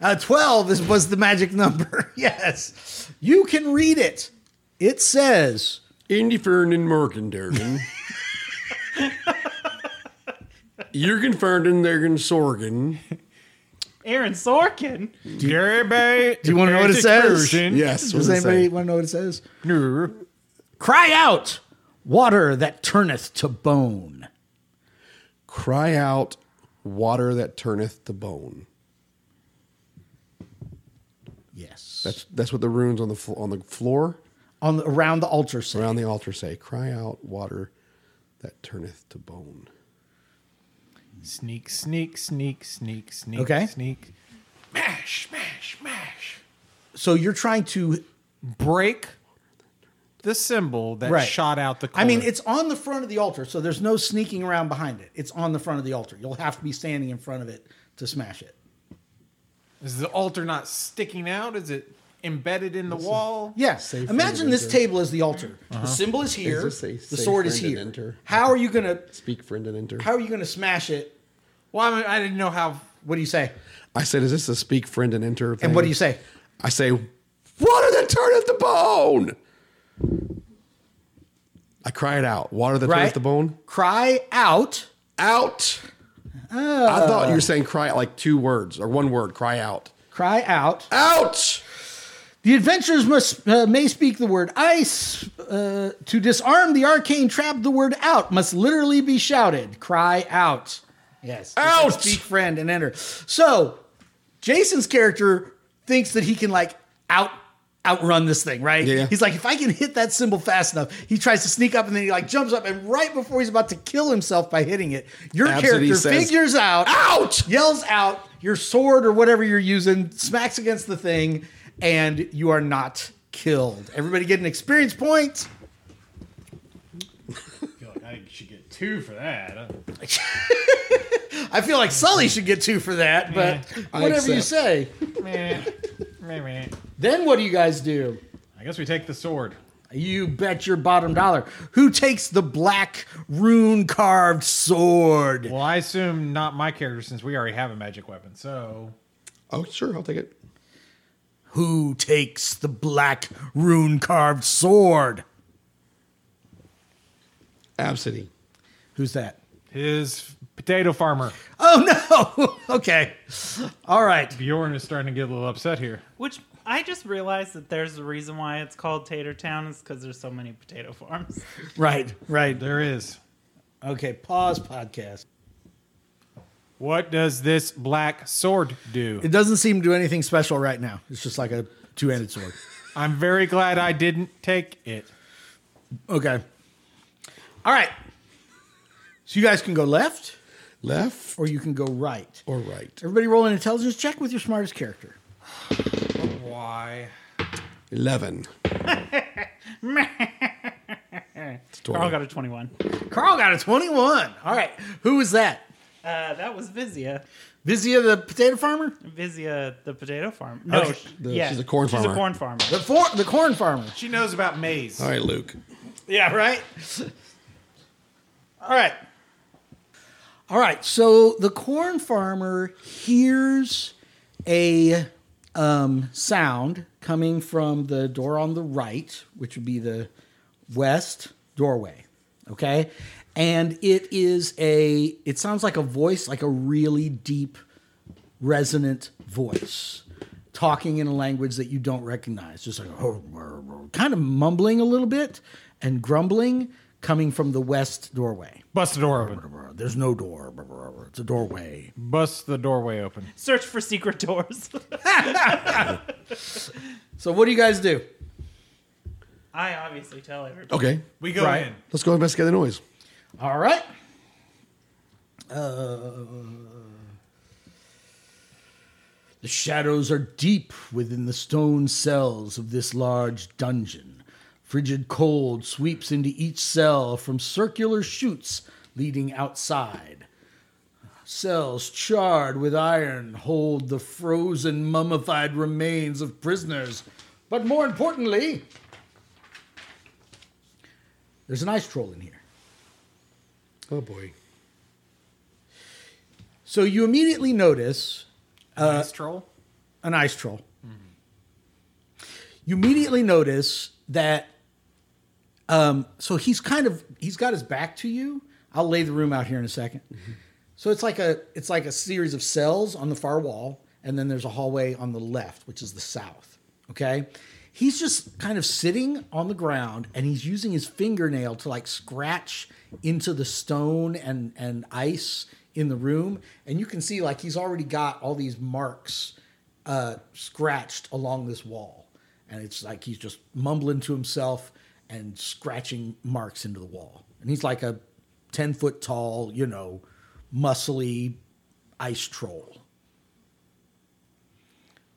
S2: Uh, 12 is, was the magic number. yes. You can read it. It says,
S4: Indy Fern and Morgendergen. Jurgen Fernden, Dergen Sorgen.
S3: Aaron Sorkin.
S5: Jerry
S2: Do you want to know what it says?
S4: Yes.
S2: Does
S4: what does it
S2: anybody
S4: say?
S2: want to know what it says? Cry out, water that turneth to bone.
S4: Cry out, water that turneth to bone.
S2: Yes.
S4: That's that's what the runes on the fl- on the floor
S2: On the, around the altar say.
S4: around the altar say. Cry out, water that turneth to bone.
S5: Sneak, sneak, sneak, sneak, sneak,
S2: Okay.
S5: sneak. Mash, mash, mash.
S2: So you're trying to
S5: Break the symbol that
S2: Right.
S5: shot out the.
S2: I mean,
S5: color.
S2: it's on the front of the altar, so there's no sneaking around behind it. It's on the front of the altar. You'll have to be standing in front of it to smash it.
S5: is the altar not sticking out? Is it embedded in the wall?
S2: Yeah.
S4: Safe
S2: Imagine
S4: for
S2: this
S4: enter. Uh-huh.
S2: table is the altar. The symbol is here.
S4: just say
S2: the
S4: safe
S2: sword is
S4: friend and
S2: here.
S4: enter.
S2: How are you gonna?
S4: Speak, friend, and enter.
S2: How are you gonna smash it?
S5: Well, I, mean, I didn't know how.
S2: What do you say?
S4: I said, "Is this a speak, friend, and enter?"
S2: And
S4: thing?
S2: what do you say?
S4: I say, "Water that turneth to bone." I cry it out. Water that
S2: Right.
S4: turneth to bone.
S2: Cry out.
S4: Out. I thought you were saying cry out like two words or one word. Cry out.
S2: Cry out.
S4: Out.
S2: The adventurers must uh, may speak the word ice. Uh, to disarm the arcane trap, the word out must literally be shouted. Cry out. Yes. Just like
S4: Out!
S2: Speak friend and enter. So Jason's character thinks that he can like out outrun this thing, right?
S4: Yeah.
S2: He's like, if I can hit that symbol fast enough, he tries to sneak up and then he like jumps up and right before he's about to kill himself by hitting it, your
S4: Absolutely
S2: character
S4: says,
S2: figures out
S4: Out.
S2: yells out your sword or whatever you're using smacks against the thing and you are not killed everybody get an experience point
S8: I should get two for that.
S2: i feel like sully should get two for that but
S4: I
S2: whatever you say
S4: accept.
S5: Meh, meh, meh.
S2: then what do you guys do
S5: I guess we take the sword.
S2: you bet your bottom dollar who takes the black rune carved sword
S5: Well, I assume not my character since we already have a magic weapon. So
S4: Oh, sure. I'll take it.
S2: who takes the black rune carved sword
S4: Absidy.
S2: who's that
S5: his potato farmer
S2: oh no okay all right
S5: Bjorn is starting to get a little upset here.
S3: Which I just realized that there's a reason why it's called Tater Town is because there's so many potato farms.
S2: right right
S5: There is.
S2: okay pause podcast
S5: What does this black sword do?
S2: It doesn't seem to do anything special right now. It's just like a two-handed sword.
S5: I'm very glad I didn't take it.
S2: Okay. All right. So you guys can go left
S4: Left
S2: or you can go right.
S4: or right?
S2: Everybody roll an intelligence check with your smartest character.
S5: Why?
S4: Eleven. It's
S3: Carl
S4: 12.
S3: got a 21.
S2: Carl got a 21. All right. Who was that?
S3: Uh, that was Vizia.
S2: Vizia the potato farmer?
S3: Vizia, the potato farm. No,
S2: Okay.
S3: sh-
S4: The-
S3: yeah,
S4: she's a corn
S3: She's a
S4: farmer.
S3: corn farmer.
S2: The for- the corn farmer.
S5: She knows about maize.
S4: All right, Luke.
S2: Yeah, right? All right. All right. So the corn farmer hears a um, sound coming from the door on the right, which would be the west doorway. Okay. And it is a, it sounds like a voice, like a really deep, resonant voice talking in a language that you don't recognize, just like kind of mumbling a little bit and grumbling coming from the west doorway.
S5: Bust the door open.
S2: There's no door. It's a doorway.
S5: Bust the doorway open.
S3: Search for secret doors.
S2: So what do you guys do?
S3: I obviously tell everybody.
S4: Okay.
S5: We go
S2: Right.
S5: in.
S4: Let's go investigate the noise.
S2: All right. Uh, The shadows are deep within the stone cells of this large dungeon. Frigid cold sweeps into each cell from circular chutes leading outside. Cells charred with iron hold the frozen, mummified remains of prisoners. But more importantly, there's an ice troll in here.
S4: Oh boy.
S2: So you immediately notice uh,
S5: Ice troll.
S2: an ice troll. You immediately notice that. Um, so he's kind of he's got his back to you. I'll lay the room out here in a 2nd
S5: Mm-hmm.
S2: So it's like a it's like a series of cells on the far wall, and then there's a hallway on the left, which is the south. Okay. He's just kind of sitting on the ground and he's using his fingernail to like scratch into the stone and, and ice in the room. And you can see like he's already got all these marks uh, scratched along this wall. And it's like he's just mumbling to himself and scratching marks into the wall. And he's like a 10 foot tall, you know, muscly ice troll.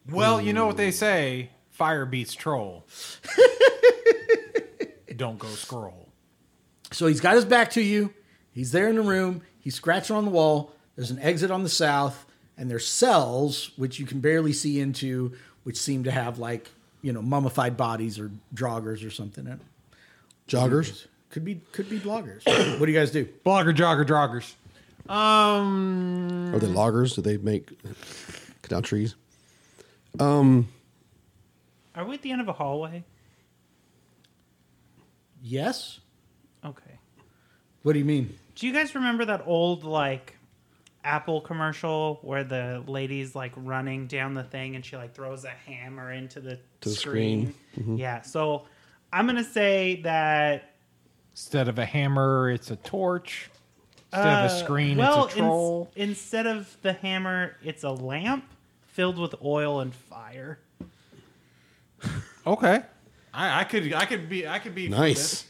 S5: Well, you know what they say: fire beats troll. Don't go scroll.
S2: So he's got his back to you. He's there in the room. He's scratching on the wall. There's an exit on the south, and there's cells which you can barely see into, which seem to have like you know mummified bodies or joggers or something. in it.
S4: Joggers.
S2: Could be could be bloggers. what do you guys do?
S5: Blogger, jogger, joggers.
S3: Mm-hmm.
S4: Are they loggers? Do they make cut down trees?
S3: Are we at the end of a hallway?
S2: Yes.
S3: Okay.
S2: What do you mean?
S3: Do you guys remember that old like Apple commercial where the lady's like running down the thing and she like throws a hammer into the,
S4: To the Mm-hmm.
S3: screen? Yeah. So I'm gonna say that.
S5: Instead of a hammer, it's a torch. Instead of a
S3: uh,
S5: screen,
S3: well,
S5: it's a
S3: ins-
S5: troll.
S3: instead of the hammer, it's a lamp filled with oil and fire.
S5: okay.
S8: I, I could, I could be, I could be.
S4: Nice.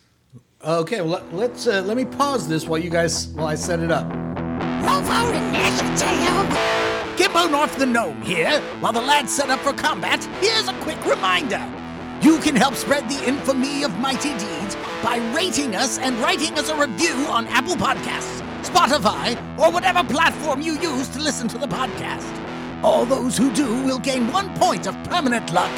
S2: Okay, well, let- let's uh, let me pause this while you guys while I set it up.
S7: Roll forward and dash your tail. Gimbo North the Gnome here. While the lads set up for combat, here's a quick reminder. You can help spread the infamy of mighty deeds by rating us and writing us a review on Apple Podcasts, Spotify, or whatever platform you use to listen to the podcast. All those who do will gain one point of permanent luck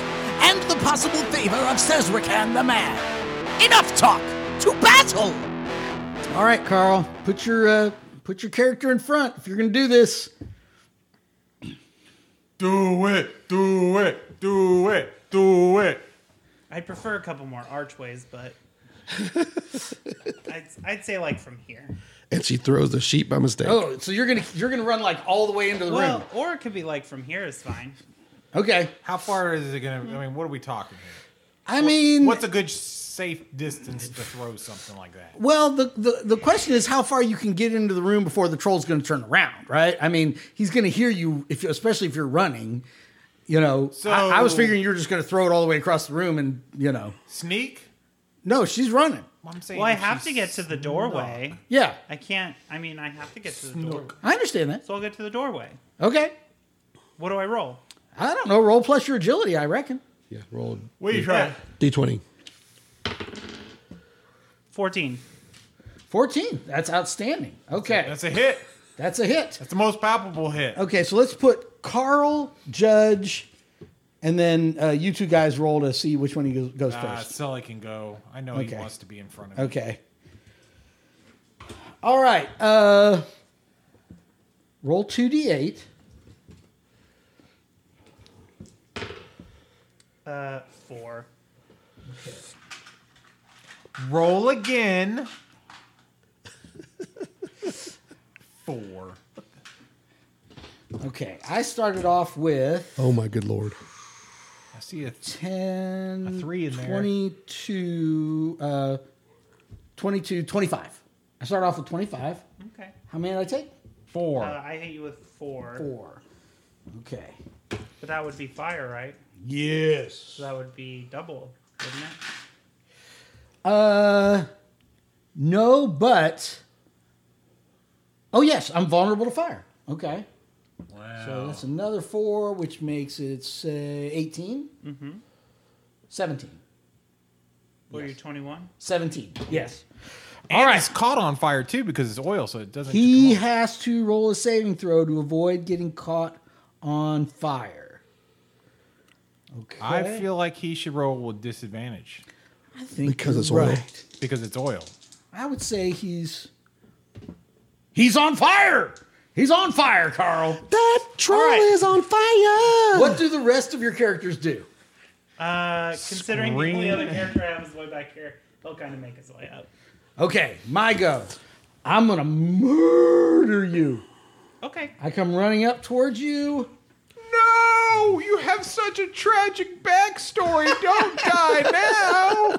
S7: and the possible favor of Cesrican the Man. Enough talk! To battle!
S2: All right, Carl, put your uh, put your character in front if you're gonna do this.
S5: Do it, do it, do it, do it.
S3: I'd prefer a couple more archways, but I'd, I'd say like from here.
S4: And she throws the sheep by mistake.
S2: Oh, so you're gonna you're gonna run like all the way into the
S3: Well,
S2: room.
S3: or it could be like from here is fine.
S2: Okay.
S5: How far is it gonna? I mean, what are we talking here?
S2: I mean,
S5: What's a good safe distance to throw something like that?
S2: Well, the, the, the question is how far you can get into the room before the troll's going to turn around, right? I mean, he's going to hear you, if you, especially if you're running. You know,
S5: So-
S2: I, I was figuring you were just going to throw it all the way across the room, and you know,
S5: Sneak.
S2: no, she's running.
S5: I'm saying.
S3: Well, I
S5: if
S3: have
S5: you
S3: to get to the doorway.
S2: Yeah,
S3: I can't. I mean, I have to get to the doorway.
S2: I understand that.
S3: So I'll get to the doorway.
S2: Okay,
S3: What do I roll?
S2: I don't know. Roll plus your agility, I reckon.
S4: Yeah, roll
S8: What are you trying?
S4: D twenty.
S3: 14.
S2: Fourteen. That's outstanding. Okay,
S5: That's a hit.
S2: that's a hit.
S5: It's the most palpable hit.
S2: Okay, so let's put Carl, Judge, and then uh, you two guys roll to see which one he goes, goes
S5: Uh,
S2: first.
S5: Sully can go. I know
S2: Okay.
S5: he wants to be in front of me.
S2: Okay. All right. Uh, roll two d eight.
S3: Uh, 4.
S5: Roll again. Four.
S2: Okay, I started off with
S4: Oh my good lord.
S5: I see a
S2: ten,
S5: A three in there.
S2: 22, uh, 22, 25. I started off with twenty five.
S3: Okay.
S2: How many did I take?
S5: four.
S3: Uh, I hit you with 4,
S2: Four. Okay.
S3: But that would be fire, right?
S1: Yes.
S3: So that would be double, wouldn't it?
S2: Uh, no, but oh yes, I'm vulnerable to fire. Okay. Wow. So that's another four, which makes it uh, 18 Mm-hmm. Seventeen.
S3: Were you 21?
S2: Seventeen. Yes.
S5: all right. It's caught on fire too because it's oil, so it doesn't.
S2: He has to roll a saving throw to avoid getting caught on fire. Okay.
S5: I feel like he should roll with disadvantage
S2: I think
S4: Because
S2: you're
S4: it's oil.
S2: right.
S5: because it's oil.
S2: I would say he's He's on fire. He's on fire, Carl.
S9: That troll
S3: All right.
S9: is on fire.
S2: What do the rest of your characters do?
S3: Uh, considering the only
S5: Scream.
S3: other character I have is way back here, he'll kind of make his way up.
S2: Okay, my go. I'm gonna murder you.
S3: Okay.
S2: I come running up towards you.
S5: No! You have such a tragic backstory. Don't die now.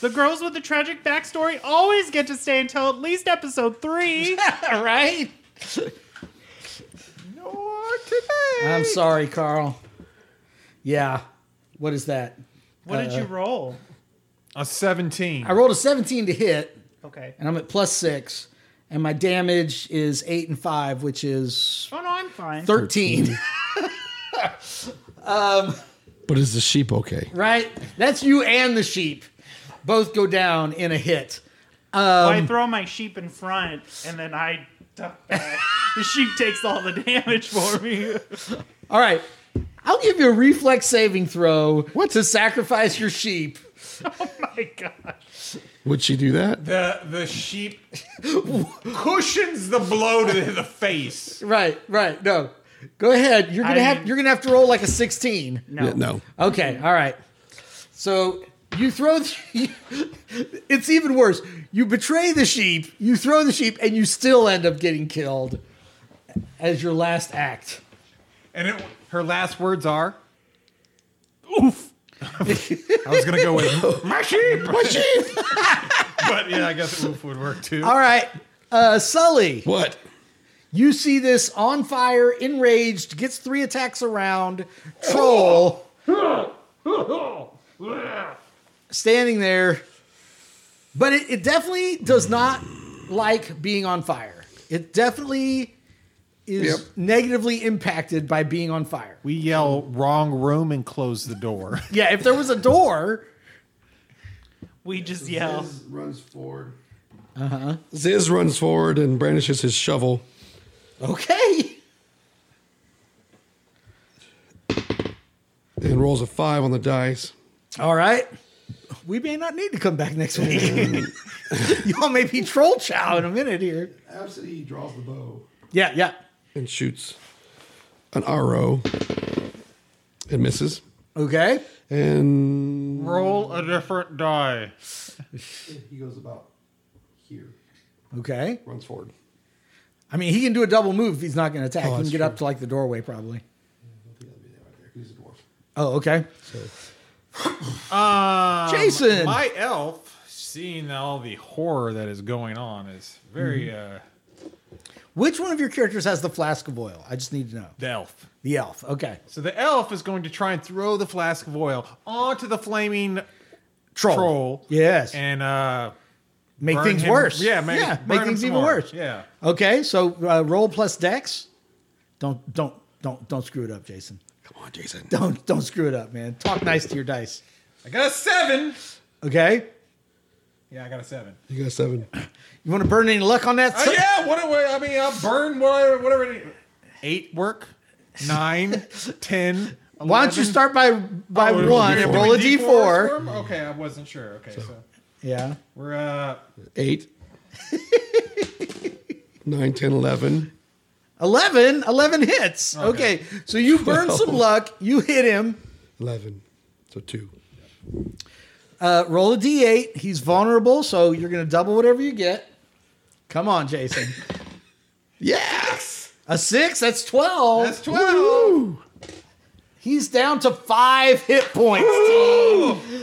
S3: The girls with the tragic backstory always get to stay until at least episode three.
S2: All right.
S5: Or today.
S2: I'm sorry, Carl. Yeah. What is that?
S3: what did you roll?
S5: A 17.
S2: I rolled a 17 to hit,
S3: Okay.
S2: and I'm at plus six, and my damage is eight and five, which is
S3: Oh no, I'm fine.
S2: 13.
S4: But is the sheep okay?
S2: right? That's you and the sheep. Both go down in a hit.
S3: I throw my sheep in front, and then I duck back. the sheep takes all the damage for me.
S2: All right. I'll give you a reflex saving throw to sacrifice your sheep.
S3: my God.
S4: Would she do that?
S6: The the sheep cushions the blow to the face.
S2: Right, right. No. Go ahead. You're gonna
S3: I
S2: have
S3: mean-
S2: you're gonna have to roll like a 16.
S3: No.
S4: Yeah, no.
S2: Okay, all right. So you throw the, it's even worse. You betray the sheep, you throw the sheep, and you still end up getting killed as your last act.
S6: And it
S5: Her last words are
S6: I was gonna go with my sheep, my sheep. but yeah, I guess oof would work too.
S2: All right. Uh, Sully,
S4: What?
S2: you see this on fire, enraged, gets three attacks around, troll. standing there. But it, it definitely does not like being on fire. It definitely is
S4: Yep.
S2: negatively impacted by being on fire.
S5: We yell wrong room and close the door.
S2: Yeah, if there was a door,
S3: We just yell.
S4: runs forward.
S3: Uh-huh.
S4: Uh huh. Ziz runs forward and brandishes his shovel.
S2: okay.
S4: and rolls a five on the dice.
S2: All right. We may not need to come back next week. Y'all may be troll chow in a minute here.
S4: Absent, he draws the bow
S2: Yeah, yeah.
S4: and shoots an arrow and misses.
S2: Okay.
S4: And
S5: Roll a different die.
S4: he goes about here,
S2: Okay.
S4: runs forward.
S2: I mean, he can do a double move if he's not going to attack.
S4: Oh,
S2: he can
S4: that's
S2: get
S4: true.
S2: up to like the doorway probably.
S4: He's a dwarf.
S2: Oh, okay.
S5: Um,
S2: Jason!
S5: My elf, seeing all the horror that is going on, is very uh,
S2: Which one of your characters has the flask of oil? I just need to know.
S5: the elf.
S2: The elf. Okay.
S5: So the elf is going to try and throw the flask of oil onto the flaming
S2: Troll.
S5: troll.
S2: Yes.
S5: And uh,
S2: make
S5: burn
S2: things
S5: him-
S2: worse.
S5: Yeah, make, burn
S2: make
S5: him
S2: things
S5: some
S2: even
S5: more.
S2: worse.
S5: Yeah.
S2: Okay, so uh, roll plus dex. Don't don't don't don't screw it up, Jason.
S4: Come on, Jason.
S2: Don't don't screw it up, man. Talk nice to your dice.
S5: I got a seven.
S2: Okay.
S5: Yeah, I got a seven.
S4: You got seven.
S2: You want to burn any luck on that?
S5: Uh, yeah, what do I I mean, I'll burn whatever, whatever. It is. Eight work, nine, ten.
S2: Why don't you
S5: 11.
S2: start by by one
S5: Oh,
S2: and
S5: do
S2: roll a
S5: we
S2: d4?
S5: D4s for 'em? Okay, I wasn't sure. Okay, so,
S2: Yeah.
S5: we're uh,
S4: Eight. Nine, ten, eleven.
S2: 11, 11 hits. Okay. So you burn some luck, you hit him.
S4: Eleven. So two.
S2: Uh, roll a d8. He's vulnerable, so you're going to double whatever you get. Come on, Jason.
S4: Yes!
S2: A 6, that's 12.
S5: that's twelve.
S2: He's down to five hit points.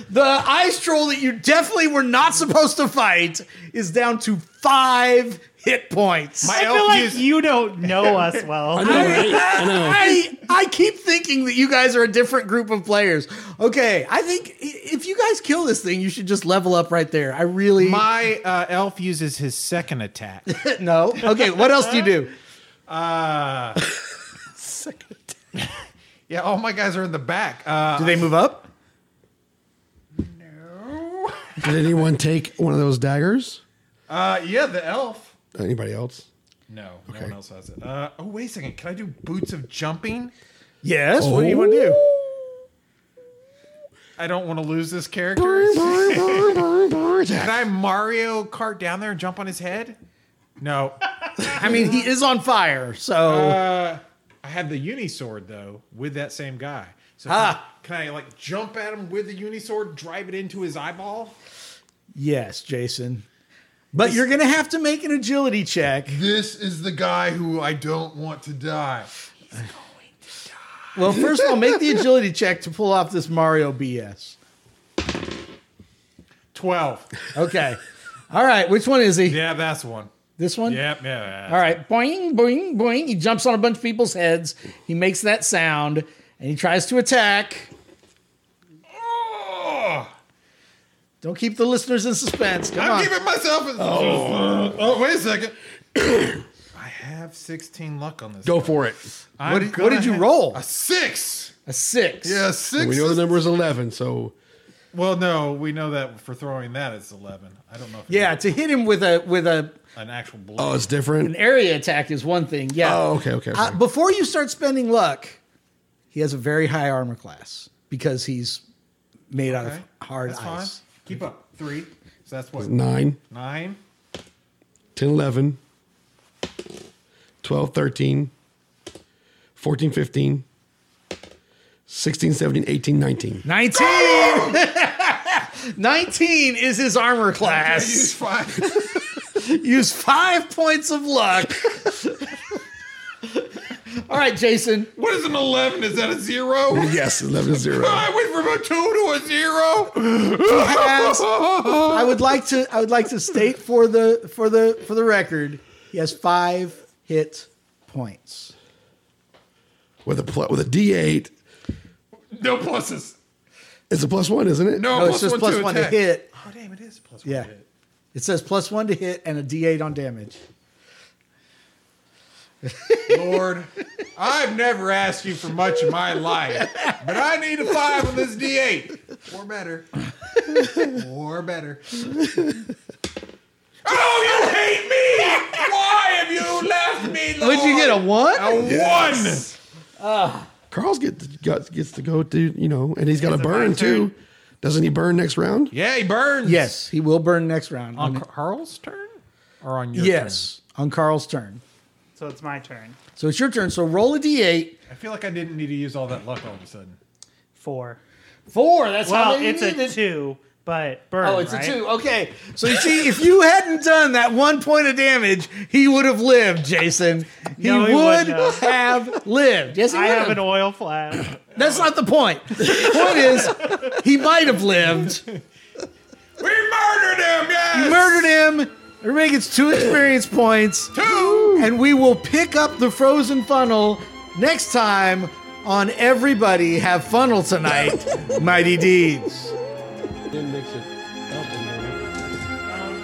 S2: the ice troll that you definitely were not supposed to fight is down to five hit points.
S3: I feel
S5: elf
S3: like
S5: used-
S3: you don't know us well.
S2: I, I keep thinking that you guys are a different group of players. Okay, I think i- if you guys kill this thing, you should just level up right there. I really
S5: My uh, elf uses his second attack.
S2: no. Okay, what else do you do?
S5: Uh, second yeah, all my guys are in the back. Uh,
S2: Do they move up?
S4: Did anyone take one of those daggers?
S5: uh, yeah, the elf.
S4: Anybody else?
S5: No, no one else has it. Uh, oh, wait a second. Can I do boots of jumping? Oh.
S2: Yes. What do you want to do?
S5: I don't want to lose this character. Can
S9: Fire.
S5: I Mario Kart down there and jump on his head? No.
S2: I mean, he is on fire, so
S5: Uh, I have the Unisword though with that same guy. So
S2: Ah.
S5: can, I, can I like jump at him with the Unisword, drive it into his eyeball?
S2: yes, Jason. But you're gonna have to make an agility check.
S4: This is the guy who I don't want to die.
S2: Well, first of all, make the agility check to pull off this Mario BS.
S5: Twelve.
S2: Okay. All right. Which one is he?
S5: Yeah, that's one.
S2: This one?
S5: Yep, yeah.
S2: All right. Boing, boing, boing. He jumps on a bunch of people's heads. He makes that sound and he tries to attack.
S4: Ah!
S2: Don't keep the listeners in suspense. Come on.
S5: I'm giving myself. A- oh. wait a second. I have 16 luck on this.
S4: Go for it.
S5: I'm
S2: what, did, what
S5: gonna
S2: did you
S5: have-
S2: roll?
S5: A six.
S2: A six.
S4: Yeah, six. We know the number is eleven, so
S5: Well, no, we know that for throwing that it's 11. I don't know. if it's
S2: Yeah. To hit him with a with a
S5: an actual blow.
S4: oh, it's different.
S2: area attack is one thing. Yeah.
S4: Oh, okay, okay. okay.
S2: Uh, before you start spending luck, he has a very high armor class because he's made out of
S5: Okay.
S2: hard
S5: That's fine.
S2: ice.
S5: Keep up. Three. So that's what?
S4: Nine,
S5: Nine.
S4: 10, 11, 12, 13, 14, 15, 16, 17, 18, 19.
S2: 19! 19 is his armor class.
S5: five.
S2: Use five points of luck. All right, Jason.
S5: what is an 11? Is that a zero?
S4: Yes, 11 to 0.
S5: I went from a two to a
S2: he
S5: zero.
S2: has- I would like to I would like to state for the for the for the record, he has five hit points.
S4: With a, pl- with a D8,
S5: no pluses.
S4: it's a plus one, isn't it?
S5: No,
S2: No,
S5: plus
S2: it's just
S5: one,
S2: Oh, plus
S5: to
S2: one
S5: attack.
S2: to hit.
S5: Oh, damn, it is plus
S2: Yeah.
S5: one. to hit.
S2: It says plus one to hit and a D8 on damage.
S5: Lord, I've never asked you for much in my life, but I need a five on this D8. Or better. Or better. Oh, you hate me! Why have you left me, Lord?
S2: Would you get a one?
S5: A
S4: Carl's get, got, gets to go to, you know, and he's got a burn too. Doesn't he burn next round?
S5: one. Yeah, he burns.
S2: Yes, he will burn next round.
S5: On
S2: On-
S5: Carl's turn? Or on your
S2: yes, on Carl's turn.
S3: So it's my turn.
S2: So it's your turn. So roll a D8.
S5: turn? I feel like I didn't need to use all that luck all of a sudden.
S3: Four.
S2: Four. That's how
S3: Well,
S2: many you
S3: it's a
S2: needed.
S3: two, but burn.
S2: Oh, it's
S3: right?
S2: a two. Okay. So you see, if you hadn't done that one point of damage, he would have lived, Jason. He
S3: No, he
S2: would
S3: wouldn't have.
S2: have lived. Yes, he
S3: I
S2: would
S3: have
S2: have.
S3: an oil flash.
S2: That's not the point. The point is, he might have lived.
S5: We murdered him, yes!
S2: Murdered him. Everybody gets two experience points.
S5: Two!
S2: And we will pick up the frozen funnel next time on Everybody Have Funnel Tonight Mighty Deeds.
S4: Didn't mix it up in there.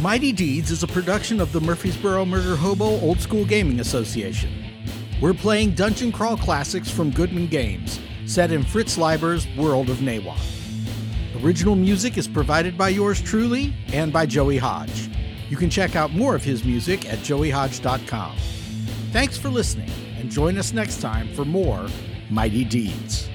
S2: Mighty Deeds is a production of the Murfreesboro Murder Hobo Old School Gaming Association. We're playing dungeon crawl classics from Goodman Games, set in Fritz Leiber's World of Nawa. Original music is provided by yours truly and by Joey Hodge. You can check out more of his music at joeyhodge.com. Thanks for listening and join us next time for more Mighty Deeds.